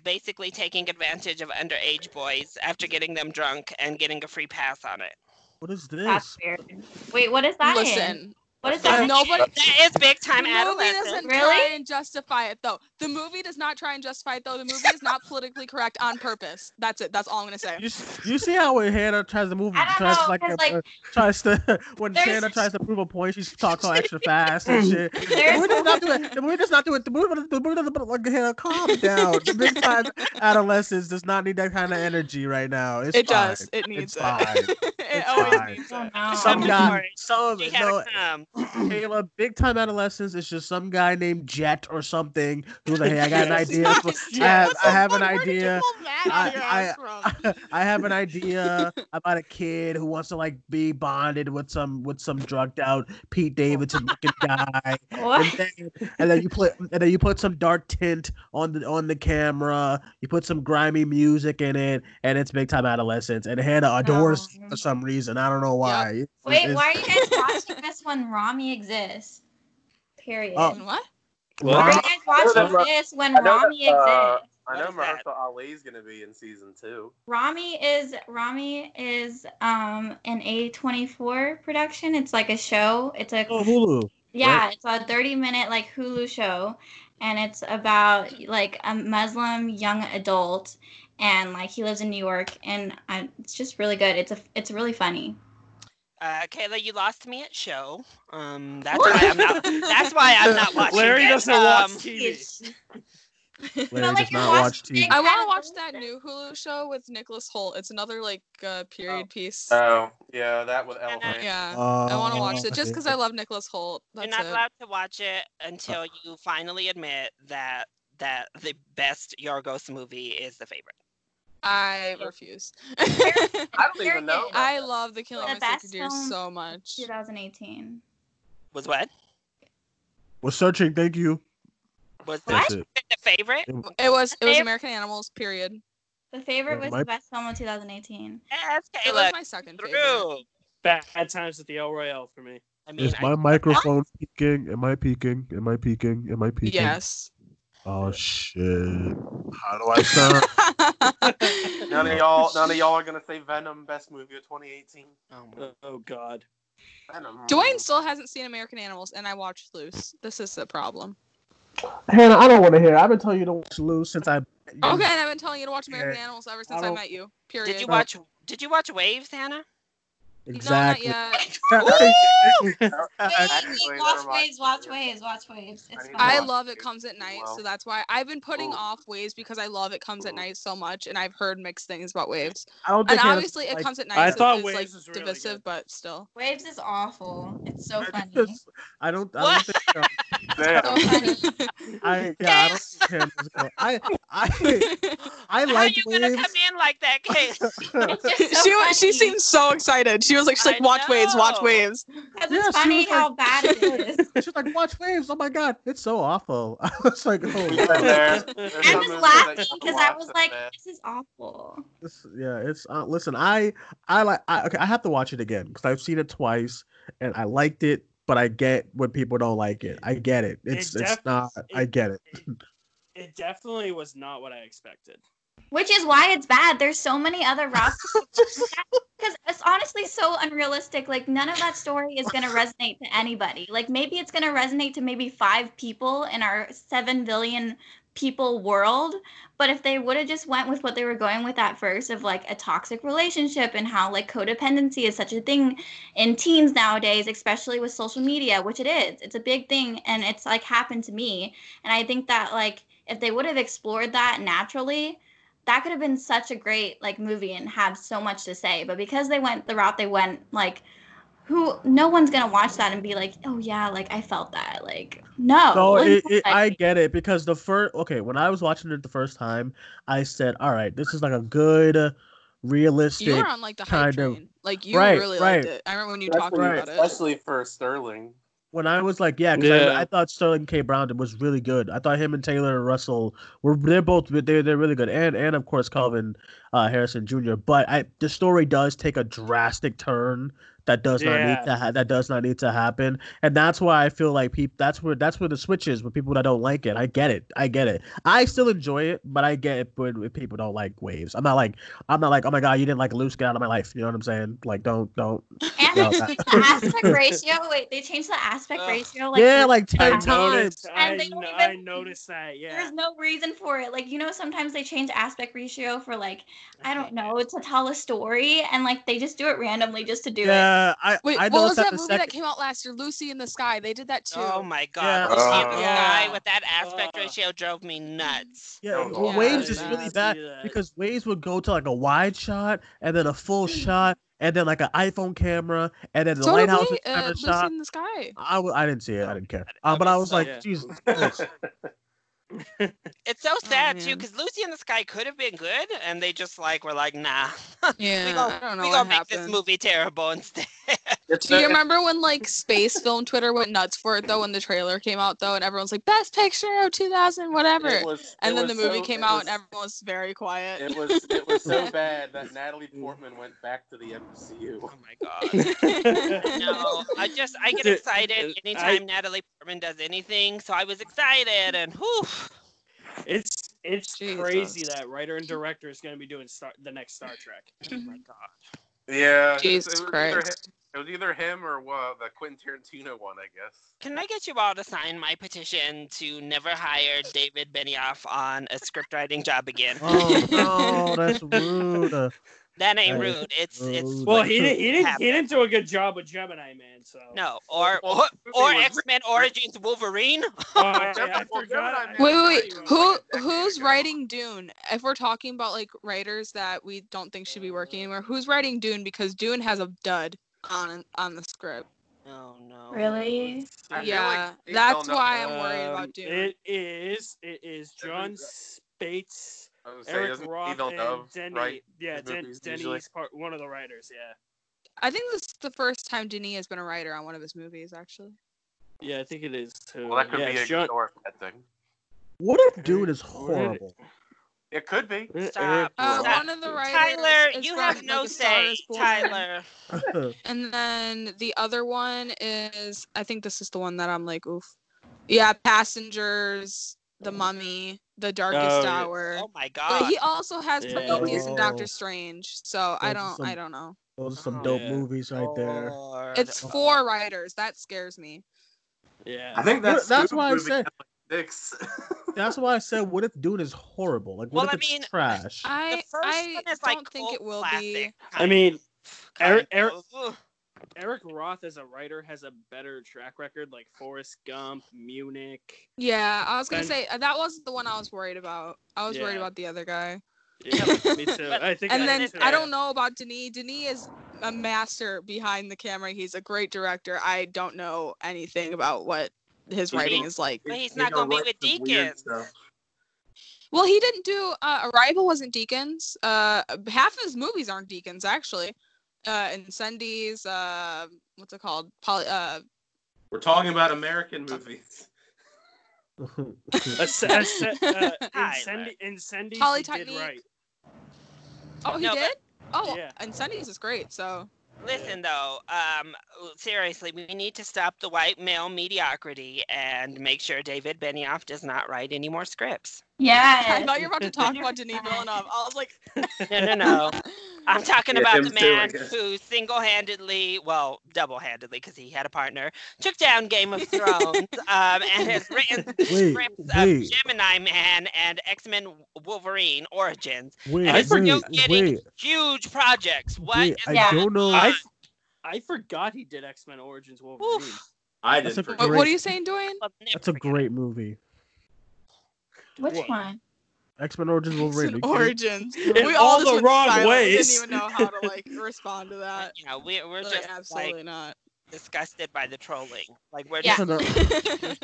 basically taking advantage of underage boys after getting them drunk and getting a free pass on it?
What is
That's
this?
weird. Wait, what is that? in?
Listen,
what is
there's
that?
nobody-
That is big time
the movie
adolescence.
doesn't
Really?
try and justify it though. The movie does not try and justify it though. The movie is not politically correct on purpose. That's it. That's all I'm gonna say.
You, s- you see how when Hannah tries to move, tries
know,
like,
'cause,
a,
like,
uh, tries to when
there's-
Hannah tries to prove a point, she talks all extra fast and shit. The
There's-
movie does not do it. The movie does not do it. The movie, the movie doesn't like Hannah, calm down. The big time adolescence does not need that kind of energy right now. It's
It
fine.
does. It needs
it's
it.
Fine.
it Oh,
It's
always
fine.
needs
it.
Some
I'm
guy,
sorry.
some
She had
no,
a
um,
Kayla, big time adolescence. It's just some guy named Jet or something who's like, "Hey, I got an idea. for- I have, I have an idea. I, I, I have an idea about a kid who wants to like be bonded with some with some drugged out Pete Davidson looking guy. And
What?
then, and then you put and then you put some dark tint on the on the camera. You put some grimy music in it, and it's big time adolescence. And Hannah adores it
Oh.
for some reason. I don't know why. It's-
Wait,
it's-
why are you guys watching this when Rami exists? Period.
Oh.
Mm, What?
Well,
Why are
Rami-
you guys watching
Mar-
this when
I know that,
Rami
uh,
exists?
I know Mahershala Ali's gonna be in season two.
Rami is Rami is um an A24 production. It's like a show. It's a
Oh, Hulu.
yeah,
right?
it's a 30 minute like Hulu show and it's about like a Muslim young adult and like he lives in New York and I, it's just really good. It's a it's really funny.
Uh, Kayla, you lost me at show. Um, that's why I'm not. That's why I'm not watching.
Larry
it.
doesn't watch
Um,
TV.
Larry does not watch TV.
I want to watch that new Hulu show with Nicholas Holt. It's another like uh, period piece.
Oh, yeah, that with Ellen.
Yeah,
Oh,
I
Um,
want to watch it just because I love Nicholas Holt.
You're
That's
not
it.
allowed to watch it until you finally admit that that the best Yorgos movie is the favorite.
I refuse.
I don't even know.
I love the Killing
The
of a
best
Sacred Deer
film
so much.
2018.
Was what?
We're searching. Thank you.
Was
That's
that
it.
the favorite?
It was it was
Favorite-
American Animals. Period.
The favorite
Yeah,
was
my-
the best film of 2018.
Yes,
It was my second favorite.
Bad times at the El Royale for me.
I
Is my microphone peaking? Am I peaking? Am I peaking? Am I peaking?
Yes.
Oh shit! How do I sound?
None of y'all, none of y'all are gonna say Venom best movie of 2018.
Oh, God.
Venom.
Dwayne still hasn't seen American Animals, and I watched Loose. This is the problem.
Hannah, I don't want to hear. it. I've been telling you to watch Lou since I.
Okay, and I've been telling you to watch American
Yeah.
Animals ever
I
since I,
don't-
met you. Period.
Did you watch? Did you watch Waves, Hannah?
Oh, Exactly.
No, not yet.
Actually,
watch
never mind.
waves, watch waves, watch waves. It's fun.
I love It Comes at Night, so
Wow.
that's why I've been putting off Waves because I love It Comes at Night so much, and I've heard mixed things about Waves.
I don't
and
think Hannah's
obviously, It
like-
Comes at Night
I
is,
thought
is,
Waves
like
is really
divisive, but still.
Waves is awful. It's so funny.
I don't. I don't think. Um, I yeah. I don't think Hannah's going. I I I like waves.
Come in like that, Kayla.
she wa- she seemed so excited. She was like, she's like, watch waves, watch waves.
Because
Yeah, she
it's funny
was
how
like-
bad it is.
She's like, watch waves. Oh my god, it's so awful. I was like, oh. wow.
There- there's
I
some
was
movies
laughing
that you
because I
watch
was
that
like,
bad.
this is awful.
This- yeah, it's uh, listen. I I like. I, okay, I have to watch it again because I've seen it twice and I liked it,
but I get when people don't like it. I get it. It's
def-
it's not. I get it.
It definitely was not what I expected.
Which is why it's bad. There's so many other routes because it's honestly so unrealistic. Like none of that story is gonna resonate to anybody. Like maybe it's gonna resonate to maybe five people in our seven billion people world. But if they would have just went with what they were going with at first of like a toxic relationship and how like codependency is such a thing in teens nowadays, especially with social media, which it is. It's a big thing and it's like happened to me. And I think that like if they would have explored that naturally, that could have been such a great like movie and have so much to say but because they went the route they went like who no one's gonna watch that and be like oh yeah like i felt that like no
No,
like,
it, it, I
like,
get it because the first okay when I was watching it the first time, I said, "All right, this is like a good, realistic."
You were on like the hype
kind of-
train. Like you
Right,
really
right.
liked it. I remember when you
That's
talked
when-
about it.
especially for Sterling.
when I was like, yeah, 'cause I-
Yeah.
I, thought Sterling K. Brown did- was really good. I thought him and Taylor Russell were they're both they're they're really good, and and of course Calvin uh, Harrison Jr. But I the story does take a drastic turn that does not
Yeah.
need to ha- that does not need to happen, and that's why I feel like people that's where that's where the switch is with people that don't like it. I get it, I get it. I still enjoy it, but I get it when, when people don't like waves. I'm not like I'm not like oh my god, you didn't like Luke, get out of my life. You know what I'm saying? Like don't don't.
and
no,
they
that-
changed the aspect ratio wait they changed the aspect ratio like
yeah, like ten
I
times.
noticed,
And
I,
they
no-
don't
I
even-
noticed that. Yeah.
there's no reason for it like you know sometimes they change aspect ratio for like i don't know to tell a story and like they just do it randomly just to do it
Yeah, I
Wait,
I
what
noticed
was that
the
movie that
second.
came out last year? Lucy in the Sky. They did that too.
Oh my god,
Yeah.
Lucy in the
Yeah. Oh.
Sky with that aspect ratio drove me nuts.
Yeah,
Oh,
well,
God.
waves
I
is
did
really
not
bad
see that.
because waves would go to like a wide shot and then a full shot and then like an iPhone camera and then the
Hmm. So did
lighthouse
we,
camera
uh, Lucy
shot.
in the Sky.
I, w- I didn't see it. I didn't care. Uh, but I was
so-
like,
Yeah.
Jesus. Christ.
It's so
Oh,
sad too, because Lucy in the Sky could have been good, and they just like were like, nah.
Yeah,
we gonna,
I don't know
we
what
gonna make this
happened.
movie terrible instead.
Do you remember when like space film Twitter went nuts for it though when the trailer came out though and everyone's like best picture of 2000 whatever
It was-
and
it
then the
was
movie
so-
came
it
out
was-
and everyone was very quiet.
It was it was so bad that Natalie Portman went back to the MCU. Oh
my god. no, I just I get
Dude,
excited
I-
anytime Natalie Portman does anything, so I was excited and whew.
It's it's crazy that writer and director is going to be doing star- the next Star Trek. oh my god.
Yeah.
Jesus
was
Christ.
Either, him- it was either him or uh, the Quentin Tarantino one, I guess.
Can I get you all to sign my petition to never hire David Benioff on a script writing job again?
oh no, that's rude. Uh,
That ain't
That is
rude. It's it's
rude.
Well,
what
he didn't he didn't, he
happened.
didn't do a good job with Gemini Man. So
No, or
Well,
or,
the movie
or
was
X Men Origins Wolverine.
Oh, yeah, I forgot.
Wait, wait, wait. Who who's writing Dune? If we're talking about like writers that we don't think should be working anymore, who's writing Dune because Dune has a dud on on the script.
Oh no.
really
Oh.
yeah, that's why I'm worried about Dune.
Um, It is it is John Spates,
I was gonna say,
Eric
doesn't
Roth,
Evil
and
Dove
Denny.
write
Yeah,
his
Den-
movies usually?
Denny's part one of the writers. Yeah.
I think this is the first time Denis has been a writer on one of his movies, actually.
Yeah, I think it is too.
Well, that could
yeah,
be
it's
a
John-
Thor that thing.
What if Dude is horrible?
It could be.
Stop.
Oh,
Uh,
Stop.
one of the writers
Tyler,
is
you
from,
have
like,
no
A Star
say.
is Born.
Tyler.
And then the other one is, I think this is the one that I'm like, oof. Yeah, Passengers, The Mummy, The Darkest
Oh, yeah.
Hour.
Oh my god.
But he also has
Yeah.
Prometheus and
Oh.
Doctor Strange, so I
Those are
don't, I
some-
don't know.
Those are some dope
Yeah.
movies right
Oh.
there.
It's four writers. That scares me.
Yeah.
I think that's
that's why I
movie
said
Six.
that's why I said what if Dune is horrible? Like what
Well,
if
I
it's
mean,
trash?
I, I don't think it will be.
I mean, Eric, Eric,
Ugh.
Eric Roth as a writer has a better track record, like Forrest Gump, Munich.
Yeah, I was gonna
Ben-
say uh, that was the one I was worried about. I was worried
Yeah.
about the other guy.
Yeah, me too. I think.
and
I
then
did too.
I don't know about Denis. Denis is a master behind the camera. He's a great director. I don't know anything about what his
But
writing
he-
is like.
But he's not gonna be with Deacon.
Well, he didn't do uh, Arrival wasn't Deacons. Uh, half of his movies aren't Deacons actually. Uh, Incendies. Uh, what's it called? Poly- uh,
We're talking about American movies.
Asc- asc- uh,
Tyler.
Incendi- Incendi, he did
Polytechnique.
right.
Oh, he
No,
did.
but-
Oh,
Yeah.
Incendies is great. So
Listen though, um, seriously, we need to stop the white male mediocrity and make sure David Benioff does not write any more scripts.
Yeah.
I thought you were about to talk about Denis Villeneuve. I was like,
No, no, no. I'm talking
Yeah,
about the
him too, I
man
guess.
who single-handedly, well, double-handedly, because he had a partner, took down Game of Thrones um, and has written the
Wait,
scripts
wait.
of Gemini Man and X-Men Wolverine Origins.
Wait,
and is still
wait,
getting
wait.
huge projects. What
Wait,
is
I
that?
don't know.
I, I forgot he did X Men Origins Wolverine.
I
That's
didn't
a
forget.
great-
what are you saying, Dorian?
That's a great movie.
Which
What?
one?
X Men Origins Wolverine. are you kidding?
Origins.
In
we all,
all
just
the
went
wrong
silent.
ways.
We didn't even know how to like respond to that.
Yeah, uh, we, we're
Like,
just
absolutely
like,
not
disgusted by the trolling. Like we're
Yeah.
just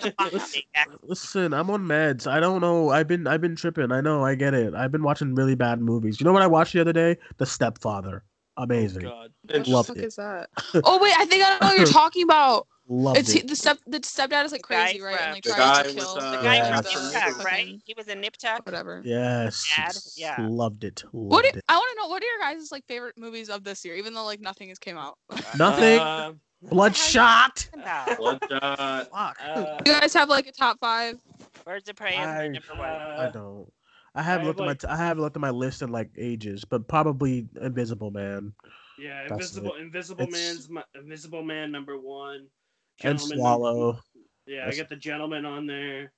Listen, listen, I'm on meds. I don't know. I've been I've been tripping. I know. I get it. I've been watching really bad movies. You know what I watched the other day? The Stepfather. Amazing.
Oh God.
What the
Loved
fuck
it.
is that? Oh wait, I think I know what you're talking about.
Loved
It's
it.
the step the stepdad is like crazy, right? And like
The
tries
guy
to
with,
kill
uh,
the
guy
Yeah,
from
that's-
Nip Tuck, right? He was a Nip Tuck.
whatever.
Yes.
Dad, yeah.
Loved it. Loved
What do,
it.
I want to know what are your guys' like favorite movies of this year, even though like nothing has came out.
Nothing.
Uh,
Bloodshot.
Bloodshot.
Fuck.
Uh,
You guys have like a top five.
Birds of Prey is my
I-
number one.
I don't. I haven't
I
looked
like-
at my t- I haven't looked at my list in like ages, but probably Invisible Man
Yeah,
That's
Invisible
it.
Invisible
It's-
Man's my, Invisible Man number one.
and
Gentleman-
Swallow.
Yeah,
That's-
I got the gentleman on there.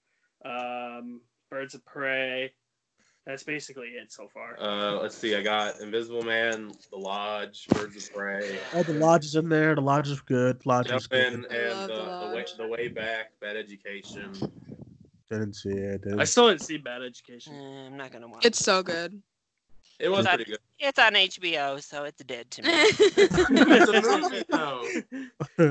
Um, Birds of Prey. That's basically it so far.
Uh, let's see. I got Invisible Man, The Lodge, Birds of Prey,
Oh, the Lodge is in there. The Lodge is good. Lodge is
Jumpin',
good.
and
I love
uh, the way the way back, Bad Education.
Didn't see it.
I
Didn't.
still didn't see Bad Education.
Mm, I'm not gonna watch.
It's so good.
It was pretty good.
It's on HBO, so it's dead to me.
It's a movie though.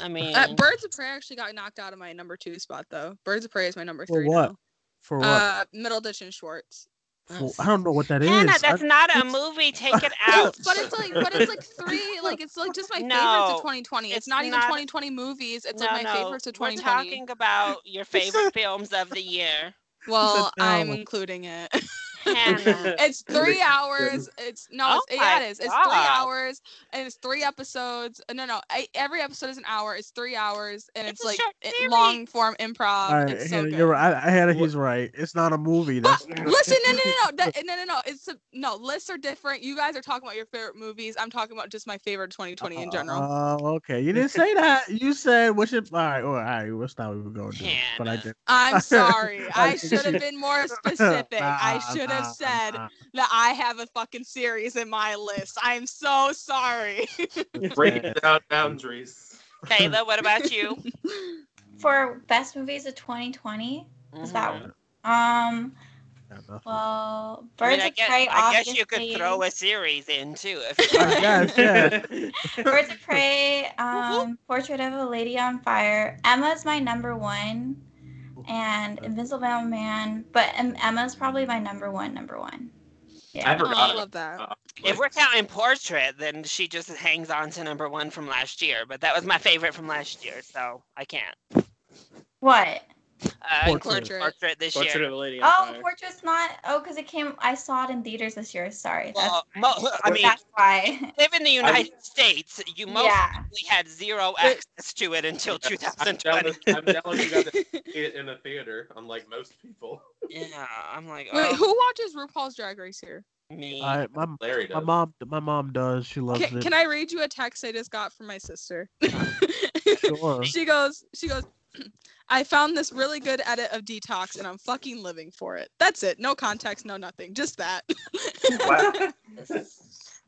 I mean,
Uh, Birds of Prey actually got knocked out of my number two spot though. Birds of Prey is my number
For
three.
what?
now.
For what?
Uh, Middle Ditch and Schwartz.
For-
Oh,
I don't know what that is.
Hannah,
I-
that's not a movie. Take it out.
But it's like, but it's like three. Like it's like just my favorites
No,
of 2020. It's,
it's
not even
not-
2020 movies. It's
no,
like my
no.
favorites of
We're
2020.
talking about your favorite films of the year.
Well,
no.
I'm including it.
Hannah,
It's three hours. It's no,
Oh
it's, yeah,
my
it is. It's three
God.
hours, and it's three episodes. uh, No, no, I, every episode is an hour. It's three hours, and
It's
it's,
a
like
short
it-
series.
long form improv.
All right,
it's so
Hannah,
good.
you're right. I, I Hannah, he's right. It's not a movie. That's
But listen, no, no, no, no, that- no, no, no. It's a, no lists are different. You guys are talking about your favorite movies. I'm talking about just my favorite 2020 in general.
Oh, okay. You didn't say that. You said what's your all right, all right, what's not we were going to. But I
Hannah.
did.
I'm sorry.
I
I should have been more specific. I
Nah,
should
nah,
have said
nah.
that I have a fucking series in my list. I'm so sorry.
Breaking down boundaries.
Kayla, what about you?
For best movies of 2020, is that
Mhm.
one? Um,
Yeah, nothing.
well,
I mean,
Birds
I
of
guess,
Prey.
I guess you could
obviously.
throw a series in too. If
I guess, yeah.
Birds of Prey, um, Portrait of a Lady on Fire. Emma's my number one, and Invisible Man. But um, Emma's probably my number one, number one.
I
Yeah.
Oh,
forgot.
I
about
love
Uh,
that.
If we're counting portrait, then she just hangs on to number one from last year. But that was my favorite from last year, so I can't
What?
uh, include
Portrait.
portrait this
Portrait
year.
of a Lady on
Oh,
Fire.
Portrait's not. Oh, because it came. I saw it in theaters this year. Sorry. That's,
Well, mo- I mean,
that's why.
live in the United States, you most
Yeah.
likely had zero access to it until
I'm jealous,
2020.
I'm jealous you got to see it in a theater, unlike most people.
Yeah, I'm like,
Wait,
oh,
who watches RuPaul's Drag Race here?
me.
All right, my,
Larry
my
does.
mom my mom does. She loves
Can,
it.
can I read you a text I just got from my sister?
Sure.
she goes, she goes, I found this really good edit of Detox and I'm fucking living for it. That's it. No context, no nothing. Just that.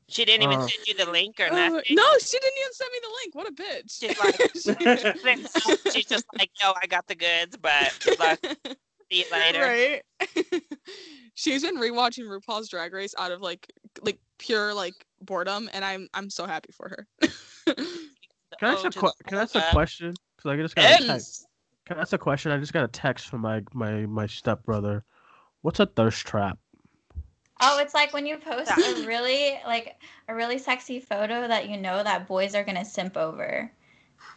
She didn't even
Uh,
send you the link or
Oh, no,
nothing.
she didn't even send me the link. What a bitch.
She's like, she's just like, no, I got the goods, but good luck. See you later.
Right. She's been rewatching RuPaul's Drag Race out of like like pure like boredom, and I'm I'm so happy for her.
Can I ask
Oh,
a,
to
que-
the
can I ask a
fuck.
question? Because I just got a text. Can I ask a question? I just got a text from my my my stepbrother. What's a thirst trap?
Oh, it's like when you post a really like a really sexy photo that you know that boys are gonna simp over.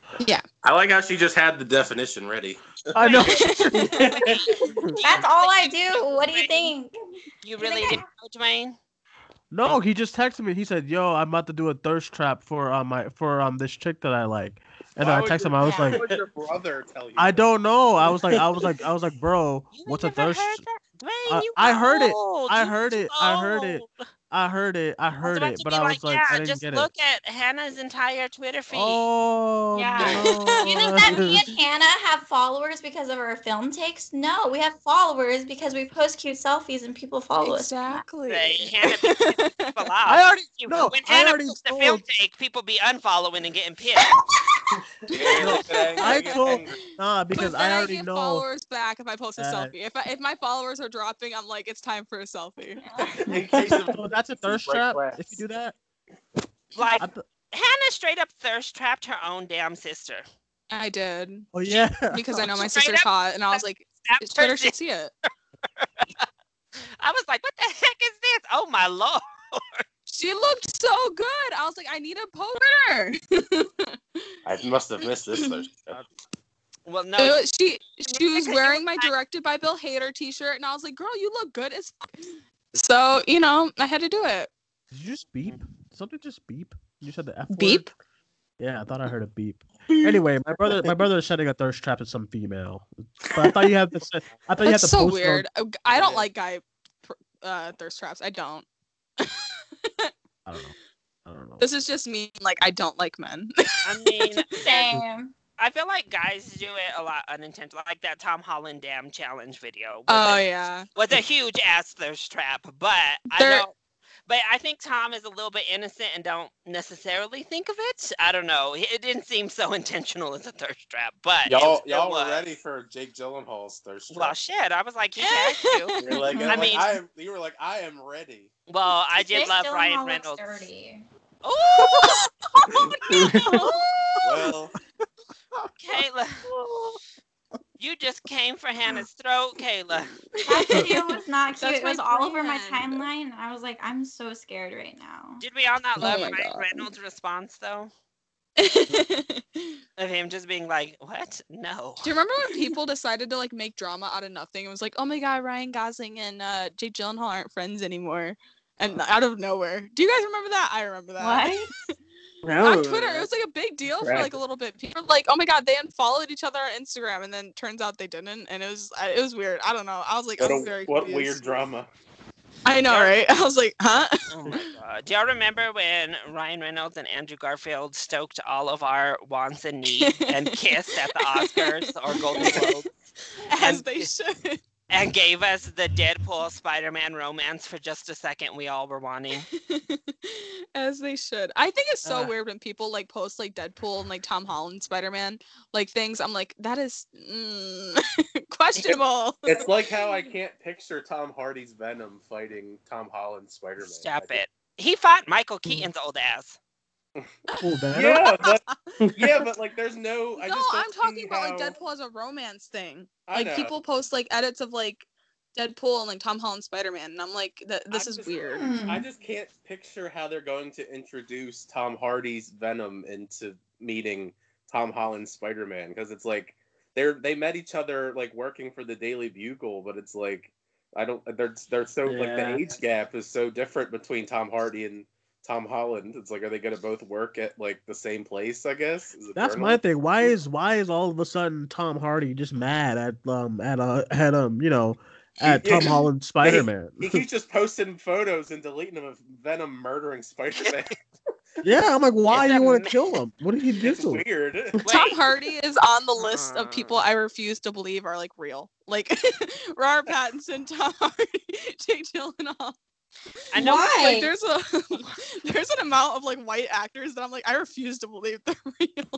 I like how she just had the definition ready.
I know.
That's all I do. What do you think?
You
I
really
think I-
didn't know, Dwayne?
No, he just texted me. He said, "Yo, I'm about to do a thirst trap for um my for um this chick that I like." And
Why
I
would
texted
your-
him. I was
why
like,
would your brother tell you?
"I don't know." I was like, I was like, I was like, "Bro, what's a thirst?" I, I heard it. I heard it. I heard it. I heard it. I heard
about
it.
to
But
be
I was like,
yeah,
I didn't
just
get it.
look at Hannah's entire Twitter feed.
Oh, no.
You think that me and Hannah have followers because of our film takes? No, we have followers because we post cute selfies and people follow
exactly.
us.
Hey, Hannah be pissing people off.
I already-
You-
no,
when
I
Hannah
already
posts the film take, people be unfollowing and getting pissed.
I told nah because
but then
I
I,
already
get
know.
followers back if I post a
that-
selfie. If I, if my followers are dropping, I'm like, it's time for a selfie.
So that's a thirst
break
trap.
glass.
If you do that,
Like
I th-
Hannah straight up thirst trapped her own damn sister.
I did
oh yeah,
because I know my
Straight
sister's
up
hot, and I was like,
That
Twitter
person-
should see it.
I was like, what the heck is this? Oh my lord.
She looked so good. I was like, I need a poster.
I must have missed this. Thirst trap.
Well, no.
Oh, It was- she she was wearing my directed by Bill Hader T-shirt, and I was like, "Girl, you look good as." Fuck. So you know, I had to do it.
did you just beep? Did Something just beep. You said the f word?
Beep.
Yeah, I thought I heard a beep. Anyway, my brother, my brother is setting a thirst trap at some female. But I thought you had to. set- I thought Oh, you had
That's
to
so
post it on-
weird. I- I don't like guy pr- uh, thirst traps. I don't.
I don't know. I don't know.
This is just me. Like I don't like men.
I mean,
Same.
I feel like guys do it a lot unintentionally, like that Tom Holland damn challenge video. was
oh
a-
yeah.
was a huge ass thirst trap, but I
There-
don't. But I think Tom is a little bit innocent and don't necessarily think of it. I don't know. It it didn't seem so intentional as a thirst trap, but it
Y'all,
still
y'all
was.
were ready for Jake Gyllenhaal's thirst trap.
Well, shit. I was like, he had to.
You're like, I'm
I
like,
mean,
I am, you were like, I am ready.
well, I did
Jake
love
Gyllenhaal
Ryan
looks
Reynolds.
dirty.
Oh,
Well,
Kayla, you just came for Hannah's throat, Kayla.
That video was not cute.
That's
It
my
was all over my
friend.
timeline, and I was like, I'm so scared right now.
Did we all not
Oh
love
my
Ryan
God.
Reynolds' response though? Of him just being like, "What? No."
Do you remember when people decided to like make drama out of nothing? It was like, oh my god, Ryan Gosling and uh, Jake Gyllenhaal aren't friends anymore, and out of nowhere. Do you guys remember that? I remember that.
What?
on
Oh,
Twitter. It was like a big deal for like
Correct.
a little bit. People were like, "Oh my god, they unfollowed each other on Instagram," and then turns out they didn't, and it was I- it was weird. I don't know. I was like,
what,
I was
a,
very
what
confused.
weird drama.
I know, right? I was like, huh?
Oh my god! Do y'all remember when Ryan Reynolds and Andrew Garfield stoked all of our wants and needs and kissed at the Oscars or Golden Globes
As
And-
they should.
and gave us the Deadpool Spider-Man romance for just a second? We all were wanting.
As they should. I think it's so
Uh.
weird when people like post like Deadpool and like Tom Holland Spider Man like things. I'm like, that is mm, questionable.
It's like how I can't picture Tom Hardy's Venom fighting Tom Holland's Spider Man.
Stop it! He fought Michael Keaton's old ass.
Cool, Venom?
Yeah, but yeah, but like, there's no. I
no,
just don't
I'm talking
see
about
how-
like Deadpool as a romance thing.
I
Like
know.
people post like edits of like Deadpool and like Tom Holland Spider Man, and I'm like, th- this
I'm
is
just-
weird.
Hmm.
I just can't picture how they're going to introduce Tom Hardy's Venom into meeting Tom Holland's Spider Man because it's like they're they met each other like working for the Daily Bugle, but it's like I don't they're they're so like the
Yeah.
age gap is so different between Tom Hardy and Tom Holland. It's like are they gonna both work at like the same place? I guess Is it
That's my
journalism?
thing. Why is why is all of a sudden Tom Hardy just mad at um at uh at um you know at Tom
Yeah.
Holland Spider Man?
He keeps just posting photos and deleting them of Venom murdering Spider Man.
Yeah, I'm like, why do
It's
you
a
want
ma-
to kill him? What did he do?
it's weird.
Tom
Wait.
Hardy is on the list
Uh-huh.
of people I refuse to believe are like real. Like Robert Pattinson, Tom Hardy, Jake Gyllenhaal.
I know.
Why?
Like there's a there's an amount of like white actors that I'm like I refuse to believe they're real.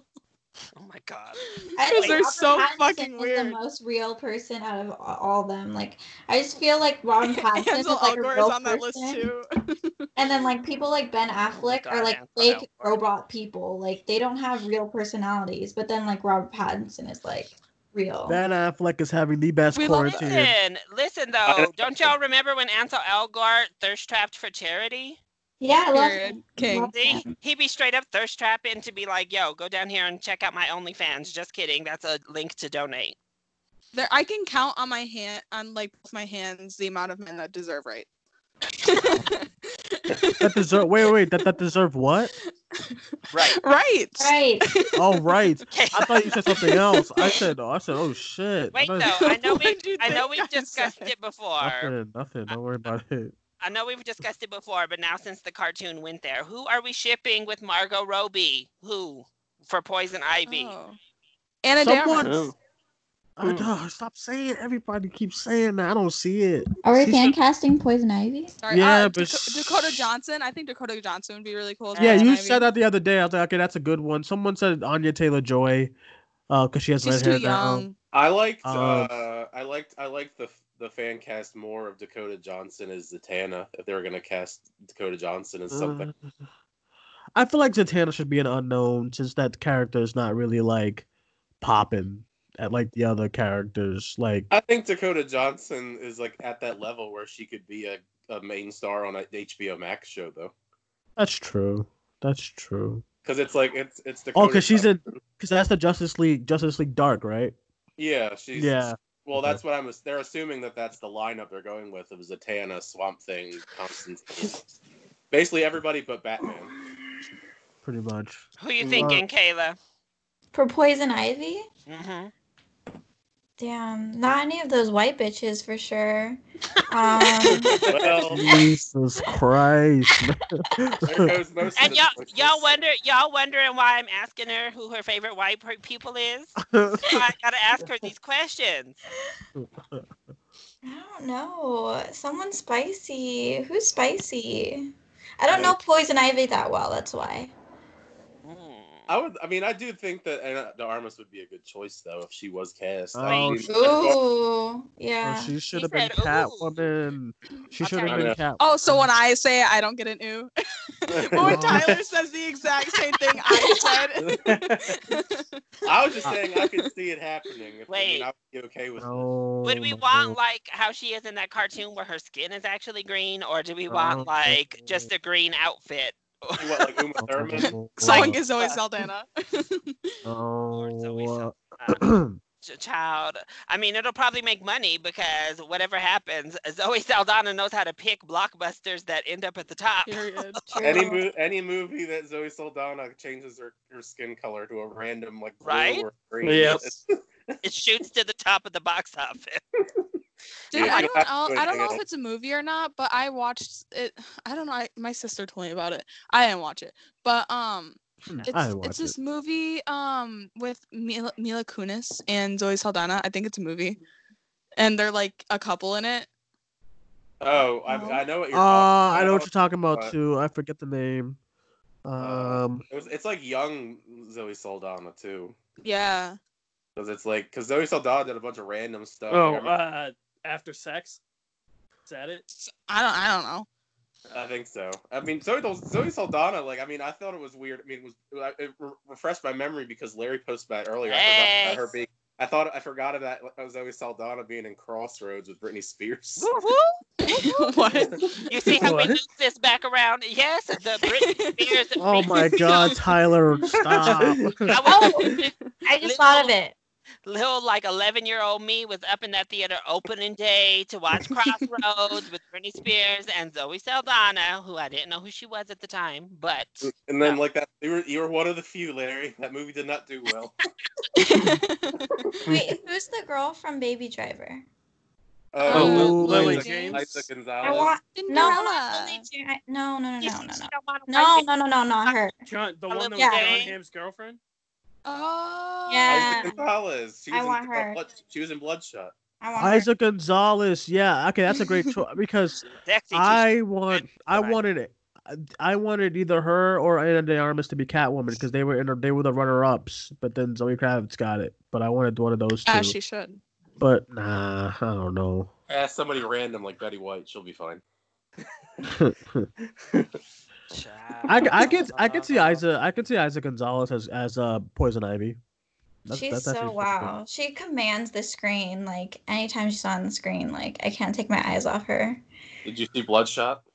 Oh my god!
I
Because
think
they're
Robert
so
Pattinson
fucking
is
weird.
The most real person out of a- all of them. Like, I just feel like Ron Pattinson is
Ansel
like a
Elgort
real
is on that list
person,
too.
and then like people like Ben Affleck
God,
are like
Ansel
fake
Elgort.
robot people. Like they don't have real personalities. But then like Robert Pattinson is like real.
Ben Affleck is having the best
We love
quarantine.
Listen, listen though. Don't y'all remember when Ansel Elgort thirst trapped for charity?
yeah, I love
Period.
him.
King.
Love
See,
him.
he be straight up thirst trapping to be like, "Yo, go down here and check out my OnlyFans." Just kidding. That's a link to donate.
There I can count on my hand on like both my hands the amount of men that deserve right.
that deserve wait wait that that deserved what?
Right.
Right.
Right.
Oh right. I thought you said something else. I said oh I said oh shit.
Wait,
I
no,
thought-
I know we I know we've discussed it before.
nothing, nothing. Don't worry about it.
I know we've discussed it before, but now since the cartoon went there, who are we shipping with Margot Robbie? Who for Poison Ivy?
Oh. Anna
Someone-
Darmus.
I know, stop saying it. everybody keeps saying that. I don't see it.
Are we
She's-
fan casting Poison Ivy?
Sorry,
Yeah,
uh,
but
Daco- Dakota Johnson. I think Dakota Johnson would be really cool. as
Yeah,
Poison
you
Ivy.
said that the other day. I was like, okay, that's a good one. Someone said Anya Taylor Joy, uh, because she has
She's
red
too
hair
young.
now.
I liked.
Um,
uh, I liked. I liked the the fan cast more of Dakota Johnson as Zatanna. If they were gonna cast Dakota Johnson as something,
Uh, I feel like Zatanna should be an unknown since that character is not really like popping at like the other characters. Like,
I think Dakota Johnson is like at that level where she could be a, a main star on a HBO Max show though,
that's true. That's true.
because it's like it's it's Dakota.
Oh, because she's in,
Johnson.
because that's the Justice League, Justice League Dark, right?
Yeah, she's
Yeah.
Well, that's what I'm. They're assuming that that's the lineup they're going with of Zatanna, Swamp Thing, Constantine. Basically, everybody but Batman.
Pretty much.
Who you
Uh,
thinking, Kayla?
For Poison Ivy?
Mm-hmm.
Damn, not any of those white bitches for sure. Um,
Well,
Jesus Christ.
there goes most of
And
the
y'all,
choices.
y'all wonder, y'all wondering why I'm asking her who her favorite white per- people is. I gotta ask her these questions.
I don't know. Someone spicy. Who's spicy? I don't know Poison Ivy that well. That's why.
Mm.
I would. I mean, I do think that Anna De Armas would be a good choice though if she was cast. I
Oh,
mean,
she-
Ooh,
Oh,
yeah.
she should have been
said,
Catwoman. She should have
tell
been
you.
Catwoman.
Oh, so when I say it, I don't get an ooh. but when
No.
Tyler says the exact same thing I said,
I was just saying I could see it happening. If, I
Oh. Wait.
mean, I would be okay with. it.
Oh,
Would we
my
want
God.
like how she is in that cartoon where her skin is actually green, or do we
Oh,
want like just a green outfit?
What, like Uma Thurman?
Oh,
someone gets Zoe Saldana.
oh,
Uh, ch- child, I mean, it'll probably make money because whatever happens, Zoe Saldana knows how to pick blockbusters that end up at the top.
Period.
Any mo- any movie that Zoe Saldana changes her, her skin color to a random like blue
Right?
or green.
Yep.
it's-
It shoots to the top of the box office.
Dude,
Yeah,
I
you
don't,
have to
know,
do
I don't
anything
know if
else.
it's a movie or not, but I watched it. I don't know. I, my sister told me about it. I didn't watch it, but um,
I
it's it's
watch
this
it.
movie um with Mila, Mila Kunis and Zoe Saldana. I think it's a movie, and they're like a couple in it.
Oh, I,
No.
I know what
Uh,
you're. talking
I know what you're talking
Uh,
about too. I forget the name. Um,
It was, it's like young Zoe Saldana too,
Yeah.
because it's like because Zoe Saldana did a bunch of random stuff.
Oh,
Like, I,
uh, after sex. Is that it?
S- I don't I don't know.
mean, I think so. I mean, Zoe Zoe Saldana. Like, I mean, I thought it was weird. I mean, it was it re- refreshed my memory because Larry posted that earlier. I forgot
Yes.
about her being. I thought I forgot about Zoe Saldana being in Crossroads with Britney Spears.
Woo woo.
what?
You see how
What?
we loop this back around? Yes, the Britney Spears.
oh my God, Tyler, stop!
I was,
Oh, I just thought of it.
little like 11 year old me was up in that theater opening day to watch Crossroads with Britney Spears and Zoe Saldana, who I didn't know who she was at the time, but
And then like that, you were you were one of the few, Larry. That movie did not do well.
Wait, who's the girl from Baby Driver?
Oh,
Oh,
Lily
Lily
James,
James.
Lisa
I
Gonzalez.
want no,
Cinderella.
not Lily Jan- no, no, no,
You
no,
see,
no,
she
no,
don't wanna
no,
like it.
no, no, no, not her.
John, the one that was
Yeah.
John Hamm's girlfriend?
Oh.
Yeah.
Lisa Gonzalez. She was
I
in,
want
uh,
her.
Blood- she was in Bloodshot.
I want her.
Isaac Gonzalez. Yeah, okay, that's a great choice because
sexy. too.
I want, I
Right.
wanted it. I wanted either her or Anna De Armas to be Catwoman because they were in, they were the runner-ups. But then Zoe Kravitz got it. But I wanted one of those two.
Ah, she should.
But nah, I don't know.
Ask somebody random like Betty White. She'll be fine.
I, I could I could see Isaac I could see Isaac Gonzalez as as uh, Poison Ivy. That's-
she's
that's
so
actually pretty good.
wow. She commands the screen. Like anytime she's on the screen, like I can't take my eyes off her.
Did you see Bloodshot?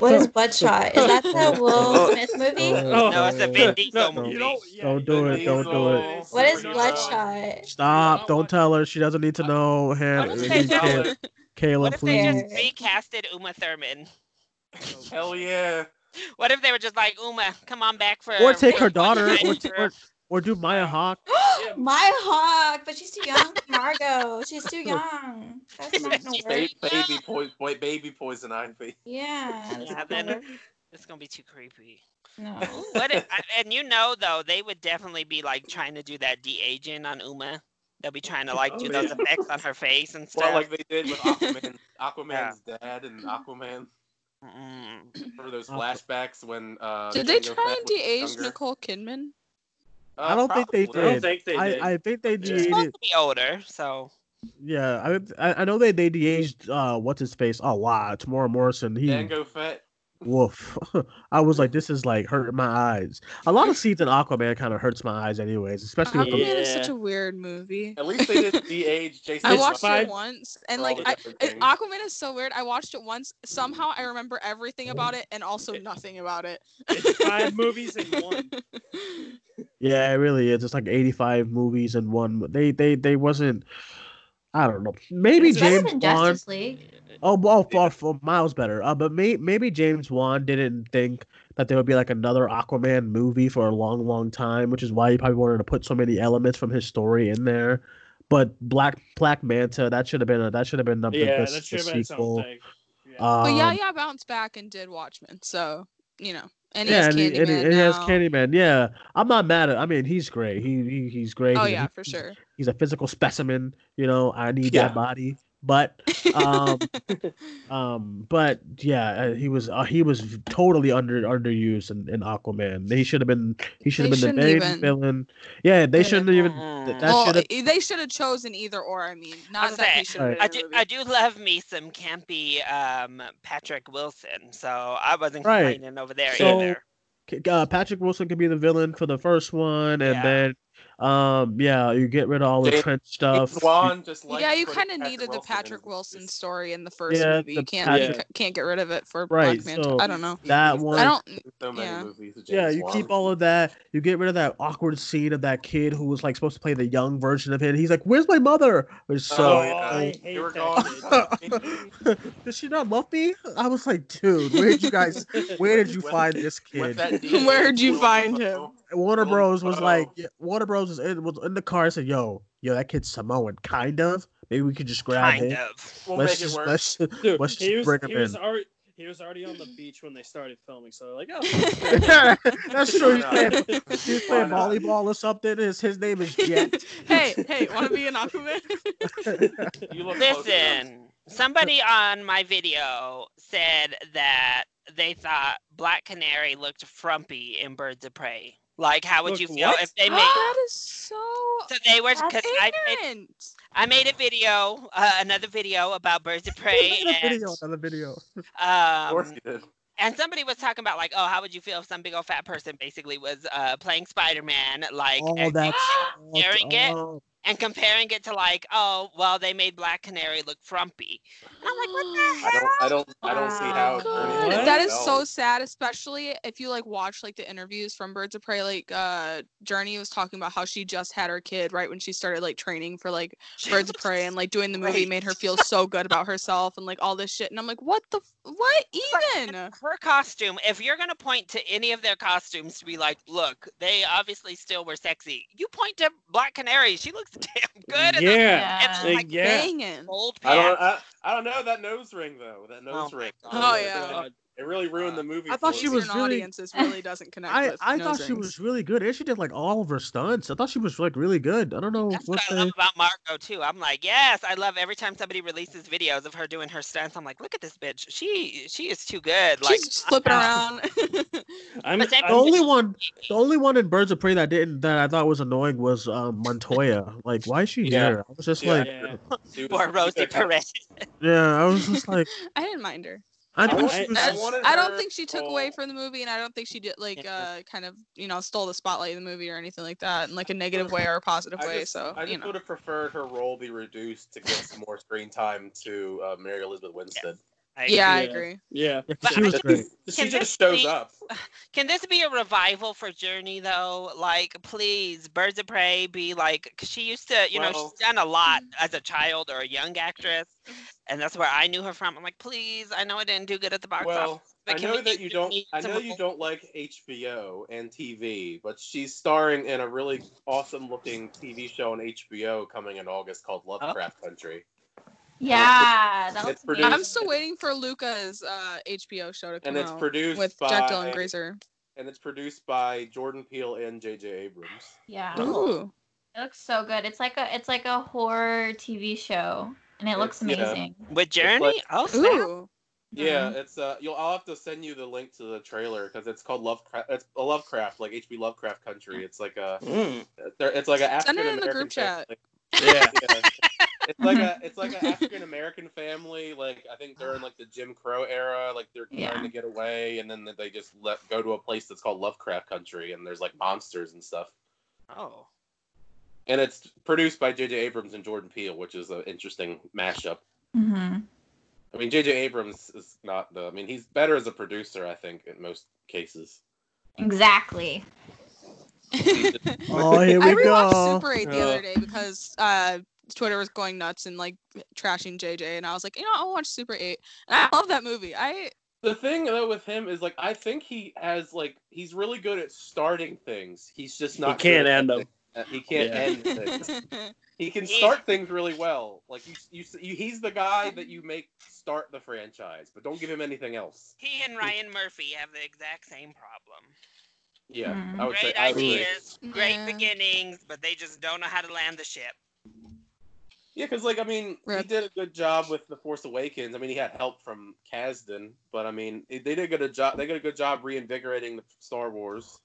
What is Bloodshot? Is that the Will Smith movie?
Oh,
No, it's a Vin
no,
Diesel movie.
You know, yeah,
don't do it. Don't do it.
Diesel,
What is
Superhero.
Bloodshot?
Stop! Don't tell her. She doesn't need to know.
I
Hannah.
don't
you
think
can't- Kayla,
What if
please.
they just recasted Uma Thurman?
Hell yeah.
What if they were just like Uma, come on back for
or take her
one
daughter,
night
or,
for-
or or do Maya Hawk.
My hawk, but she's too young for Margot. She's too young. That's not gonna
Ba-
work.
baby poison, baby poison ivy.
Yeah.
yeah, then it's gonna be too creepy.
No.
What if, I- and you know though, they would definitely be like trying to do that de aging on Uma. They'll be trying to like
Oh,
do those
yeah.
effects on her face and stuff.
Well, like they did with Aquaman, Aquaman's dad and
Mm-hmm.
Aquaman. For
Oh,
those flashbacks when uh,
Did they
Django
try
Fett
and
was
de-age
younger.
Nicole Kidman?
Uh,
I don't think they did.
probably. I don't think they
I,
did.
I think they
Yeah.
de
Supposed to be older, so
Yeah, I I- I know they they de-aged uh what's his face a lot. Tamora Morrison. He
Django Fett.
woof. I was like, this is like hurting my eyes. A lot of scenes in Aquaman kind of hurts my eyes, anyways. Especially with
Aquaman
the,
is Oh, such a weird movie.
At least they didn't de-age Jason.
I watched
Momoa.
it once, and
for
like
all the
I,
different
it-
things.
Aquaman is so weird. I watched it once. Somehow I remember everything about it, and also nothing about it.
Five movies in one.
yeah, it really is. It's like eighty five movies in one. They they they wasn't. I don't know. Maybe
It's better
James
than
Bond.
Justice League.
Oh, well, far, far miles better. Uh, but may, maybe James Wan didn't think that there would be like another Aquaman movie for a long, long time, which is why he probably wanted to put so many elements from his story in there. But Black Black Manta, that should have been a, that should have been the, the-
Yeah,
the
that should have been its own
sequel.
thing.
but yeah,
Um,
yeah, I bounced back and did Watchmen. So you know, and he
yeah,
has
and he,
Candyman
and he- and he has
now.
Candyman. Yeah, I'm not mad at. I mean, he's great. He, he he's great.
Oh
He's a-
yeah,
he-
for sure.
he's a physical specimen. You know, I need
Yeah.
that body. But um, um, but yeah, uh, he was uh, he was totally under underused in, in Aquaman. He should have been he
They
should have been the
shouldn't
main
even
villain. Yeah, they
did it.
shouldn't even. That, that
well,
should have.
i- they should have chosen either or. I mean,
I,
not
was
that
gonna
he
say,
should have
I
been in
do
the
I do love me some campy um, Patrick Wilson, so I wasn't
Right.
complaining over there
Oh,
So
either.
K- uh, Patrick Wilson could be the villain for the first one, and
Yeah.
then um, yeah, you get rid of all the
James-
trench stuff.
James Wan just
movie.
likes
Yeah, you
putting
kind of
Patrick
needed the
Wilson in
Patrick
his
Wilson
movies.
story in the first
Yeah,
movie.
the
You can't
Patrick-
c- can't get rid of it for
Right,
Black Manta.
so
I don't know.
that
He's
one.
I don't.
in So many
Yeah.
movies. with
Yeah,
James
you
Wan.
keep all of that. You get rid of that awkward scene of that kid who was like supposed to play the young version of him. He's like, "Where's my mother?" It's so
Oh, yeah.
I hate
You were
that
Oh, gone.
Does she not love me? I was like, dude, where did you guys? Where did you
With-
find this kid?
With that DNA
Where'd you
pool,
find
bro.
him?
Warner
Oh,
Bros was
wow.
like, yeah, Warner Bros was in, was in the car. and Said, "Yo, yo, that kid's Samoan, kind of. Maybe we could just grab
Kind
him.
of.
We'll
let's
make
just
it work.
let's just,
Dude,
let's
he
just
was,
bring
he
him
was
in.
already he was already on the beach when they started filming, so they're like, oh,
That's true. He's
Why
playing,
not?
he's
Why
playing
not?
volleyball or something. His his name is Jet.
hey, hey, want to be an Aquaman?
You look close enough.
Listen, somebody on my video said that they thought Black Canary looked frumpy in Birds of Prey. Like, how would
Looked
you feel
what?
if they made?
Oh, that is so
So they were because I made,
ignorant.
I made a video, uh, another video about Birds of Prey,
Another
and
video, another video.
Of course
um,
you did.
and somebody was talking about like, oh, how would you feel if some big old fat person basically was uh, playing Spider Man, like,
Oh,
All
and,
that.
Staring it.
Oh,
and comparing it to like, oh, well, they made Black Canary look frumpy. And I'm like, what the
I
hell?
don't. I don't. I don't see how. it
Oh God,
really
that
works
is so
out.
sad, especially if you like watch like the interviews from Birds of Prey. Like uh Journey was talking about how she just had her kid right when she started like training for like Birds of Prey and like doing the movie
Right.
made her feel so good about herself and like all this shit. And I'm like, what the f- what even?
her costume, if you're going to point to any of their costumes to be like, look, they obviously still were sexy, you point to Black Canary. She looks damn good. in those-
yeah,
And
Yeah.
those, like,
yeah.
Banging.
gold
I don't.
pants.
I, I don't know that nose ring though. That nose
Oh my
ring.
Oh, yeah.
God.
It really ruined the movie.
I thought
for
she
me.
was
Eastern
really-
audiences really doesn't connect
I,
with
I
nose
thought she
rings.
was really good, and she did like all of her stunts. I thought she was like really good. I don't know
That's
what
what I
the
love about Margot too. I'm like, yes, I love every time somebody releases videos of her doing her stunts. I'm like, look at this bitch. She she is too good. Like,
She's just flipping around.
I'm,
But then-
the
I'm
only one the only one in Birds of Prey that didn't that I thought was annoying was um, Montoya. Like, why is she
Yeah.
here? I was just
Yeah.
like,
Yeah.
She was-
or Rosie Perez.
yeah, I was just like,
I didn't mind her.
I
I
thought
want-
she was.
I
That's-
wanted
I don't
her
think she took
role-
away from the movie, and I don't think she did like
Yeah.
uh kind of you know stole the spotlight of the movie or anything like that in like a negative way or a positive
I
way.
just,
so
I just
you know,
would have preferred her role be reduced to give some more screen time to uh, Mary Elizabeth Winstead.
Yeah, I agree.
Yeah,
But
she
I
was
think-
great.
Can
She just
this
shows
be-
up.
Can this be a revival for Journey though? Like, please, Birds of Prey be like. 'cause she used to, you know,
Well-
she's done a lot as a child or a young actress, and that's where I knew her from. I'm like, please, I know I didn't do good at the box
Well,
office.
I
but can
know
we
that
get
you don't. I
some
know you don't like HBO and TV, but she's starring in a really awesome-looking TV show on HBO coming in August called Lovecraft Country.
Yeah, that
It's
was
produced,
I'm still waiting for Luca's uh, HBO show to come
and it's
out
produced
with
by
Jekyll and Grazer.
and it's produced by Jordan Peele and J.J. Abrams.
yeah. It looks so good. It's like a it's like a horror TV show, and it looks
yeah.
amazing.
With Journey? oh, snap.
Oow.
Yeah, it's uh, you'll. I'll have to send you the link to the trailer because it's called Lovecraft. It's a Lovecraft, like H.P. Lovecraft Country. It's like a,
Mm.
there- it's like an
Send
African
it in the
American
group chat.
Yeah, yeah. It's like a, it's like an African American family. Like I think during like the Jim Crow era, like they're
Yeah.
trying to get away, and then they just let go to a place that's called Lovecraft Country, and there's like monsters and stuff.
Oh.
And it's produced by J.J. Abrams and Jordan Peele, which is an interesting mashup.
Mm-hmm.
I mean, J.J. Abrams is not the. I mean, he's better as a producer, I think, in most cases.
Exactly.
Oh, here
I
we
rewatched
go.
Super 8 the other day because uh, Twitter was going nuts and like trashing JJ, and I was like, you know, I'll watch Super 8. And I love that movie. I
The thing though with him is like, I think he has like he's really good at starting things. He's just not.
can't
good at
end 'em.
thi- uh, He can't
Yeah.
end things. He can start things really well. Like you, you, you, he's the guy that you make start the franchise, but don't give him anything else.
He and Ryan Murphy have the exact same problem.
Yeah,
Mhm.
I would say.
Great
I would say-
ideas, great beginnings, but they just don't know how to land the ship.
Yeah, because like I mean, he did a good job with the Force Awakens. I mean, he had help from Kasdan, but I mean, they they did a good job. They did a good job reinvigorating the Star Wars.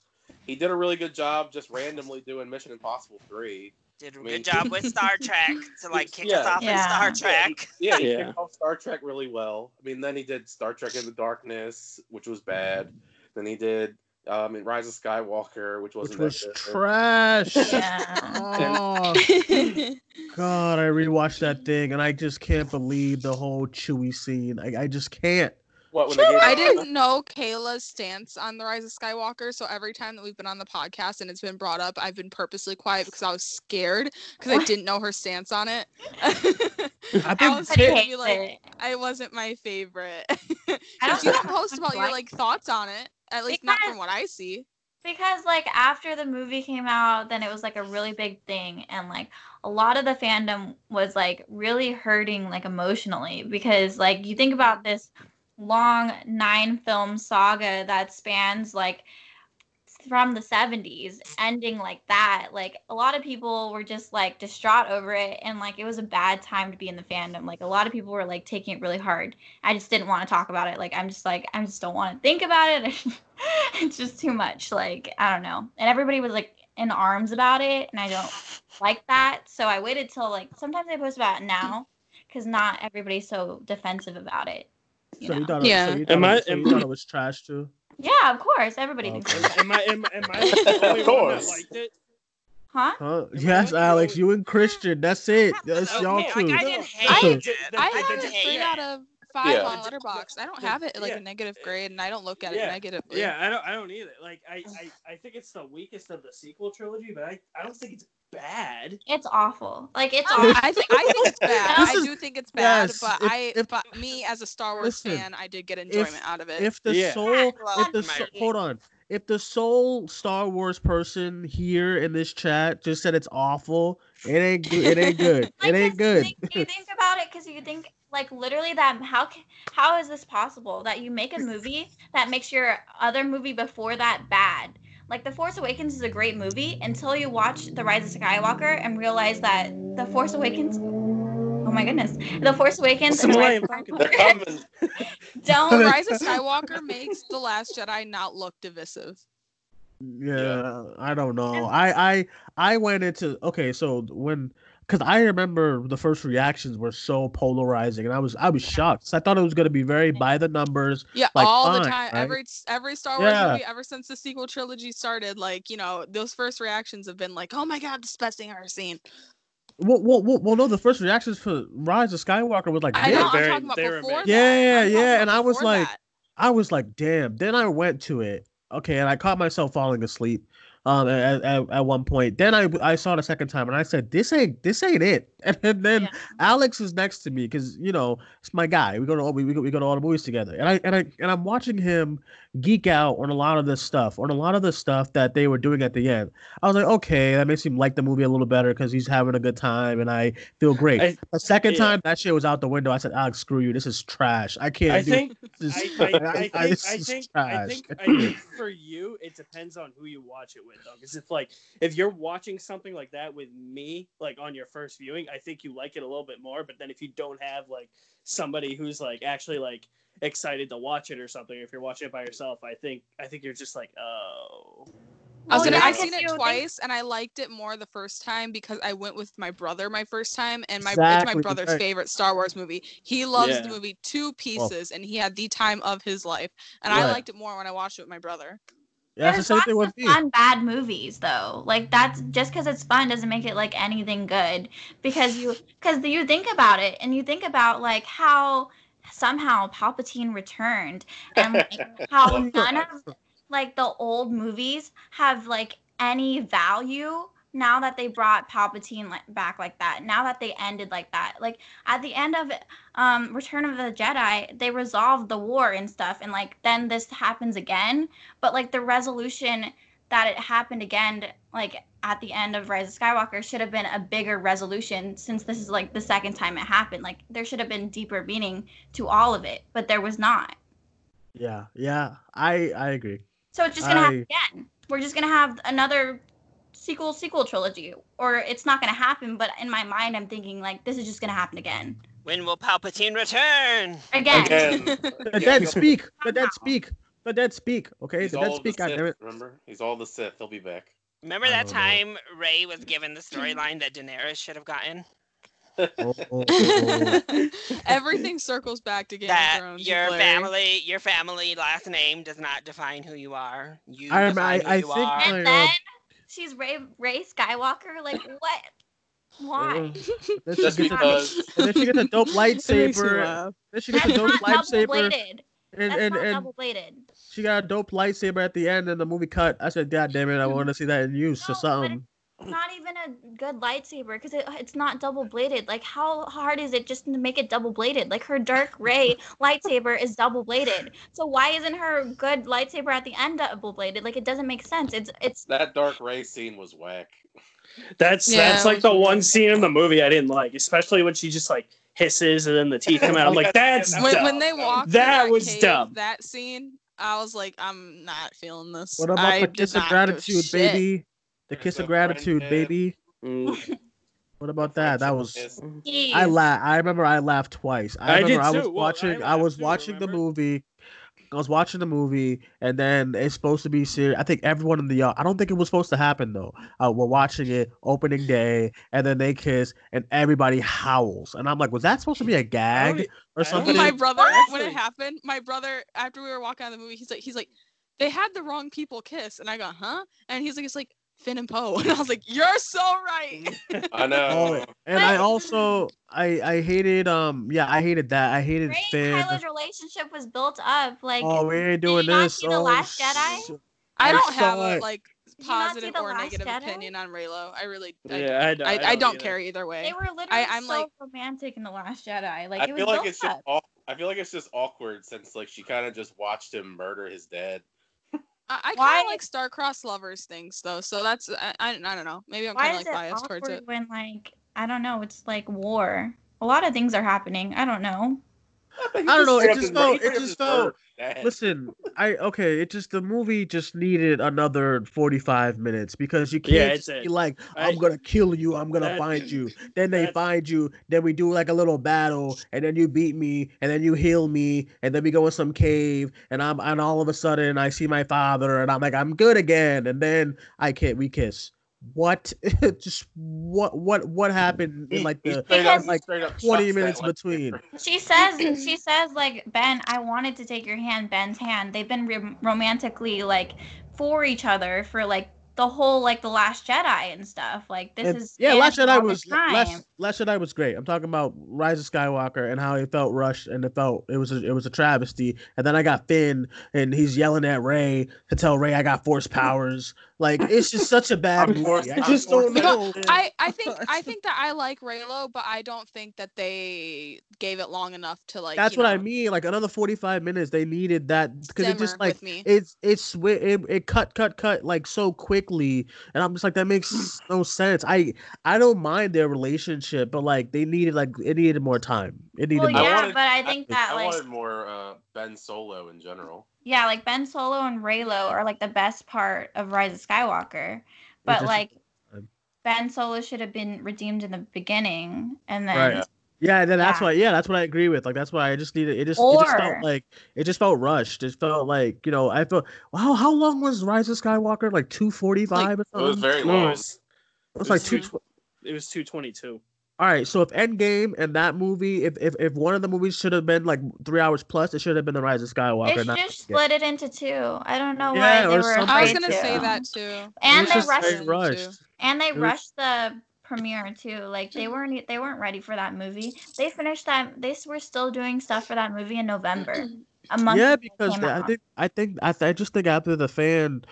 He did a really good job just randomly doing Mission Impossible three.
Did a
I mean-
good job with Star Trek to like kick us
Yeah.
off in Star
Yeah.
Trek.
Yeah, he
Yeah.
kicked off Star Trek really well. I mean, then he did Star Trek in the Darkness, which was bad. Then he did um, Rise of Skywalker, which wasn't
Which was
that good.
trash.
Yeah.
Oh, God, I rewatched that thing and I just can't believe the whole Chewie scene. I, I just can't.
What when they gave
I didn't know Kayla's stance on the Rise of Skywalker, so every time that we've been on the podcast and it's been brought up, I've been purposely quiet because I was scared because I didn't know her stance on it.
I've
I
been
was gonna
ticked.
be like, I wasn't my favorite.
I
But
don't
you
know
don't post about your
why-
like thoughts on it, at least not from what I see.
Because like after the movie came out, then it was like a really big thing, and like a lot of the fandom was like really hurting like emotionally because like you think about this long nine film saga that spans like from the 70s ending like that like a lot of people were just like distraught over it and like it was a bad time to be in the fandom like a lot of people were like taking it really hard i just didn't want to talk about it like i'm just like i just don't want to think about it it's just too much like i don't know and everybody was like in arms about it and i don't like that so i waited till like sometimes i post about it now because not everybody's so defensive about about it
So you thought,
Yeah.
it, so you thought,
Am
it,
I-
so you
am-
thought it was trash too?
yeah of course everybody thinks
Okay.
Am I am, am I the only one that
Of course.
liked it?
huh
Huh? Yes, Alex, you and Christian. That's it. That's
Okay,
y'all
like,
two.
I didn't hate
I-
it.
I
I
have
didn't
it three
hate
out
it.
of five
Yeah.
on Letterbox. I don't have it like
Yeah.
a negative grade, and I don't look at it
Yeah.
negatively.
Yeah, I don't I don't either. Like I, I I think it's the weakest of the sequel trilogy, but I I don't think it's bad.
it's awful like it's awful
I think I think it's bad.
Oh. This
I
is-
do think it's bad,
yes,
but
if-
I
if-
but me as a Star Wars
listen,
fan, I did get enjoyment out of it.
If the
Yeah.
soul, if the
Well,
so, hold on, if the sole Star Wars person here in this chat just said it's awful, it ain't good. It ain't good. It ain't good.
you think about it because you think like literally that how ca- how is this possible that you make a movie that makes your other movie before that bad like the force awakens is a great movie until you watch the rise of skywalker and realize that the force awakens oh my goodness the force awakens and the Rise of
They're coming.
Skywalker don't
The Rise of Skywalker makes The Last Jedi not look divisive.
Yeah, I don't know. I I I went into okay, so when because I remember the first reactions were so polarizing, and I was I was shocked. 'cause I thought it was gonna be very by the numbers.
Yeah,
like,
all the
fine,
time.
right?
Every every Star Wars
Yeah.
movie ever since the sequel trilogy started, like you know, those first reactions have been like, "Oh my god, this is the best thing I've ever seen."
Well, well, well, well, no. The first reactions for Rise of Skywalker was like,
I
"Damn."
know, I'm Very- talking about they were before amazing. that.
yeah,
I'm talking
yeah.
about
And I was
before
like,
that.
I was like, damn. Then I went to it, okay, and I caught myself falling asleep, um, at, at, at one point. Then I I saw it a second time, and I said, this ain't this ain't it. And, then Alex is next to me because you know it's my guy. We go to all we, we go we go to all the movies together, and I and I and I'm watching him geek out on a lot of this stuff, on a lot of the stuff that they were doing at the end. I was like, okay, that makes him like the movie a little better because he's having a good time, and I feel great.
I-
the second
yeah.
time that shit was out the window, I said, Alex, screw you. This is trash. I can't.
I
do
think
This
I,
is-
I, I think,
this
I,
is
think, I,
trash.
think, I think for you, it depends on who you watch it with, though. Because if like if you're watching something like that with me, like on your first viewing, I think you like it a little bit more. But then if you don't have like somebody who's like actually like excited to watch it or something, if you're watching it by yourself, I think I think you're just like, oh.
I was
You
gonna.
know?
I've seen it twice, and I liked it more the first time because I went with my brother my first time, and my it's my
Exactly,
brother's
right.
favorite Star Wars movie. He loves the
Yeah.
movie two pieces, and he had the time of his life. And I
Right.
liked it more when I watched it with my brother.
Yeah, it's the
There's
same
lots
thing with
of fun bad movies though. Like that's just because it's fun doesn't make it like anything good because you because you think about it and you think about like how somehow Palpatine returned and like, how none of like the old movies have like any value now that they brought Palpatine like, back like that. Now that they ended like that, like at the end of um, Return of the Jedi, they resolved the war and stuff, and like then this happens again. But like the resolution that it happened again, like at the end of Rise of Skywalker, should have been a bigger resolution since this is like the second time it happened. Like there should have been deeper meaning to all of it, but there was not.
Yeah, yeah. I I agree.
So it's just gonna happen
I-
again. We're just gonna have another sequel sequel trilogy, or it's not gonna happen. But in my mind, I'm thinking like this is just gonna happen again.
When will Palpatine return?
Again.
The dead speak. The dead speak. The dead speak. Okay,
He's
the
all
dead
of the
speak. God
Sith,
damn it.
remember? He's all the Sith. He'll be back.
Remember that time Ray was given the storyline that Daenerys should have gotten?
oh,
Everything circles back to Game
that
of Thrones. it's
your
hilarious.
family, your family last name does not define who you are. You
I-
define
I-
who
I
you
think
are.
I,
And then she's Ray Ray Skywalker. Like what? Why?
Then she gets a, and then she gets a dope lightsaber.
laugh.
Then she gets a
That's
dope
not double
lightsaber.
bladed.
And
That's
and
not
and
double bladed.
she got a dope lightsaber at the end, and the movie cut. I said, God damn it, I want to see that in use or something.
Not even a good lightsaber because it, it's not double bladed. Like how hard is it just to make it double bladed? Like her dark ray lightsaber is double bladed. So why isn't her good lightsaber at the end double bladed? Like it doesn't make sense. It's it's
That Dark Ray scene was whack.
That's
Yeah,
that's
it
like the one scene in the movie I didn't like, especially when she just like hisses and then the teeth come out. I'm like, that's
when,
dumb.
when they walked. through
That was
cave,
dumb.
That scene, I was like, I'm not feeling this.
What about
I
the
did
kiss of
not give a
gratitude,
shit.
baby? The kiss of gratitude, baby. What about that? That was. I
Jeez.
la- I remember I laughed twice. I
I
remember
did
I, was
too. Well, I
watching. I, was watching the movie. I was watching the movie, and then it's supposed to be serious. I think everyone in the yard. I don't think it was supposed to happen though. Uh, we're watching it opening day, and then they kiss, and everybody howls, and I'm like, was that supposed to be a gag
Oh
or something?
My brother, when it happened, my brother, after we were walking out of the movie, he's like, he's like, they had the wrong people kiss, and I go, huh? And he's like, it's like Finn and Poe, and I was like, you're so right.
Mm.
I know.
Oh, and I also I I hated um yeah I hated that I hated Finn.
Kylo's relationship was built up. Like
oh, we ain't doing this.
see The
oh,
Last Jedi.
I
I
don't have
saw
a
it.
like
Did you not see
positive
The
or
Last
negative
Jedi?
opinion on Raylo. I really,
Yeah, I
I,
don't-
I,
I
I
don't
don't
either.
care either way.
They were literally
I, I'm
so
like,
romantic in the Last Jedi. Like
I
it was
feel like
built
it's
up.
just. Aw- I feel like it's just awkward since like she kind of just watched him murder his dad.
I, I kind of like star-crossed lovers things though, so that's uh, I, I, I don't know. Maybe I'm
Why
kind
is
of
it
like biased
awkward
towards it.
when like I don't know? It's like war. A lot of things are happening. I don't know.
I
don't know. It
straight up
just
just-
felt.
he
It
straight up
just
just murdered
felt.
Dad.
Listen, I okay. It just the movie just needed another forty-five minutes because you can't
Yeah,
just
it's it.
be like,
I-
"I'm gonna kill you. I'm gonna
That-
find you." Then they find you. Then we do like a little battle, and then you beat me, and then you heal me, and then we go in some cave, and I'm and all of a sudden I see my father, and I'm like, "I'm good again," and then I can't. We kiss. What? just what? What? What happened in like the
straight up-
like
straight up
twenty
chucks that
minutes between?
She says, she says, like Ben, I wanted to take your hand, Ben's hand. They've been re- romantically like for each other for like the whole like the Last Jedi and stuff. Like this
And-
is
yeah.
Anakin
Last Jedi
all the
was
time.
last, last Jedi was great. I'm talking about Rise of Skywalker and how it felt rushed and it felt it was a, it was a travesty. And then I got Finn and he's yelling at Ray to tell Ray I got force powers. Like it's just such a bad movie. I just don't know.
I, I think I think that I like Raylo, but I don't think that they gave it long enough to like.
That's
you
what
know,
I mean. Like another forty-five minutes, they needed that because it just
Simmer
like
with me.
it's it's swi- it, it cut cut cut like so quickly, and I'm just like that
Hmm.
makes no sense. I I don't mind their relationship, but like they needed like it needed more time. It needed.
Well,
more
yeah,
time.
but I think that
I
like
wanted more uh, Ben Solo in general.
yeah, like Ben Solo and Raylo are like the best part of Rise of Skywalker,
It's
but
just-
like Ben Solo should have been redeemed in the beginning, and then
Right. uh, Yeah, and then that's
Yeah.
why. Yeah, that's what I agree with. Like that's why I just needed. It just, it just
Or-
felt like it just felt rushed. It felt like you know I felt wow. How long was Rise of Skywalker? Like two forty five or
It
something.
was very
No,
long.
It was like two.
It was two twenty two.
All right, so if Endgame and that movie, if if, if one of the movies should have been like three hours plus, it should have been The Rise of Skywalker.
they should
not
have
Endgame.
split it into two. I don't know why
Yeah,
they
or
were.
something.
I was
afraid
gonna say
to.
that too.
And
was
they
just very
rushed.
rushed.
And they
It was-
rushed the premiere too. Like they weren't e- they weren't ready for that movie. They finished that. They s- were still doing stuff for that movie in November. A month.
yeah,
before it
because
came
the- I
out.
think I think I, th- I just think after the fan,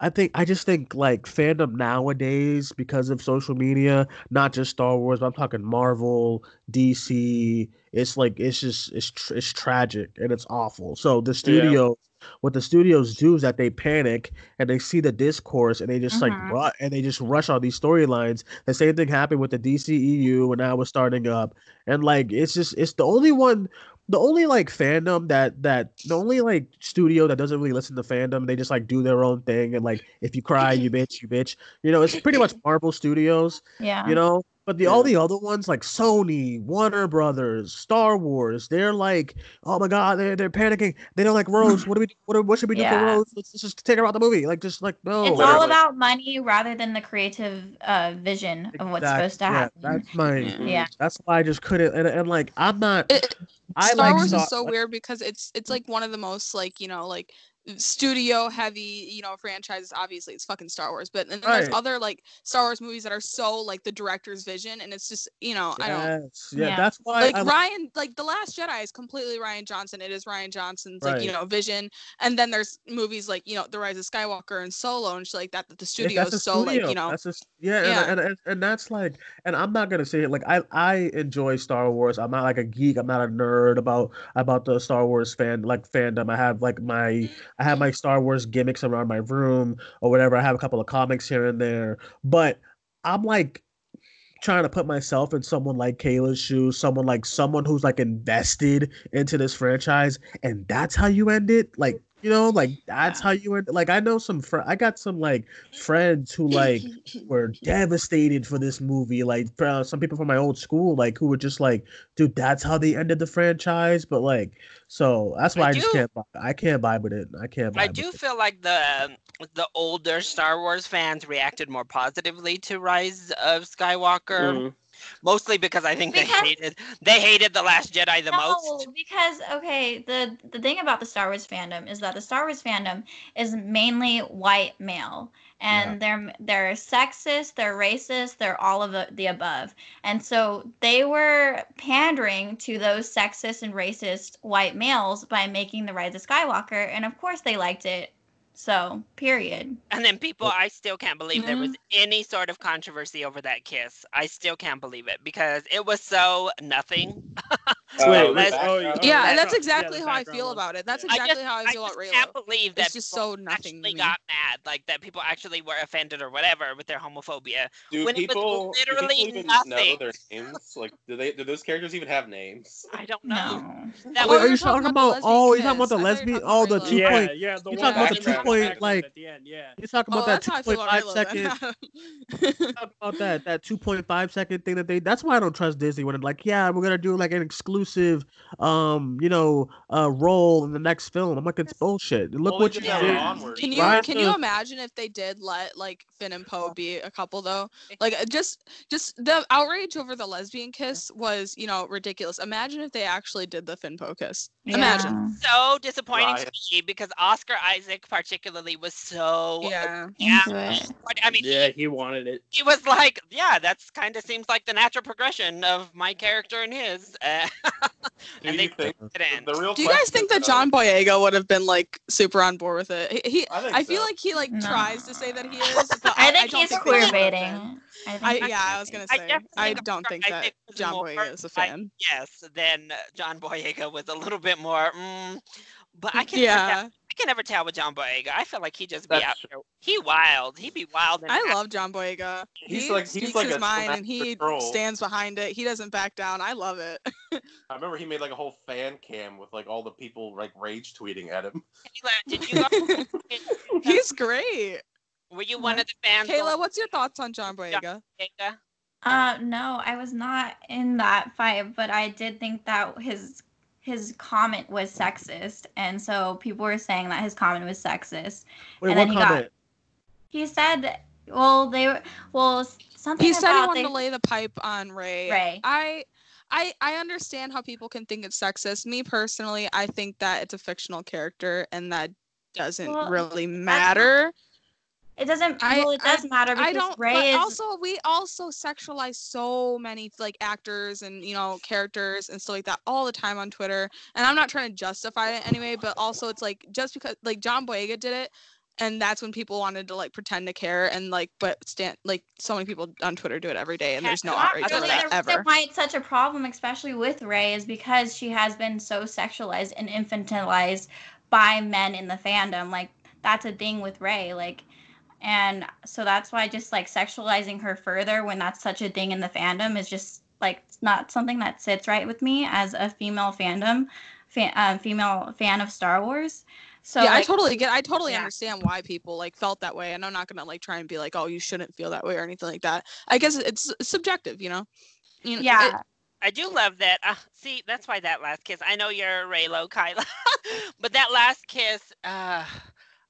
I think I just think like fandom nowadays because of social media, not just Star Wars, but I'm talking Marvel, DC. It's like it's just it's tr- it's tragic and it's awful. So the studio, what the studios do is that they panic and they see the discourse and they just
Mhm.
like ru- and they just rush all these storylines. The same thing happened with the DCEU when I was starting up, and like it's just it's the only one the only like fandom that that the only like studio that doesn't really listen to fandom they just like do their own thing and like if you cry you bitch you bitch you know it's pretty much marvel studios
Yeah.
you know but the all the other ones like sony warner brothers star wars they're like oh my god they're, they're panicking they don't like rose what do we do what, do- what should we do
Yeah.
for rose let's, let's just take her out the movie like just like no
It's all
Literally.
about money rather than the creative uh, vision of what's
Exact-
supposed to
yeah,
happen.
that's my
Yeah.
that's why i just couldn't and, and like i'm not i
Star
like
Wars
Star-
is so weird because it's it's like one of the most like you know like studio heavy you know franchises. Obviously, it's fucking Star Wars, but and then there's
Right.
other like Star Wars movies that are so like the director's vision, and it's just you know I don't.
Yes, yeah, that's why
like
I
Ryan, like The Last Jedi is completely Ryan Johnson. It is Ryan Johnson's like you
Right.
know vision, and then there's movies like you know The Rise of Skywalker and Solo and shit like that. That the
If
studio
that's a
is so like
studio,
you know
that's just yeah,
Yeah.
And, and and that's like and i'm not gonna say it like i i enjoy star wars i'm not like a geek i'm not a nerd about about the star wars fan like fandom i have like my i have my
Mm-hmm.
star wars gimmicks around my room or whatever i have a couple of comics here and there but i'm like trying to put myself in someone like Kayla's shoes, someone like someone who's like invested into this franchise, and that's how you end it. Like you know, like that's how you end. Like I know some fr- I got some like friends who like were devastated for this movie. Like fr- uh, some people from my old school, like who were just like, dude, that's how they ended the franchise. But like, so that's why I,
I
just
do-
can't. Buy- I can't vibe with it. I can't. Vibe
I
with
do
it.
feel like the um, the older Star Wars fans reacted more positively to Rise of
Mm-hmm.
Skywalker,
Mhm.
mostly because I think
Because-
they hated they hated the Last Jedi the most.
because okay, the the thing about the Star Wars fandom is that the Star Wars fandom is mainly white male, and they're they're sexist, they're racist, they're all of the, the above, and so they were pandering to those sexist and racist white males by making the Rise of Skywalker, and of course they liked it. So period.
And then people, I still can't believe there was
Mm-hmm.
any sort of controversy over that kiss. I still can't believe it because it was so nothing.
Uh,
Wait, wait,
Let's-
oh, yeah,
yeah,
let's-
and that's exactly how I feel about it. That's exactly how I feel about Raylo.
can't believe that
it's just
people
so nothing. to
actually
me.
got mad, like that people actually were offended or whatever with their homophobia.
Do
when
people
it was
do
literally
people even know
nothing.
their names? Like, do they do those characters even have names?
I don't know.
Oh,
That
wait,
was
are you talking about? Oh, you talking about the lesbian? Oh, the two
Yeah,
point.
yeah, the
you
one
talking about the
that came
two
out
point
backwards
like?
at the end, yeah.
You talking
Oh,
about
that's how I
that two
feel
point
about
five
Halo
second?
then.
talking about that that two point five second thing that they. That's why I don't trust Disney when it's like, yeah, we're gonna do like an exclusive exclusive, um, you know, uh, role in the next film. I'm like, it's bullshit. Look what you
Yeah.
did.
Can you
Ryan
can you
Reynolds-
imagine if they did let like Finn and Poe be a couple though? Like uh, just just the outrage over the lesbian kiss was you know ridiculous. Imagine if they actually did the Finn Poe kiss. Imagine.
So disappointing
Right.
to me because Oscar Isaac particularly was so
Yeah.
I mean,
yeah, he wanted it.
he was like, yeah, that's kind of seems like the natural progression of my character and his. Uh, and they
Mm-hmm.
didn't.
The real
Do you guys think that John Boyega would have been like super on board with it? He, he I,
think
feel
so.
like he like
No.
tries to say that he is. But
I
I,
think
I don't
he's
think
queer
they would have
baiting.
been.
I think
I,
he's
yeah,
queer
I was gonna
I
say
definitely
I, don't think
I
that
think it was
John
more-
Boyega is a
I-
fan.
yes, then uh, John Boyega was a little bit more. Mm, but I can never
Yeah.
tell, I can never tell with John Boyega. I feel like he just be
That's
out there. He wild. He be wild. And
I love John Boyega.
He's
he
like- he's
speaks
like
his
a
mind and he
troll.
stands behind it. He doesn't back down. I love it.
I remember he made like a whole fan cam with like all the people like rage tweeting at him.
He's great.
Were you one of the fans?
Kayla, what's your thoughts on John Boyega?
Boyega?
Uh, no, I was not in that fight, but I did think that his his comment was sexist, and so people were saying that his comment was sexist.
Wait,
and
what
he
comment?
he said, well, they were, well, s- something
He said he
about
wanted
they-
to lay the pipe on Ray.
Ray.
I I I understand how people can think it's sexist. Me personally, I think that it's a fictional character and that doesn't
Well,
really
that's-
matter.
It doesn't. well, it does matter because
I don't. but
Ray is.
also, we also sexualize so many like actors and you know characters and stuff like that all the time on Twitter. And I'm not trying to justify it anyway, but also it's like just because like John Boyega did it, and that's when people wanted to like pretend to care and like but stand like so many people on Twitter do it every day, and there's no
Not
outrage over
really.
that
The reason
ever.
why it's such a problem, especially with Ray, is because she has been so sexualized and infantilized by men in the fandom. Like that's a thing with Ray. Like, and so that's why just like sexualizing her further when that's such a thing in the fandom is just like it's not something that sits right with me as a female fandom, fan, uh, female fan of Star Wars. So
yeah, I
like-
totally get. I totally
Yeah.
understand why people like felt that way, and I'm not gonna like try and be like, oh, you shouldn't feel that way or anything like that. I guess it's subjective, you know. You know, it-
I do love that. Uh, see, that's why that last kiss. I know you're Raylo, Kyla, but that last kiss. Uh,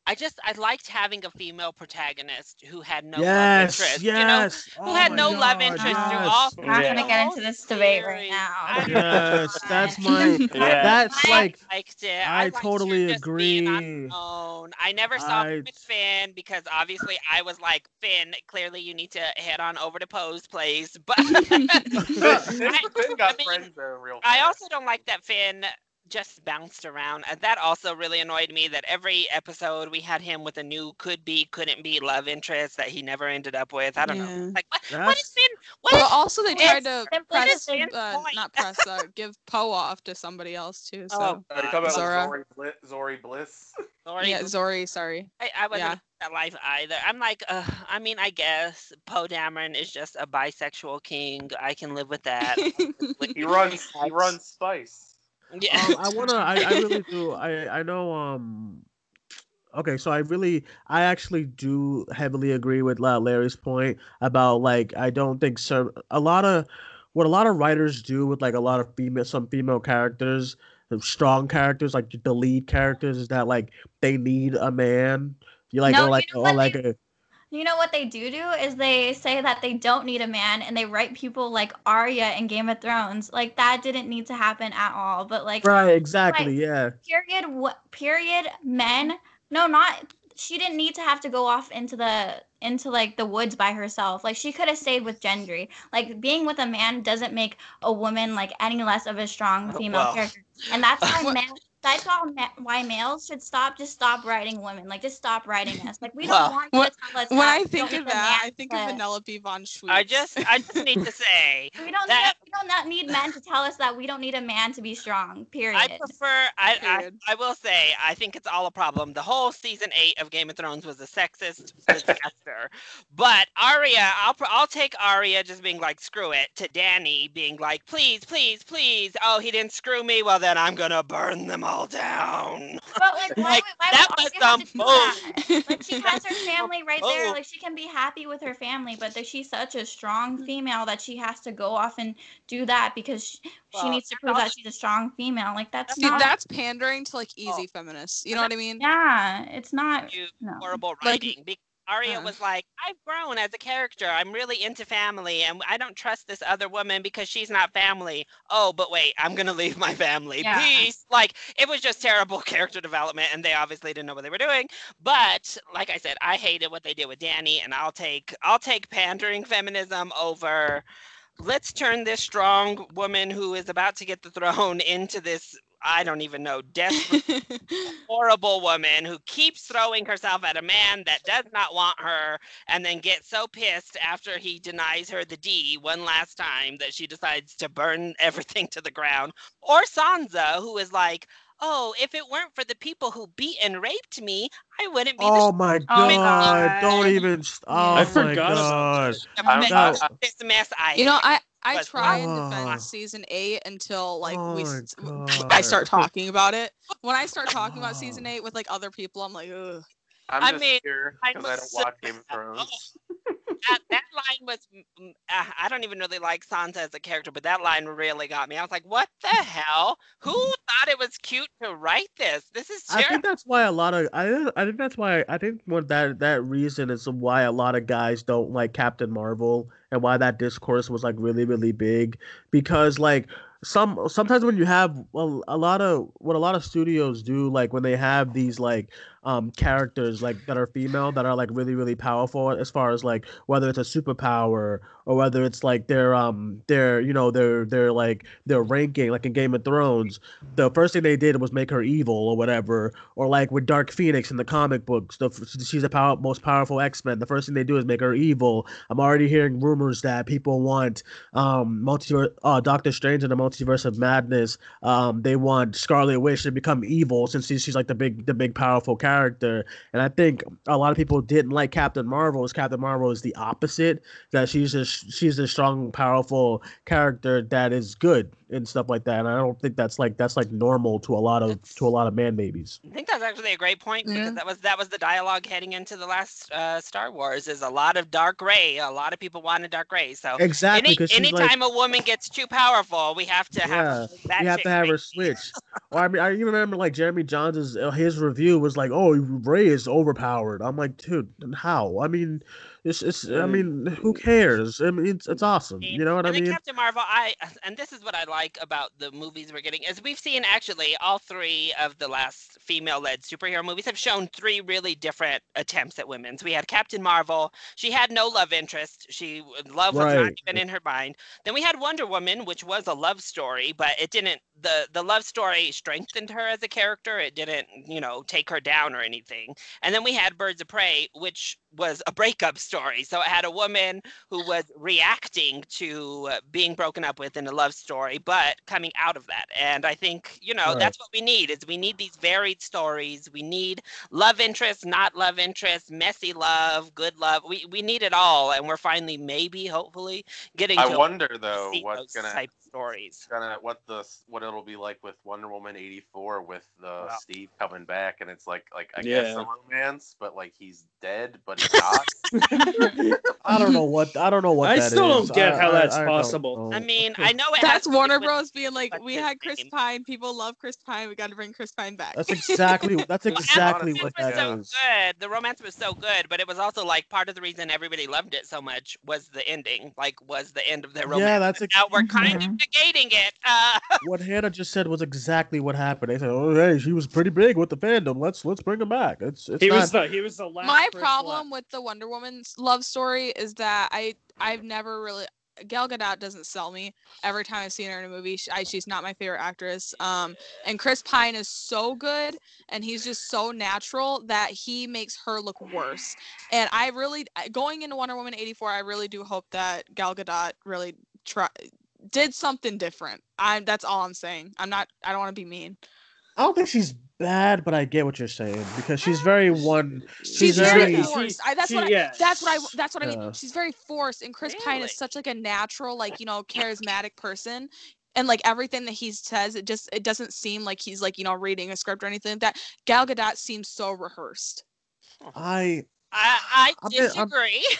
I just I liked having a female protagonist who had no love
yes,
interest. You know,
yes. oh
who had no love interest through all.
I'm not gonna get into this debate right now.
yes, that's my.
Yeah.
That's
I
like.
liked it. I
I,
liked her
totally agree.
own. I never saw
I-
her with Finn because obviously I was like, Finn, clearly you need to head on over to Poe's place. But
Finn got friends there real
I also don't like that Finn just bounced around. Uh, That also really annoyed me that every episode we had him with a new could be, couldn't be love interest that he never ended up with. I don't
Yeah.
know. Like what, what is Finn? What
But
is-
also, they
what is-
tried to
what
press,
is Finn's
uh,
point?
not press, uh, give Poe off to somebody else too.
Oh,
So
Uh, you talk about
Zora,
Zori, Bli- Zori Bliss.
Sorry.
yeah, Zori, sorry.
I, I wasn't
Yeah.
about that life either. I'm like, uh, I mean, I guess Poe Dameron is just a bisexual king. I can live with that.
He runs. He runs Spice.
Yeah.
Um, I wanna. I, I really do. I I know. Um. Okay, so I really, I actually do heavily agree with La- Larry's point about like I don't think so. A lot of what a lot of writers do with like a lot of female, some female characters, strong characters, like the lead characters, is that like they need a man. You like
No,
or
you
like
know
or
what
like
they-
a.
You know what they do do is they say that they don't need a man and they write people like Arya in Game of Thrones. Like that didn't need to happen at all. But like
Right, exactly.
like,
yeah.
period what period men no not she didn't need to have to go off into the into like the woods by herself like she could have stayed with gendry like being with a man doesn't make a woman like any less of a strong
Oh,
female
well.
character and that's why men that's why, ma- why males should stop just stop writing women like just stop writing us like we don't
Well,
want you
When,
to tell us
when
that
I
we
think
don't
of
need a
that,
man
I think
to-
of Penelope von Schweetz.
I just, I just need to say
we don't need
that
a, we don't not need men to tell us that we don't need a man to be strong period
I prefer. I, I, I will say, I think it's all a problem. The whole season eight of Game of Thrones was a sexist disaster. but Arya, I'll, pr- I'll take Arya just being like, screw it, to Danny being like, please, please, please. Oh, he didn't screw me. Well, then I'm gonna burn them all. fall down.
But like, why,
Like,
would- why
that
would
was
Audrey have
some
to do that? Like she has her family right there. Like she can be happy with her family, but that she's such a
Mm.
strong female that she has to go off and do that because she, she
Well,
needs to prove that she's a strong female. Like that's
Dude,
not.
that's pandering to like
Oh.
easy feminists. You know what I mean?
Yeah, it's not. no.
horrible
Like-
writing. because Aria was like, I've grown as a character. I'm really into family, and I don't trust this other woman because she's not family. Oh, but wait, I'm gonna leave my family.
Yeah.
Peace. Like it was just terrible character development, and they obviously didn't know what they were doing. But like I said, I hated what they did with Danny, and I'll take I'll take pandering feminism over. Let's turn this strong woman who is about to get the throne into this. I don't even know, desperate horrible woman who keeps throwing herself at a man that does not want her and then gets so pissed after he denies her the D one last time that she decides to burn everything to the ground. Or Sansa, who is like, Oh, if it weren't for the people who beat and raped me, I wouldn't be
Oh
the
my
Oh my
god!
God.
Don't even. St- oh
I
my
forgot about
god!
I'm-
That-
I'm- this mess I
You know, I I
was- Oh
try and
Ah.
defend season eight until like we
my
s- I start talking about it. When I start talking about season eight with like other people, I'm like, ugh.
I'm
I
just
mean,
here
I
because I don't
was-
watch Game of Thrones.
that, that line was mm, uh, I don't even really like Sansa as a character, but that line really got me. I was like, what the hell? Who
Mm-hmm.
thought it was cute to write this? This is
I
terrible.
think that's why a lot of I I think that's why I think one that that reason is why a lot of guys don't like Captain Marvel and why that discourse was like really really big because like some sometimes when you have a, a lot of what a lot of studios do like when they have these like um characters like that are female that are like really really powerful as far as like whether it's a superpower or whether it's like their um their you know their their like their ranking like in Game of Thrones the first thing they did was make her evil or whatever or like with Dark Phoenix in the comic books the, she's the power, most powerful X-Men the first thing they do is make her evil I'm already hearing rumors that people want um multi uh, Doctor Strange in the multiverse of madness um they want Scarlet Witch to become evil since she's, she's like the big the big powerful character and I think a lot of people didn't like Captain Marvel as Captain Marvel is the opposite that she's a she's a strong, powerful character that is good and stuff like that. And I don't think that's like that's like normal to a lot of to a lot of man babies.
I think that's actually a great point because that was that was the dialogue heading into the last uh, Star Wars is a lot of dark gray. A lot of people wanted dark gray. So
Exactly,
any,
'cause she's like-
anytime a woman gets too powerful, we have to
Yeah,
have that
you have
chick
to have her switch. or I mean, I even remember like Jeremy Johns's uh, his review was like, "Oh, Ray is overpowered." I'm like, dude, then how? I mean, it's it's. I mean, who cares? I mean, it's, it's awesome. You know what I
And then
mean?
Captain Marvel, I and this is what I like about the movies we're getting is we've seen actually all three of the last female-led superhero movies have shown three really different attempts at women. So we had Captain Marvel. She had no love interest. She love was not
Right.
even in her mind. Then we had Wonder Woman, which was a love story, but it didn't. the The love story strengthened her as a character. It didn't, you know, take her down or anything. And then we had Birds of Prey, which was a breakup story. So it had a woman who was reacting to uh, being broken up with in a love story, but coming out of that. And I think, you know,
Right.
that's what we need is we need these varied stories. We need love interest, not love interest, messy love, good love. We we need it all. And we're finally maybe hopefully getting
I
to
wonder though
see
what's
those
gonna
type stories.
Gonna what the what it'll be like with Wonder Woman eighty four with the
Wow.
Steve coming back and it's like like I
Yeah.
guess a romance, but like he's dead, but he's not.
I don't know what I don't know what.
I
that
still don't
is.
get how that's
don't
possible.
know.
I mean, I know it has
Oh, That's
to
Warner
do with-
Bros. being like, we had Chris Pine. People love Chris Pine. We got to bring Chris Pine back.
That's exactly that's
Well,
exactly
Avatar
what that
was so
is.
good. The romance was so good, but it was also like part of the reason everybody loved it so much was the ending. Like, was the end of their romance.
Yeah, that's
now we're
Mm-hmm.
kind of negating it. Uh,
what Hannah just said was exactly what happened. They said, "Oh, hey, she was pretty big with the fandom. Let's let's bring her back." It's, it's
he
not,
was the he was the last.
My
Chris
problem with the Wonder Woman's love story is that I I've never really Gal Gadot doesn't sell me. Every time I've seen her in a movie, she, I, she's not my favorite actress. Um, and Chris Pine is so good, and he's just so natural that he makes her look worse. And I really, going into Wonder Woman '84, I really do hope that Gal Gadot really try, did something different. I that's all I'm saying. I'm not. I don't want to be mean.
I don't think she's bad, but I get what you're saying because she's very one. She's,
Mm. She's
very.
very forced. I, that's
she-
what I.
yeah.
That's what I. That's what I
Yeah.
mean. She's very forced, and Chris Pine is such like a natural, like you know, charismatic person. and like everything that he says, it just it doesn't seem like he's like you know reading a script or anything like that. Gal Gadot seems so rehearsed.
I
I, I
I'm in- I'm-
disagree.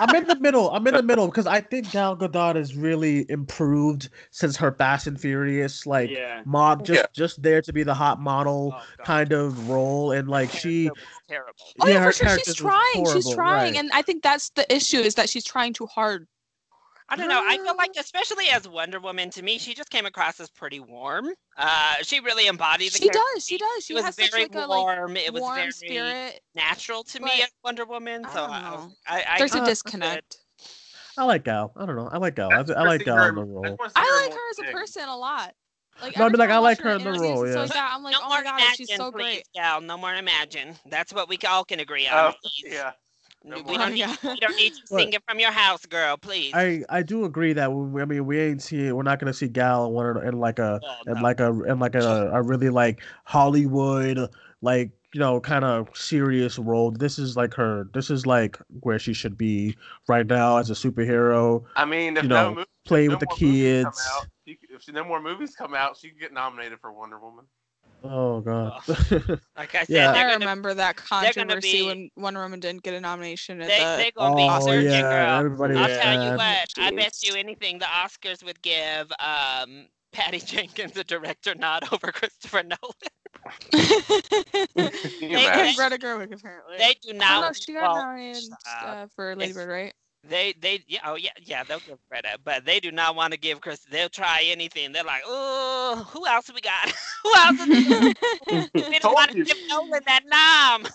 I'm in the middle. I'm in the middle because I think Gal Gadot has really improved since her Fast and Furious like
Yeah.
mod just just there to be the hot model kind of role and like she
terrible.
Oh yeah,
her
for sure.
character
She's
was
trying.
horrible,
she's trying,
right.
and I think that's the issue is that she's trying too hard.
I don't know. I feel like, especially as Wonder Woman, to me, she just came across as pretty warm. Uh, she really embodied the
She
character.
does. She does. She
She was
has such,
very
like, a, like,
warm. it was
warm
very
spirit.
natural to me
Like,
as Wonder Woman. So I, I, was- I, I
There's a
kinda-
disconnect.
I like Gal. I don't know. I like Gal. I, I like Gal in the role.
I like her as a person a lot. Like
No, I
every
mean, like,
time
I like
watch
her in the
interviews
role,
and stuff
yeah.
like that, I'm like, oh my god, she's
Imagine,
so
please,
great.
Gal. No more imagine. That's what we all can agree
Oh,
on. yeah. we, don't need, we don't need you
What?
singing from your house, girl. Please.
I I do agree that we, I mean we ain't see we're not gonna see Gal in one of the- in like
Oh,
a in like a in like a, a really like Hollywood like you know kind of serious role. This is like her. This is like where she should be right now as a superhero.
I mean, if
you know,
no movie,
playing
no
with the
more movies come
kids.
out, she could- if she, no more movies come out, she could get nominated for Wonder Woman.
Oh god.
like I said,
yeah.
I remember that
gonna
controversy
be-
when Wonder Woman didn't get a nomination at
They-
the
they
gonna be Oh, searching, yeah, girl. everybody
I'll
was
tell you
mad.
what.
I bet you anything the Oscars would give um, Patty Jenkins the director nod over Christopher Nolan.
And Greta Gerwig apparently.
They do
I don't
not
know, Oh, she got
want-
nominated uh, for Lady Bird, right?
They they yeah oh yeah yeah they'll give Greta, but they do not want to give Chris. They'll try anything. They're like, oh, who else we got? who else? Is we don't
Told
want to
you.
give Nolan that nom.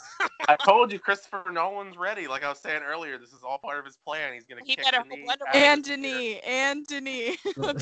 I told you, Christopher Nolan's ready. Like I was saying earlier, this is all part of his plan. He's gonna
He
kick
better
the knee
Wonder
out of
And Denis, and Denis.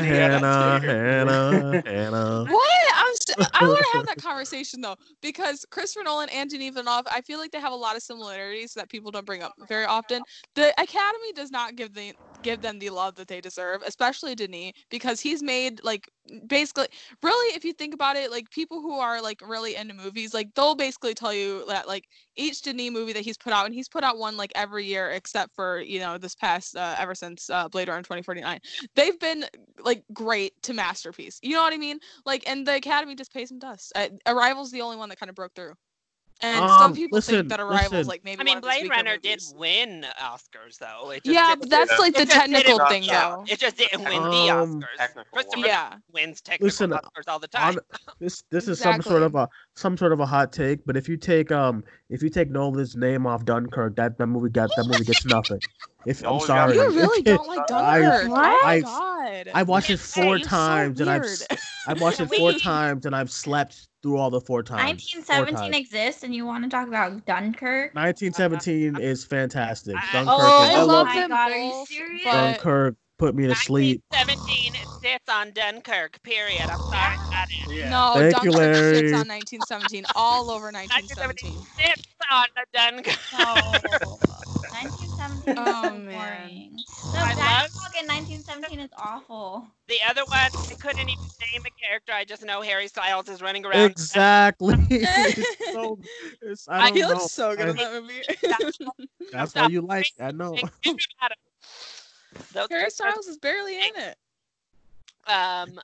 Yeah,
Hannah, Hannah, Hannah.
What? I'm st- I want to have that conversation though, because Christopher Nolan and Denis Villeneuve, I feel like they have a lot of similarities that people don't bring up very often. The Academy does not give the give them the love that they deserve, especially Denis, because he's made like basically really if you think about it, like people who are like really into movies, like they'll basically tell you that like each Denis movie that he's put out, and he's put out one like every year except for you know this past uh, ever since uh, Blade Runner 2049, they've been like great to masterpiece. You know what I mean? Like, and the Academy just pays them dust. Uh, Arrival's the only one that kind of broke through. And some
Um,
people
listen,
think that Arrival's
listen.
like maybe.
I mean, Blade Runner did win Oscars though. It just
Yeah,
didn't-
but that's, Yeah. like, the
it just didn't-
technical thing,
yeah,
though.
It just didn't win the
Um,
Oscars. Christopher
Yeah.
wins technical
Listen,
Oscars all the
on-
time.
this this is some sort of a some sort of a hot take, but if you take um if you take Nolan's name off Dunkirk, that that movie got that movie gets nothing. If I'm
Nolan got
sorry,
You really don't like Dunkirk. Oh my
I,
God.
I, I watched it
Hey,
four
you're so
times and I've s-
weird.
I've watched it four
Wait.
times and I've slept through all the four times. Four
1917
times.
exists, and you want to talk about Dunkirk?
1917 is fantastic. Dunkirk,
oh,
is-
I love
my
them
God,
both.
are you
serious?
Dunkirk put me to sleep.
17 sits on Dunkirk. Period. I'm sorry about it.
No,
Thank you,
Dunkirk shits
Larry.
on 1917, all over 1917.
Sits on the Dunkirk.
oh man.
The
I
dialogue in 1917 is awful.
The other one, I couldn't even name a character. I just know Harry Styles is running around.
Exactly. It's so- it's- I don't know. I-
movie.
That's why you like. it, I know.
Harry Styles is barely in it.
Um,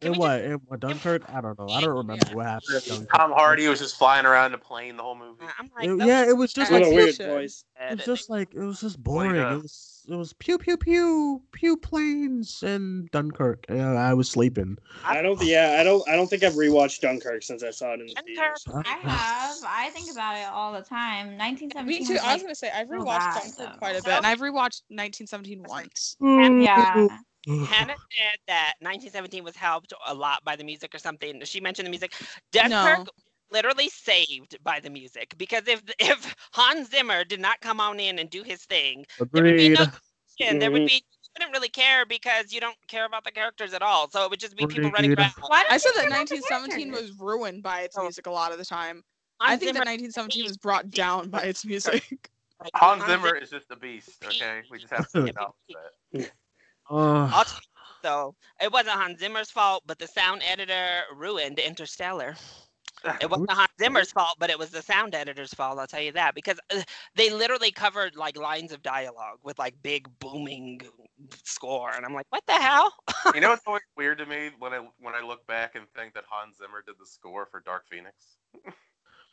And what? And what? Dunkirk? I don't know. I don't remember what happened. in Dunkirk.
Tom Hardy was just flying around in a plane the whole movie.
Mm.
It- yeah, it was just
What
like
a weird
it Oh was
voice.
just like it was just boring. It was it was pew pew pew pew planes and Dunkirk. And I was sleeping.
I don't. Yeah, I don't. I don't think I've rewatched Dunkirk since I saw it in the theaters.
I have. I think about it all the time. 1917.
Me too.
Was
I was
like,
gonna say I've
so
rewatched
bad,
Dunkirk
though.
quite a bit, and I've rewatched 1917 once.
Mm. Yeah.
Hannah said that 1917 was helped a lot by the music or something. She mentioned the music. Dunkirk literally saved by the music because if if Hans Zimmer did not come on in and do his thing,
Agreed.
and there would
Mhm.
be you wouldn't really care because you don't care about the characters at all. So it would just be people running
Agreed.
around.
I said that 1917 was ruined by
Oh.
its music a lot of the time. I think that 1917 was brought down by its music.
Hans Zimmer is just a beast. Okay, we just have to acknowledge that.
Uh,
So it wasn't Hans Zimmer's fault, but the sound editor ruined Interstellar. It wasn't Hans Zimmer's fault, but it was the sound editor's fault. I'll tell you that because uh, they literally covered like lines of dialogue with like big booming score, and I'm like, what the hell?
you know what's always weird to me when I when I look back and think that Hans Zimmer did the score for Dark Phoenix.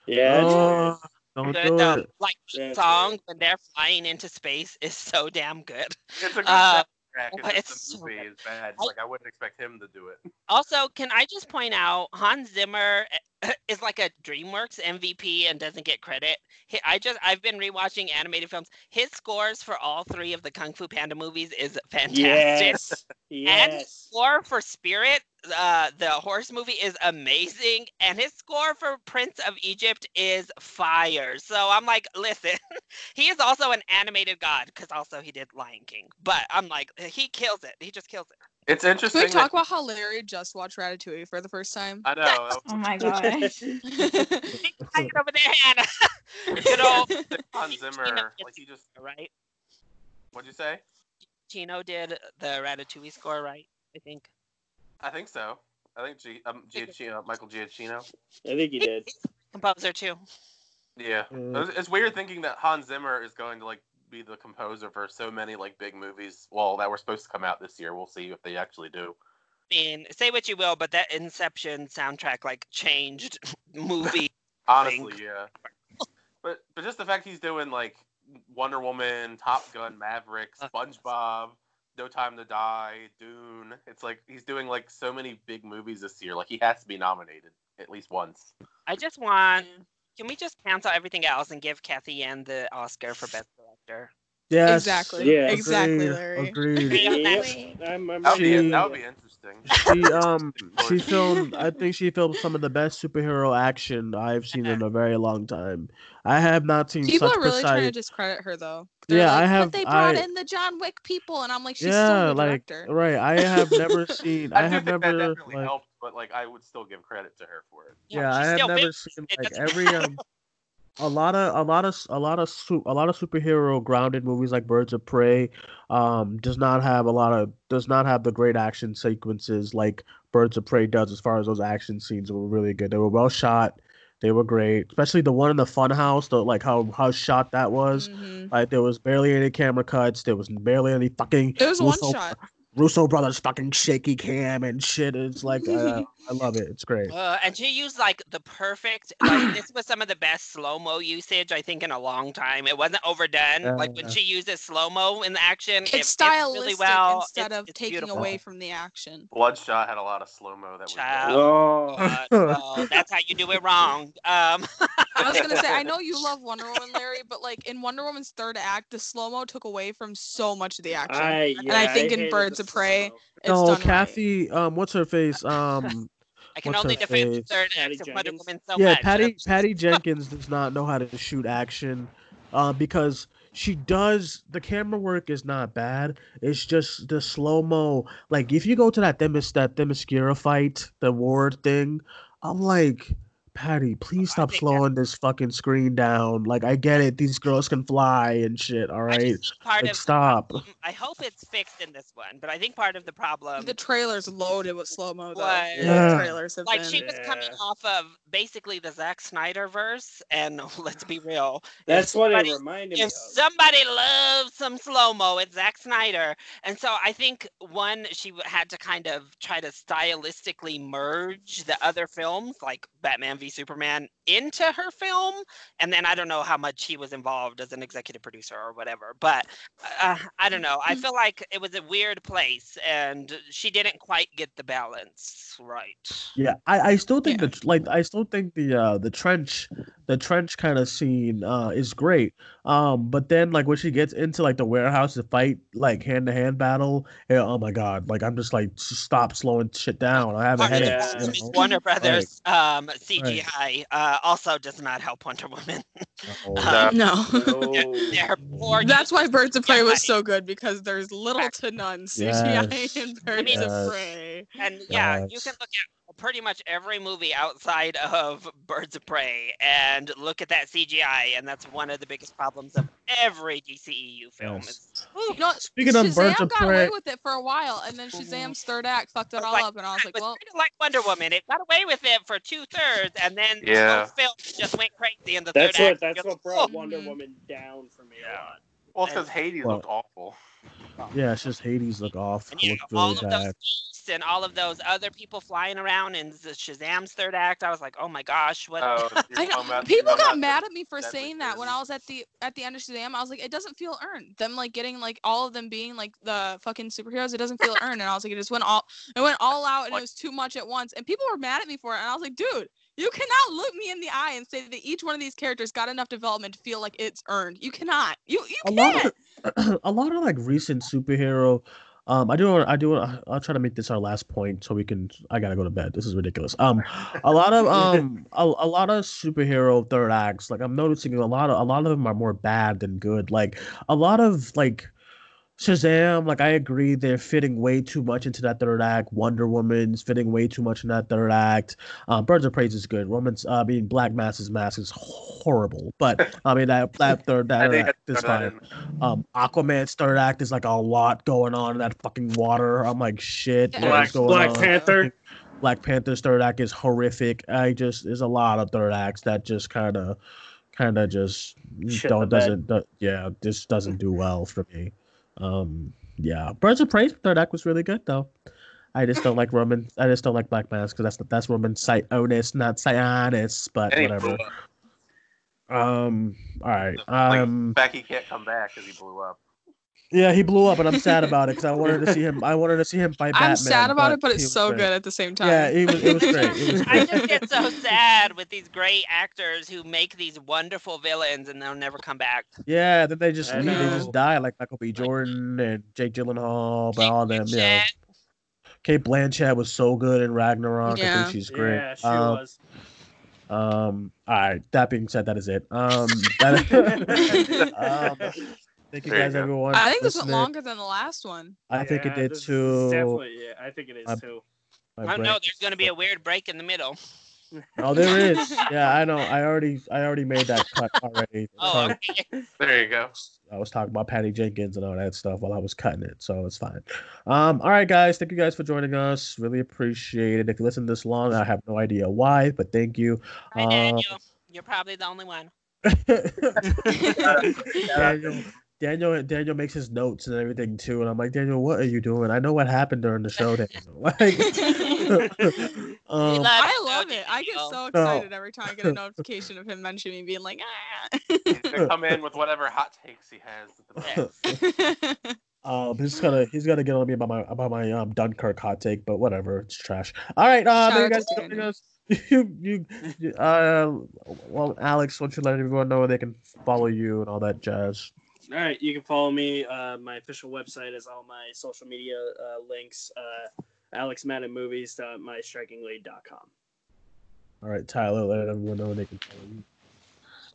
Yeah. it's
Oh,
weird.
don't
The-
do
the,
it.
um, like
Yeah, it's
song when they're flying into space is so damn good.
It's a good
Uh,
soundtrack. It's,
well,
just
it's
the
so
movie is bad.
I-
Like I wouldn't expect him to do it.
Also, can I just point out Hans Zimmer eh, is like a DreamWorks MVP and doesn't get credit. He- I just I've been rewatching animated films. His scores for all three of the Kung Fu Panda movies is fantastic.
Yes.
And his
Yes.
score for Spirit, uh, the horse movie, is amazing, and his score for Prince of Egypt is fire. So I'm like, listen, he is also an animated god because also he did Lion King. But I'm like, he kills it. He just kills it.
It's
Can
interesting.
we talk
that-
about how Larry just watched Ratatouille for the first time?
I know. that
Oh my
gosh.
Hang it over there, Hannah. Good old
was Hans Zimmer. Like he just.
Right.
What'd you say?
Chino did the Ratatouille score, right? I think.
I think so. I think G, um, Giacchino, Michael Giacchino.
I think he did.
Composer too.
Yeah, it's, it's weird thinking that Hans Zimmer is going to like be the composer for so many like big movies. Well, that were supposed to come out this year. We'll see if they actually do.
I mean, say what you will, but that Inception soundtrack like changed movie.
Honestly, yeah. But but just the fact he's doing like Wonder Woman, Top Gun, Maverick, SpongeBob, No Time to Die, Dune. It's like he's doing like so many big movies this year. Like he has to be nominated at least once.
I just want. Can we just cancel everything else and give Kathy Yan the Oscar for Best Director?
Yes.
Exactly. Yeah. Exactly,
Agreed,
Larry.
Agreed.
Yep. I'm, I'm
That would be,
She-
that would be interesting.
she um she filmed I think she filmed some of the best superhero action I've seen in a very long time. I have not seen
People
such
are really trying to
precise.
discredit her though.
Yeah, I
like,
have-
But they brought
I-
in the John Wick people, and I'm like, she's
yeah,
still the
like
director.
right. I have never seen.
I,
I,
do
have
think that
never.
definitely
Like,
helped, but like I would still give credit to her for it.
yeah, I have
still
never
big.
seen like every um. A lot of a lot of a lot of su- a lot of superhero grounded movies like Birds of Prey, um, does not have a lot of does not have the great action sequences like Birds of Prey does. As far as those action scenes were really good, they were well shot, they were great. Especially the one in the funhouse, the like how how shot that
Mm.
was.
Mm-hmm.
Like there was barely any camera cuts. There was barely any fucking.
It was a one
Russo-
shot.
Russo brothers fucking shaky cam and shit. It's like uh, I love it. It's great.
Uh, and she used like the perfect. Like this was some of the best slow mo usage I think in a long time. It wasn't overdone. like when
Yeah.
she uses slow mo in the action, it
It's
fits
stylistic
really well.
instead
It's-
of
it's
taking
beautiful.
away from the action.
Bloodshot had a lot of slow mo that was.
Child.
Oh.
Uh, well, that's how you do it wrong. Um,
I was gonna say, I know you love Wonder Woman, Larry, but like in Wonder Woman's third act, the slow mo took away from so much of the action.
I,
and
yeah,
I think
hated
in Birds
the
of Prey,
slow-mo.
it's
No,
done
Kathy. Um, what's her face? Um,
I can
what's
only
her
defend the
face?
third
Patty
act of Wonder
Jenkins.
Woman so
yeah,
much.
Patty Patty Jenkins does not know how to shoot action, uh, because she does the camera work is not bad. It's just the slow mo. Like if you go to that Themis that Themyscira fight, the ward thing, I'm like. Patty, please stop slowing this fucking screen down. Like, I get it; these girls can fly and shit. All
I
right,
just think part
like,
of
stop.
I hope it's fixed in this one, but I think part of the problem
The trailers loaded with slow mo though.
was
Yeah.
The trailers have
like
been.
she was coming
Yeah.
off of basically the Zack Snyder verse, and let's be real,
That's what
Everybody-
it reminded me
if
of.
somebody loves some slow mo, it's Zack Snyder. And so I think one, she w- had to kind of try to stylistically merge the other films, like Batman v Superman, into her film. And then I don't know how much he was involved as an executive producer or whatever, but uh, I don't know. I feel like it was a weird place, and she didn't quite get the balance right.
Yeah, I, I still think the tr- like I still think the uh the trench the trench kind of scene uh is great. Um, but then like when she gets into like the warehouse to fight like hand to hand battle, yeah, oh my god, like I'm just like "S- stop slowing shit down. I have a
Part of
headache.
Yeah.
you
Miss
know?
Warner
Like,
Brothers um, CGI uh, also does not help Wonder Woman.
Uh, no.
They're poor.
That's why Birds of Prey was so good because there's little to none CGI
Yes.
in Birds
Yes.
of Prey.
And yeah, you can look at pretty much every movie outside of Birds of Prey and look at that CGI, and that's one of the biggest problems of every DCEU film.
Yes.
You know,
Speaking of
Shazam
Birds of
got
Prey-
away with it for a while, and then Shazam's third act fucked it all up, and Mm-hmm. I was like, well,
It's Like Wonder Woman, it got away with it for two thirds, and then
Yeah.
the whole film just went crazy in the
That's
third
what
act.
that's
You're
what
like,
brought
"Oh."
Wonder Woman down for me a lot.
Well, because Hades
Well-
looked awful.
Yeah, it's just Hades look off. Look
all
really
of
bad.
Beast and all of those other people flying around in the Shazam's third act. I was like, oh my gosh, what?
Oh,
I know people got mad at me for saying that when I was at the at the end of Shazam. I was like, it doesn't feel earned. Them like getting like all of them being like the fucking superheroes. It doesn't feel earned. And I was like, it just went all it went all out and it was too much at once. And people were mad at me for it. And I was like, dude, you cannot look me in the eye and say that each one of these characters got enough development to feel like it's earned. You cannot. You you
a lot of a lot of like recent superhero um i do wanna- i do wanna- i'll try to make this our last point so we can i gotta go to bed this is ridiculous um a lot of um a, a lot of superhero third acts like i'm noticing a lot of a lot of them are more bad than good like a lot of like Shazam, like I agree, they're fitting way too much into that third act. Wonder Woman's fitting way too much in that third act. Uh, Birds of Prey is good. Roman's, uh, I mean, Black Mass's mask is horrible, but I mean that that third that
I
third
think
act
I
is
throw that
fine. Um, Aquaman's third act is like a lot going on in that fucking water. I'm like, shit. what is
Black,
going
Black
on?
Panther.
Black Panther's third act is horrific. I just there's a lot of third acts that just kind of, kind of just
Shit the
don't
bed.
doesn't do, yeah just doesn't do well for me. Um, yeah, Birds of Prey third act was really good though. I just don't like Roman. I just don't like Black Mask because that's that's Roman Sionis, not Sionis, but
And he
whatever.
blew up.
Um, all right.
Like,
Um,
Becky can't come back because he blew up.
yeah, he blew up, and I'm sad about it because I wanted to see him. I wanted to see him fight Batman.
I'm sad about it, but
he
it's
was
so
great.
good at the same time.
Yeah, it was, it was great. It was great.
I just get so sad with these great actors who make these wonderful villains and they'll never come back.
Yeah, then they just
I
leave. They
know.
just die, like Michael B. Jordan and Jake Gyllenhaal, but all them. Yeah. Kate Blanchett was so good in Ragnarok. I
Yeah.
think she's great.
Yeah, she
um,
was.
Um. All right. That being said, that is it. Um. that- um, thank you
There you
guys,
go.
everyone.
I think this went
listening.
longer than the last one.
I think it
Yeah,
did
this is
too.
Definitely, yeah, I think it is
My-
too.
my
I don't
brain-
know. Oh, There's going to be a weird break in the middle.
Oh, there is. Yeah, I know. I already, I already made that cut already.
Oh,
Sorry.
okay.
There you go.
I was talking about Patty Jenkins and all that stuff while I was cutting it, so it's fine. Um, all right, guys, thank you guys for joining us. Really appreciate it. If you listen this long, I have no idea why, but thank you.
Hi,
Um,
Daniel. You're probably the only one.
Daniel, Daniel, Daniel makes his notes and everything too, and I'm like, Daniel, what are you doing? I know what happened during the show, Daniel. Like, um,
I love it. I get
Oh.
so excited every time I get a notification of him mentioning me being like, ah.
To come in with whatever hot takes he has. At the back.
um, he's gonna he's gonna get on me about my about my um Dunkirk hot take, but whatever, it's trash. All right, uh, thank you guys for joining us. You, you, you, uh, well, Alex, why don't you let everyone know where they can follow you and all that jazz?
All right, you can follow me. Uh, my official website is all my social media uh, links. Uh, AlexMaddenMovies.mystrikingly.com.
All right, Tyler, let everyone know where they can follow you.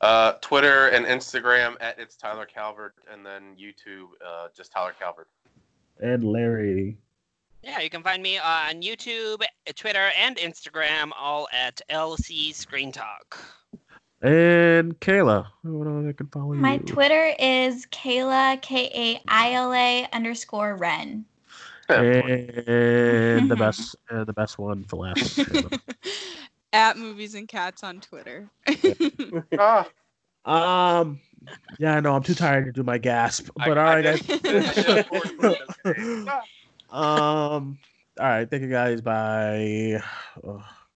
Uh, Twitter and Instagram at it's Tyler Calvert, and then YouTube uh, just Tyler Calvert.
And Larry.
Yeah, you can find me on YouTube, Twitter, and Instagram, all at LC Screen Talk.
And Kayla, what all they can follow
My
you.
Twitter is Kayla K A I L A underscore Ren.
and the best, uh, the best one for last.
At movies and cats on Twitter.
Ah.
um, yeah, I know I'm too tired to do my gasp, but all right, guys. um, all right, thank you guys. Bye. Ugh.